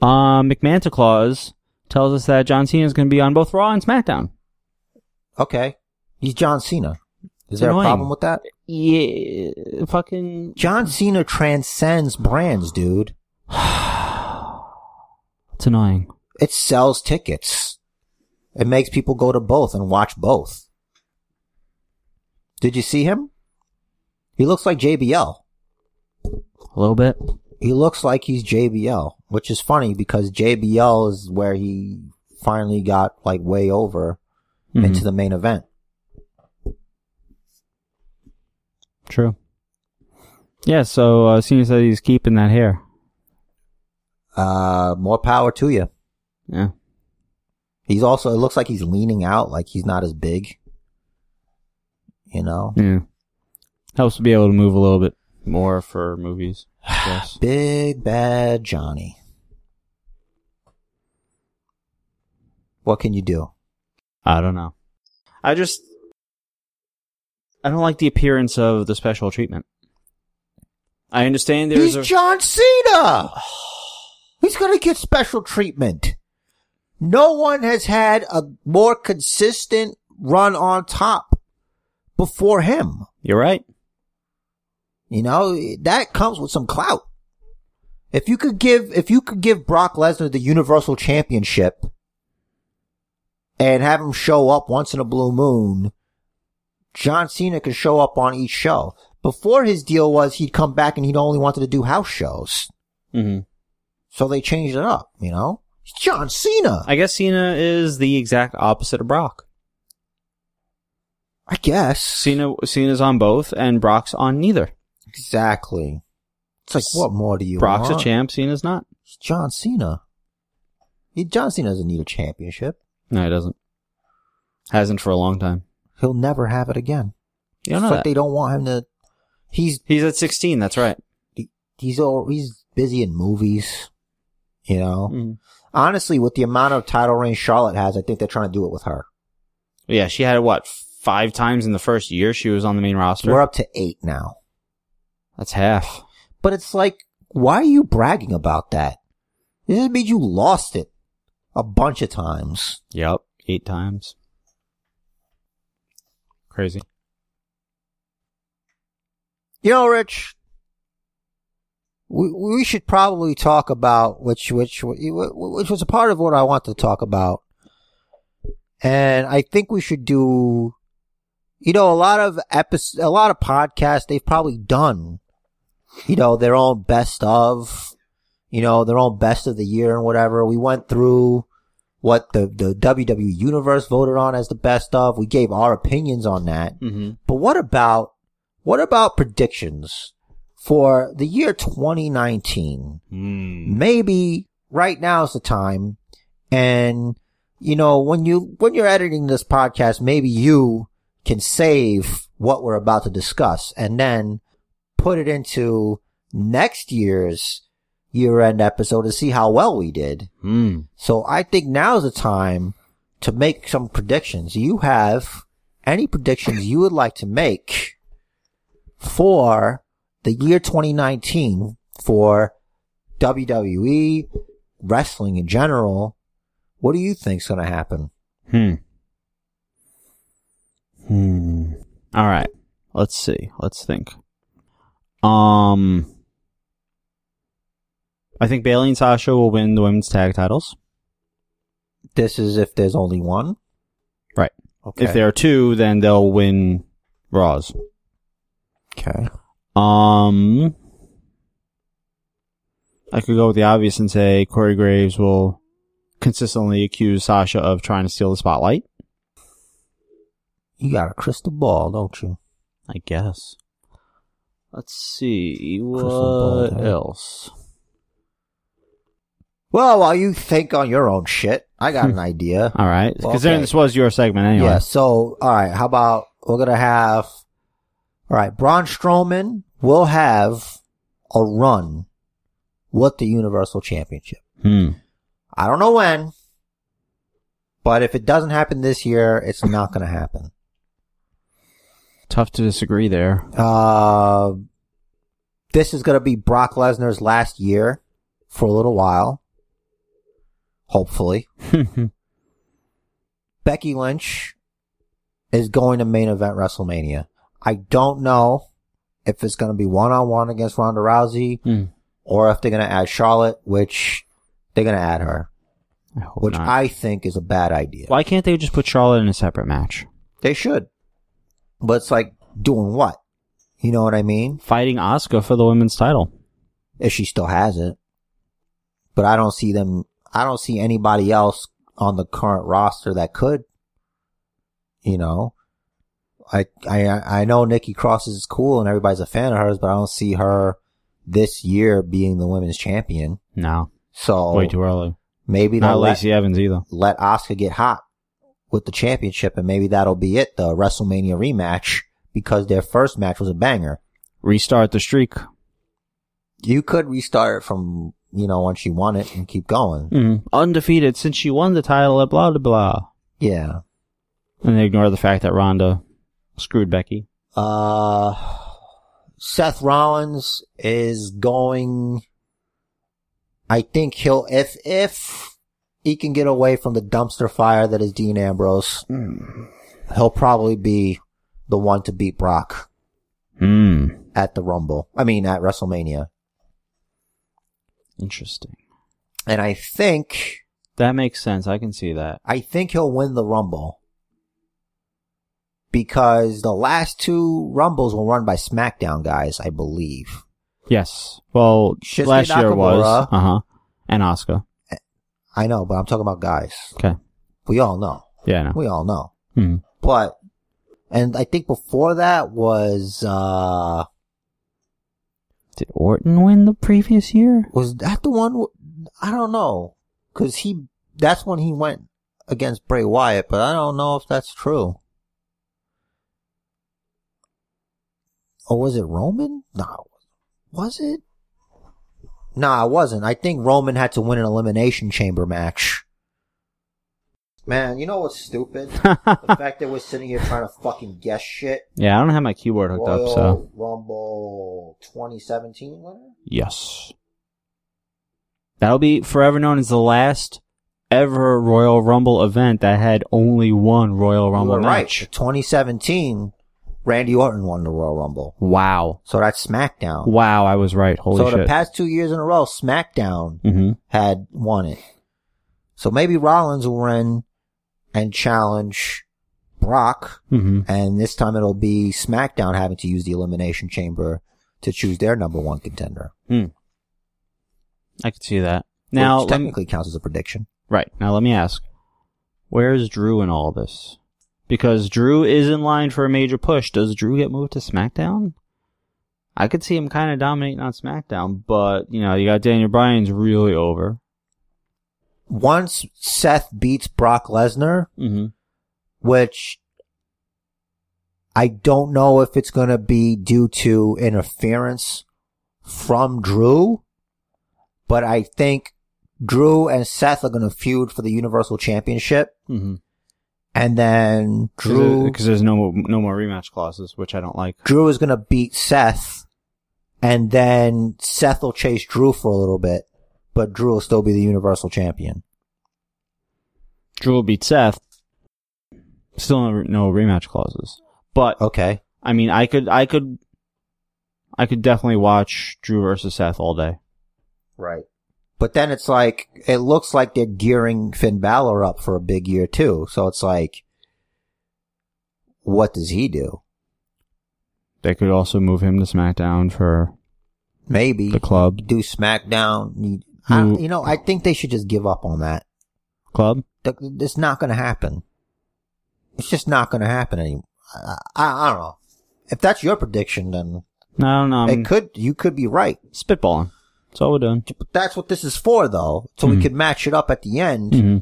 B: Um, McMantaclaws tells us that John Cena is going to be on both Raw and SmackDown.
A: Okay. He's John Cena. Is
B: It's
A: there
B: annoying.
A: a problem with that?
B: Yeah, fucking.
A: John Cena transcends brands, dude.
B: It's annoying.
A: It sells tickets. It makes people go to both and watch both. Did you see him? He looks like JBL.
B: A little bit.
A: He looks like he's JBL, which is funny because JBL is where he finally got like way over
B: Mhm.
A: into the main event.
B: True. Yeah, so uh, Cena said he's keeping that hair.
A: Uh, more power to you.
B: Yeah.
A: He's also, it looks like he's leaning out, like he's not as big. You know?
B: Yeah. Helps to be able to move a little bit more for movies. I guess.
A: Big bad Johnny. What can you do?
B: I don't know. I just I don't like the appearance of the special treatment. I understand there's
A: He's
B: a
A: John Cena! He's gonna get special treatment. No one has had a more consistent run on top before him.
B: You're right.
A: You know, that comes with some clout. If you could give, if you could give Brock Lesnar the Universal Championship and have him show up once in a blue moon, John Cena could show up on each show. Before his deal was he'd come back and he'd only wanted to do house shows.
B: Mm-hmm.
A: So they changed it up, you know? It's John Cena!
B: I guess Cena is the exact opposite of Brock.
A: I guess.
B: Cena Cena's on both and Brock's on neither.
A: Exactly. It's like, what more do you
B: Brock's
A: want?
B: a champ, Cena's not.
A: It's John Cena. He, John Cena doesn't need a championship.
B: No, he doesn't. Hasn't for a long time.
A: He'll never have it again.
B: You don't
A: it's
B: know
A: like
B: that.
A: they don't want him to. He's
B: He's at 16, that's right.
A: he's all he's busy in movies, you know.
B: Mhm.
A: Honestly, with the amount of title reign Charlotte has, I think they're trying to do it with her.
B: Yeah, she had it, what, five times in the first year she was on the main roster?
A: We're up to eight now,
B: That's half.
A: but it's like, why are you bragging about that? This just means you lost it a bunch of times.
B: Yep, eight times. Crazy.
A: You know, Rich. We we should probably talk about which which which was a part of what I want to talk about, and I think we should do. You know, a lot of episodes, a lot of podcasts, they've probably done, you know, their own best of, you know, their own best of the year and whatever. We went through what the, the WWE Universe voted on as the best of. We gave our opinions on that.
B: Mm-hmm.
A: But what about what about predictions for the year 2019? Hmm.
B: Mm.
A: Maybe right now is the time and you know when you when you're editing this podcast maybe you can save what we're about to discuss and then put it into next year's year-end episode to see how well we did.
B: Mm.
A: So I think now's the time to make some predictions. You have any predictions you would like to make for the year 2019 for WWE, wrestling in general? What do you think's going to happen?
B: Hmm. Hmm. All right. Let's see. Let's think. Um, I think Bailey and Sasha will win the women's tag titles.
A: This is if there's only one.
B: Right.
A: Okay.
B: If there are two, then they'll win Raws.
A: okay.
B: Um, I could go with the obvious and say Corey Graves will consistently accuse Sasha of trying to steal the spotlight.
A: You got a crystal ball, don't you?
B: I guess. Let's see what
A: Crystal ball, huh?
B: else.
A: Well, while you think on your own shit, I got an idea.
B: All right,
A: Well,
B: considering
A: okay.
B: this was your segment anyway.
A: Yeah. So, all right. How about we're gonna have? All right, Braun Strowman will have a run with the Universal Championship.
B: Hmm.
A: I don't know when, but if it doesn't happen this year, it's not gonna happen.
B: Tough to disagree there.
A: Uh, this is going to be Brock Lesnar's last year for a little while. Hopefully.
B: Hmm.
A: Becky Lynch is going to main event WrestleMania. I don't know if it's going to be one on one against Ronda Rousey
B: Hmm.
A: or if they're going to add Charlotte, which they're going to add her,
B: I hope
A: which
B: not.
A: I think is a bad idea.
B: Why can't they just put Charlotte in a separate match?
A: They should. But it's like doing what? You know what I mean?
B: Fighting Oscar for the women's title.
A: If she still has it. But I don't see them, I don't see anybody else on the current roster that could, you know, I, I, I know Nikki Cross is cool and everybody's a fan of hers, but I don't see her this year being the women's champion.
B: No,
A: So
B: way too early.
A: maybe
B: Not
A: they'll let,
B: Lacey Evans either.
A: let Asuka get hot with the championship and maybe that'll be it, the WrestleMania rematch, because their first match was a banger.
B: Restart the streak.
A: you could restart it from you know once you won it and keep going.
B: Undefeated since she won the title at blah blah blah.
A: Yeah.
B: And they ignore the fact that Ronda screwed Becky.
A: Uh, Seth Rollins is going. I think he'll if if he can get away from the dumpster fire that is Dean Ambrose, he'll probably be the one to beat Brock
B: Hmm.
A: at the Rumble. I mean at WrestleMania,
B: Interesting.
A: and I think
B: That makes sense. I can see that.
A: I think he'll win the Rumble. Because the last two Rumbles were run by SmackDown guys, I believe.
B: Yes. Well,
A: Shinsuke
B: last year was.
A: Nakamura.
B: Uh huh. And Oscar.
A: I know, but I'm talking about guys.
B: Okay.
A: We all know.
B: Yeah. I know.
A: We all know.
B: Hmm.
A: But, and I think before that was, uh,
B: Did Orton win the previous year?
A: was that the one? w- I don't know. Cause he, that's when he went against Bray Wyatt, but I don't know if that's true. Or was it Roman? No. Was it? Nah, it wasn't. I think Roman had to win an Elimination Chamber match. Man, you know what's stupid? the fact that we're sitting here trying to fucking guess shit.
B: Yeah, I don't have my keyboard hooked
A: Royal
B: up, so.
A: Rumble 2017 winner?
B: Yes. That'll be forever known as the last ever Royal Rumble event that had only one Royal Rumble
A: you were
B: match.
A: Right. 2017, Randy Orton won the Royal Rumble.
B: Wow.
A: So that's SmackDown.
B: Wow, I was right. Holy
A: so the
B: shit.
A: past two years in a row, SmackDown
B: hmm
A: had won it. So maybe Rollins will win and challenge Brock,
B: hmm
A: and this time it'll be SmackDown having to use the Elimination Chamber to choose their number one contender.
B: Hmm. I could see that. Now,
A: which
B: let me-
A: technically counts as a prediction.
B: right. Now, let me ask. Where's Drew in all this? Because Drew is in line for a major push. Does Drew get moved to SmackDown? I could see him kind of dominating on SmackDown, but, you know, you got Daniel Bryan's really over.
A: Once Seth beats Brock Lesnar,
B: Mm-hmm.
A: which I don't know if it's going to be due to interference from Drew, but I think Drew and Seth are going to feud for the Universal Championship,
B: Mm-hmm.
A: and then Drew
B: because there's no more, no more rematch clauses, which I don't like.
A: Drew is going to beat Seth, and then Seth will chase Drew for a little bit, but Drew will still be the Universal Champion.
B: Drew will beat Seth. Still no, no rematch clauses, but
A: Okay,
B: I mean, I could, I could, I could definitely watch Drew versus Seth all day.
A: right. But then it's like it looks like they're gearing Finn Balor up for a big year too. So it's like, what does he do?
B: They could also move him to SmackDown for
A: Maybe
B: the club.
A: do SmackDown. You, I,
B: Mm.
A: you know, I think they should just give up on that.
B: Club?
A: Th- It's not going to happen. It's just not going to happen anymore. I, I, I don't know. If that's your prediction, then
B: No, no, I'm
A: it could you could be right.
B: spitballing. That's all we're doing.
A: But that's what this is for, though. So we
B: Mhm.
A: could match it up at the end.
B: hmm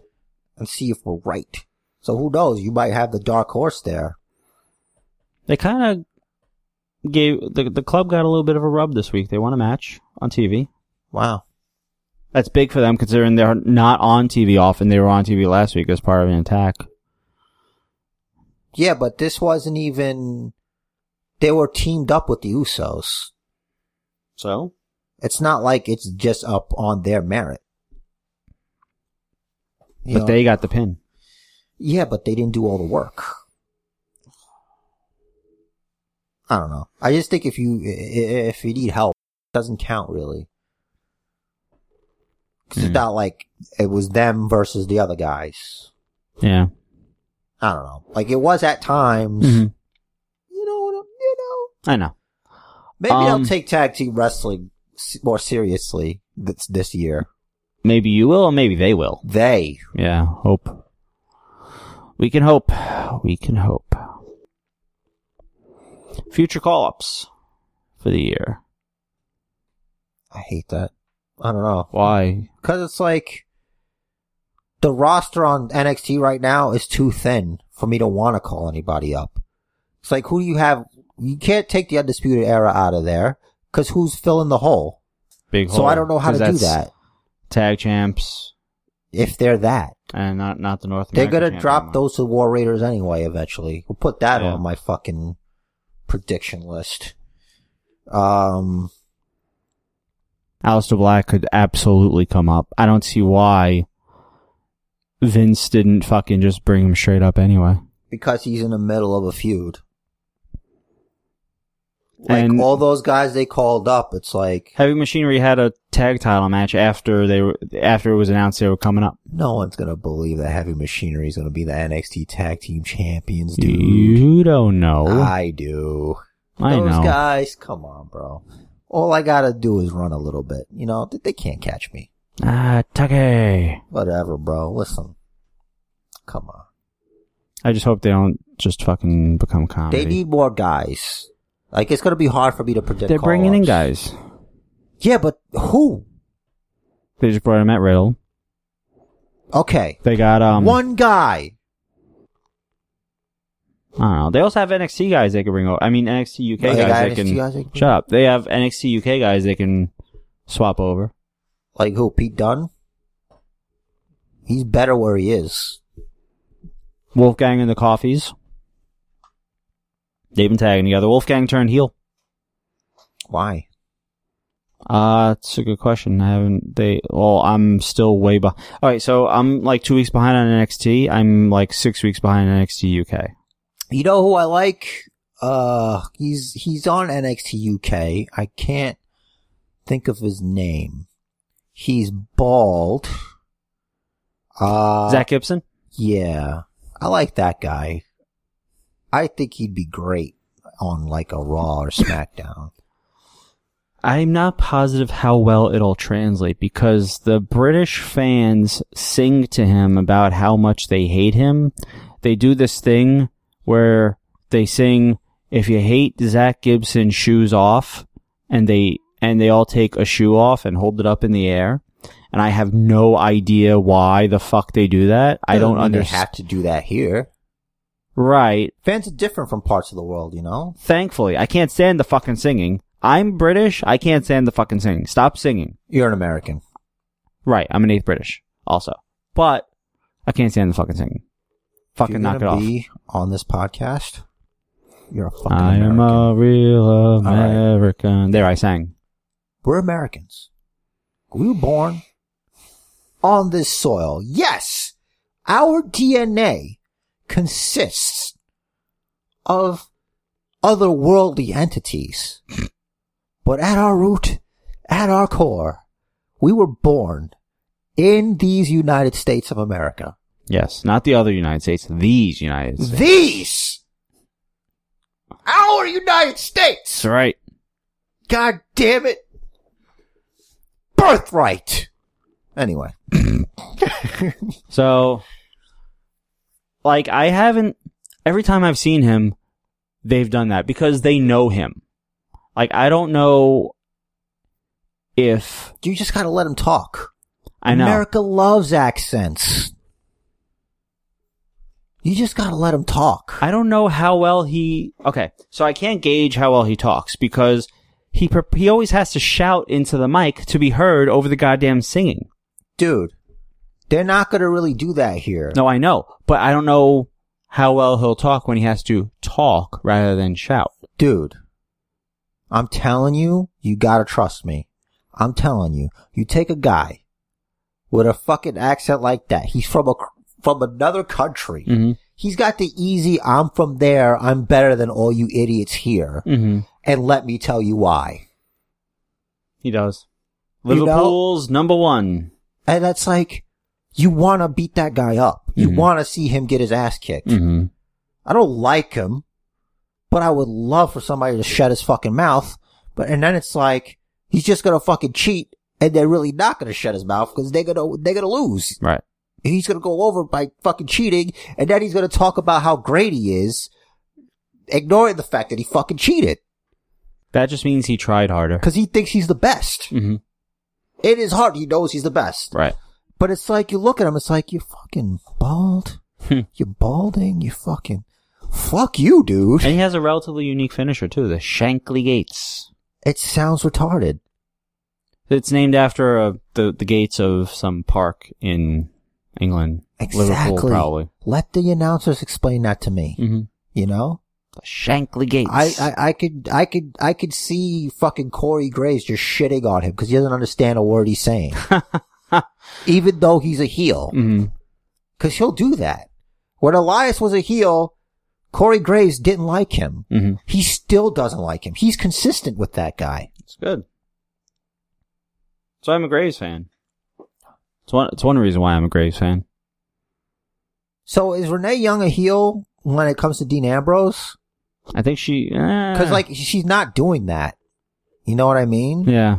A: and see if we're right. So who knows? You might have the dark horse there.
B: They kind of gave the the club got a little bit of a rub this week. They won a match on TV.
A: Wow.
B: That's big for them considering they're not on TV often. They were on TV last week as part of an attack.
A: Yeah, but this wasn't even. They were teamed up with the Usos.
B: So
A: It's not like it's just up on their merit. You
B: but
A: know?
B: they got the pin.
A: Yeah, but they didn't do all the work. I don't know. I just think if you i- i- if you need help, it doesn't count really. 'Cause
B: Mm.
A: it's not like it was them versus the other guys.
B: Yeah.
A: I don't know. Like it was at times.
B: Mhm.
A: You know what? I'm, you know.
B: I know.
A: Maybe
B: Um,
A: I'll take tag team wrestling s- more seriously this this year.
B: Maybe you will, or maybe they will.
A: They.
B: Yeah. Hope. We can hope. We can hope. Future call ups for the year.
A: I hate that. I don't know.
B: Why?
A: Because it's like the roster on NXT right now is too thin for me to want to call anybody up. It's like, who do you have? You can't take the Undisputed Era out of there because who's filling the hole?
B: Big
A: So
B: hole.
A: I don't know how to
B: 'Cause
A: do
B: that's
A: that
B: Tag champs
A: if they're that.
B: and not not the North.
A: They're
B: American
A: going to
B: champ
A: drop
B: anymore.
A: those to War Raiders anyway eventually. We'll put that
B: Yeah.
A: on my fucking prediction list. Um,
B: Alistair Black could absolutely come up. I don't see why Vince didn't fucking just bring him straight up anyway.
A: because he's in the middle of a feud. Like
B: And-
A: all those guys they called up, it's like,
B: Heavy Machinery had a tag title match after they were after it was announced they were coming up.
A: No one's gonna believe that Heavy Machinery is gonna be the NXT Tag Team Champions, dude.
B: You don't know.
A: I do.
B: I
A: Those
B: know.
A: guys, come on, bro. All I gotta do is run a little bit. You know, they, they can't catch me.
B: Ah, Tucky.
A: Whatever, bro. Listen, come on.
B: I just hope they don't just fucking become comedy.
A: They need more guys. Like it's gonna be hard for me to predict.
B: They're bringing in
A: call-ups.
B: guys.
A: Yeah, but who?
B: They just brought in Matt Riddle.
A: Okay,
B: They got um.
A: one guy.
B: I don't know. They also have NXT guys they could bring over. I mean NXT UK
A: Oh, they got
B: guys they
A: NXT
B: can.
A: guys they can-
B: Shut up. They have NXT UK guys they can swap over.
A: Like who? Pete Dunne. He's better where he is.
B: Wolfgang and the Coffees. They've been tagging together. Wolfgang turned heel.
A: Why?
B: Uh, it's a good question. I haven't, they, well, I'm still way behind. Alright, so I'm like two weeks behind on NXT. I'm like six weeks behind on NXT UK.
A: You know who I like? Uh, he's he's on NXT UK. I can't think of his name. He's bald. Uh,
B: Zach Gibson?
A: yeah, I like that guy. I think he'd be great on like a Raw or SmackDown.
B: I'm not positive how well it'll translate because the British fans sing to him about how much they hate him. They do this thing where they sing, if you hate Zach Gibson, shoes off, and they, and they all take a shoe off and hold it up in the air. And I have no idea why the fuck they do that. I don't
A: Doesn't mean They
B: understand.
A: have to do that here.
B: Right.
A: Fans are different from parts of the world, you know.
B: Thankfully, I can't stand the fucking singing. I'm British. I can't stand the fucking singing. Stop singing.
A: You're an American.
B: Right, I'm an eighth British also, but I can't stand the fucking thing. Fucking
A: You're
B: knock it
A: gonna
B: off.
A: be on this podcast. You're a fucking.
B: I am
A: American.
B: a real
A: right.
B: American. There, I sang.
A: We're Americans. We were born on this soil. Yes, our DNA consists of otherworldly entities. But at our root, at our core, we were born in these United States of America.
B: Yes, not the other United States. These United States.
A: These! Our United States!
B: That's right.
A: God damn it. Birthright. Anyway.
B: So, like, I haven't. Every time I've seen him, they've done that because they know him. Like, I don't know if
A: You just gotta let him talk.
B: I know.
A: America loves accents. You just gotta let him talk.
B: I don't know how well he. Okay, so I can't gauge how well he talks because he pre- he always has to shout into the mic to be heard over the goddamn singing.
A: Dude, they're not gonna really do that here.
B: No, I know, but I don't know how well he'll talk when he has to talk rather than shout.
A: Dude, I'm telling you, you gotta trust me. I'm telling you, you take a guy with a fucking accent like that. He's from a, from another country.
B: Mm-hmm.
A: He's got the easy, I'm from there, I'm better than all you idiots here.
B: Mm-hmm.
A: And let me tell you why.
B: He does.
A: You know-
B: Liverpool's number one.
A: And that's like, you wanna beat that guy up. You
B: Mhm.
A: wanna see him get his ass kicked.
B: Mm-hmm.
A: I don't like him, but I would love for somebody to shut his fucking mouth. But and then it's like he's just gonna fucking cheat, and they're really not gonna shut his mouth because they're gonna they're gonna lose.
B: Right.
A: He's gonna go over by fucking cheating, and then he's gonna talk about how great he is, ignoring the fact that he fucking cheated
B: That just means he tried harder.
A: because he thinks he's the best.
B: Mm-hmm.
A: It is hard. He knows he's the best,
B: Right.
A: but it's like you look at him. It's like you're fucking bald.
B: Hmm.
A: You're balding. You fucking fuck you, dude.
B: And he has a relatively unique finisher too, the Shankly Gates.
A: It sounds retarded.
B: It's named after uh, the the gates of some park in England, Liverpool,
A: Exactly.
B: probably.
A: Let the announcers explain that to me.
B: Mm-hmm.
A: You know,
B: The Shankly Gates.
A: I, I, I could, I could, I could see fucking Corey Graves just shitting on him because he doesn't understand a word he's saying, even though he's a heel.
B: hmm
A: Because he'll do that. When Elias was a heel, Corey Graves didn't like him.
B: hmm
A: He still doesn't like him. He's consistent with that guy.
B: It's good. So I'm a Graves fan. It's one. It's one reason why I'm a Graves fan.
A: So is Renee Young a heel when it comes to Dean Ambrose?
B: I think she. eh.
A: Because
B: Uh.
A: like she's not doing that. You know what I mean?
B: Yeah.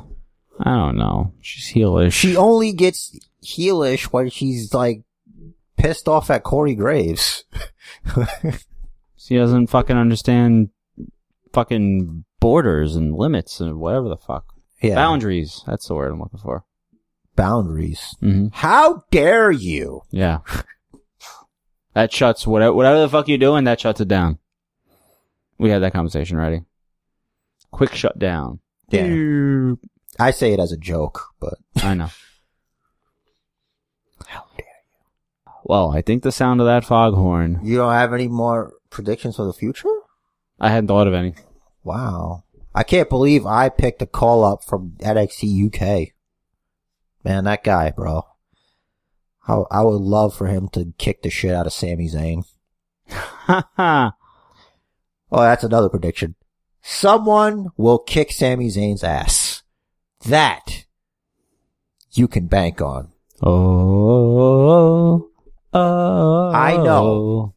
B: I don't know. She's heelish.
A: She only gets heelish when she's like pissed off at Corey Graves.
B: She doesn't fucking understand fucking borders and limits and whatever the fuck.
A: Yeah.
B: Boundaries. That's the word I'm looking for.
A: Boundaries.
B: Mm-hmm.
A: How dare you?
B: Yeah. that shuts whatever, whatever the fuck you're doing, that shuts it down. We had that conversation already. Quick shutdown.
A: Yeah. I say it as a joke, but
B: I know. Well, I think the sound of that foghorn.
A: you don't have any more predictions for the future?
B: I hadn't thought of any.
A: Wow. I can't believe I picked a call up from NXT UK. Man, that guy, bro. I, I would love for him to kick the shit out of Sami Zayn.
B: Ha ha.
A: Oh, that's another prediction. Someone will kick Sami Zayn's ass. That you can bank on.
B: Oh, oh, oh.
A: I know.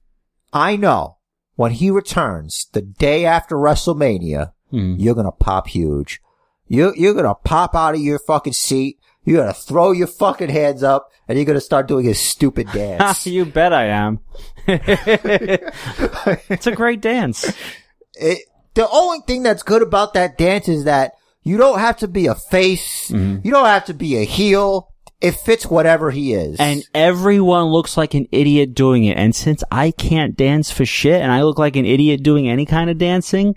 A: I know when he returns the day after WrestleMania,
B: Hmm.
A: you're gonna pop huge. You, you're gonna pop out of your fucking seat. You're gonna throw your fucking hands up and you're gonna start doing his stupid dance.
B: you bet I am. it's a great dance.
A: it, the only thing that's good about that dance is that you don't have to be a face.
B: Mm-hmm.
A: You don't have to be a heel. It fits whatever he is.
B: And everyone looks like an idiot doing it. And since I can't dance for shit and I look like an idiot doing any kind of dancing,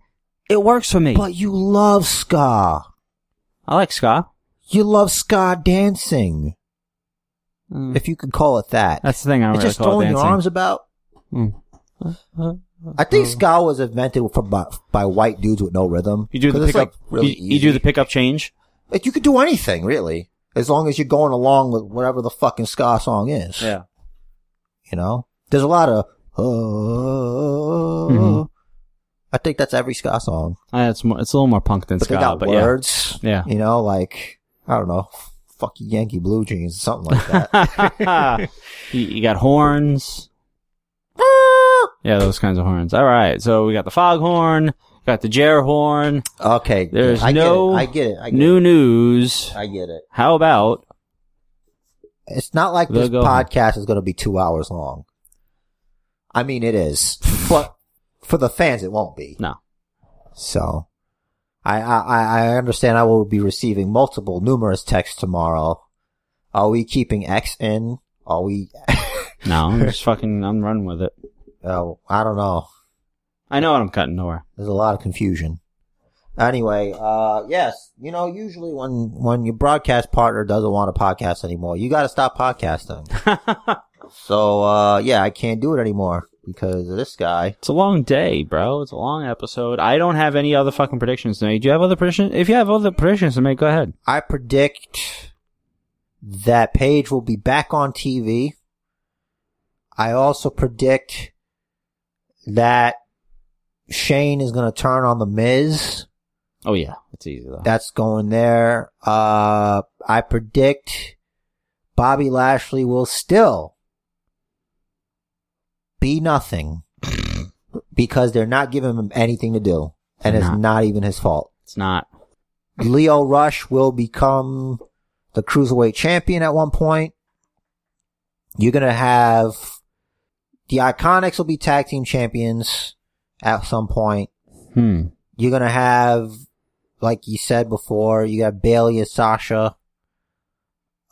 B: it works for me.
A: But you love ska.
B: I like ska.
A: You love ska dancing,
B: Mm.
A: if you could call it that.
B: That's the thing I don't
A: it's
B: really
A: just
B: call
A: throwing
B: it dancing.
A: your arms about.
B: Mm.
A: I
B: Uh-huh.
A: think ska was invented from by, by white dudes with no rhythm.
B: You do
A: 'Cause
B: the
A: it's,
B: pickup.
A: like, really
B: you, you do the
A: easy.
B: pickup change.
A: Like, you could do anything really, as long as you're going along with whatever the fucking ska song is. You know, there's a lot of. Uh,
B: Mhm.
A: I think that's every ska song,
B: Uh, it's more, it's a little more punk than
A: but
B: ska,
A: they got
B: but
A: words.
B: Yeah.
A: You know, like I don't know, fuck you, Yankee blue jeans, something like that.
B: yeah. you, you got horns. Yeah, those kinds of horns. All right, so we got the foghorn, got the jar horn.
A: Okay.
B: There's
A: I
B: no
A: Get it. I get it. I get,
B: New news.
A: it. I get it.
B: How about
A: It's not like
B: They'll
A: this
B: go.
A: podcast is going to be two hours long. I mean, it is, but for the fans, it won't be.
B: no?
A: So I, I, I- I understand I will be receiving multiple, numerous texts tomorrow. Are we keeping X in? Are we,
B: No, I'm just fucking. I'm running with it.
A: oh, I don't know.
B: I know what I'm cutting. Nowhere.
A: There's a lot of confusion. Anyway, uh, yes, you know, usually when, when your broadcast partner doesn't want to podcast anymore, you gotta stop podcasting. So, uh, yeah, I can't do it anymore. because of this guy.
B: It's a long day, bro. It's a long episode. I don't have any other fucking predictions to make. Do you have other predictions? If you have other predictions to make, go ahead.
A: I predict that Paige will be back on TV. I also predict that Shane is going to turn on the Miz.
B: Oh yeah, it's easy though.
A: That's going there. Uh, I predict Bobby Lashley will still be nothing because they're not giving him anything to do, and it's
B: Not.
A: not even his fault.
B: it's not.
A: Leo Rush will become the cruiserweight champion at one point. You're gonna have the Iconics will be tag team champions at some point.
B: Hmm.
A: You're gonna have, like you said before, you got Bailey and Sasha.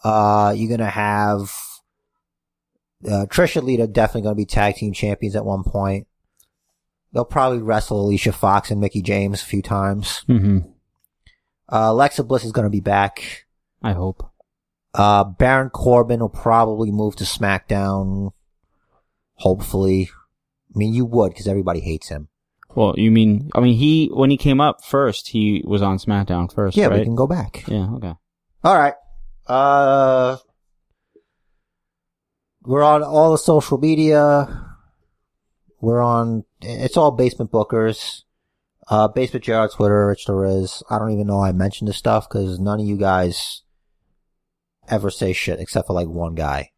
A: Uh, you're gonna have uh, Trish and Lita definitely gonna be tag team champions at one point. They'll probably wrestle Alicia Fox and Mickey James a few times.
B: Hmm.
A: Uh, Alexa Bliss is going to be back.
B: I hope.
A: Uh, Baron Corbin will probably move to SmackDown. Hopefully. I mean, you would because everybody hates him.
B: Well, you mean? I mean, he when he came up first, he was on SmackDown first,
A: yeah,
B: right?
A: we can go back.
B: yeah. Okay.
A: All right. Uh, we're on all the social media. We're on, it's all Basement Bookers. Uh, Basement Jared, Twitter, Rich Torres. I don't even know I mentioned this stuff because none of you guys ever say shit except for like one guy.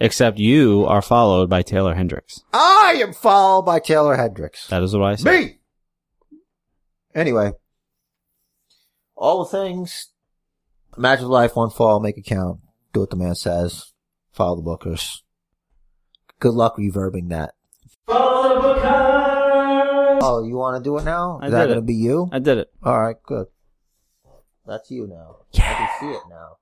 B: Except you are followed by Taylor Hendricks.
A: I am followed by Taylor Hendricks.
B: That is what I said.
A: Me! Anyway. All the things. Imagine life, one fall, make it count. Do what the man says. Follow the bookers. Good luck reverbing that. Follow the bookers! Oh, you want to do it now?
B: I
A: Is that
B: did it.
A: going to be you?
B: I did it.
A: All right, good. That's you now. Yeah. I can see it now.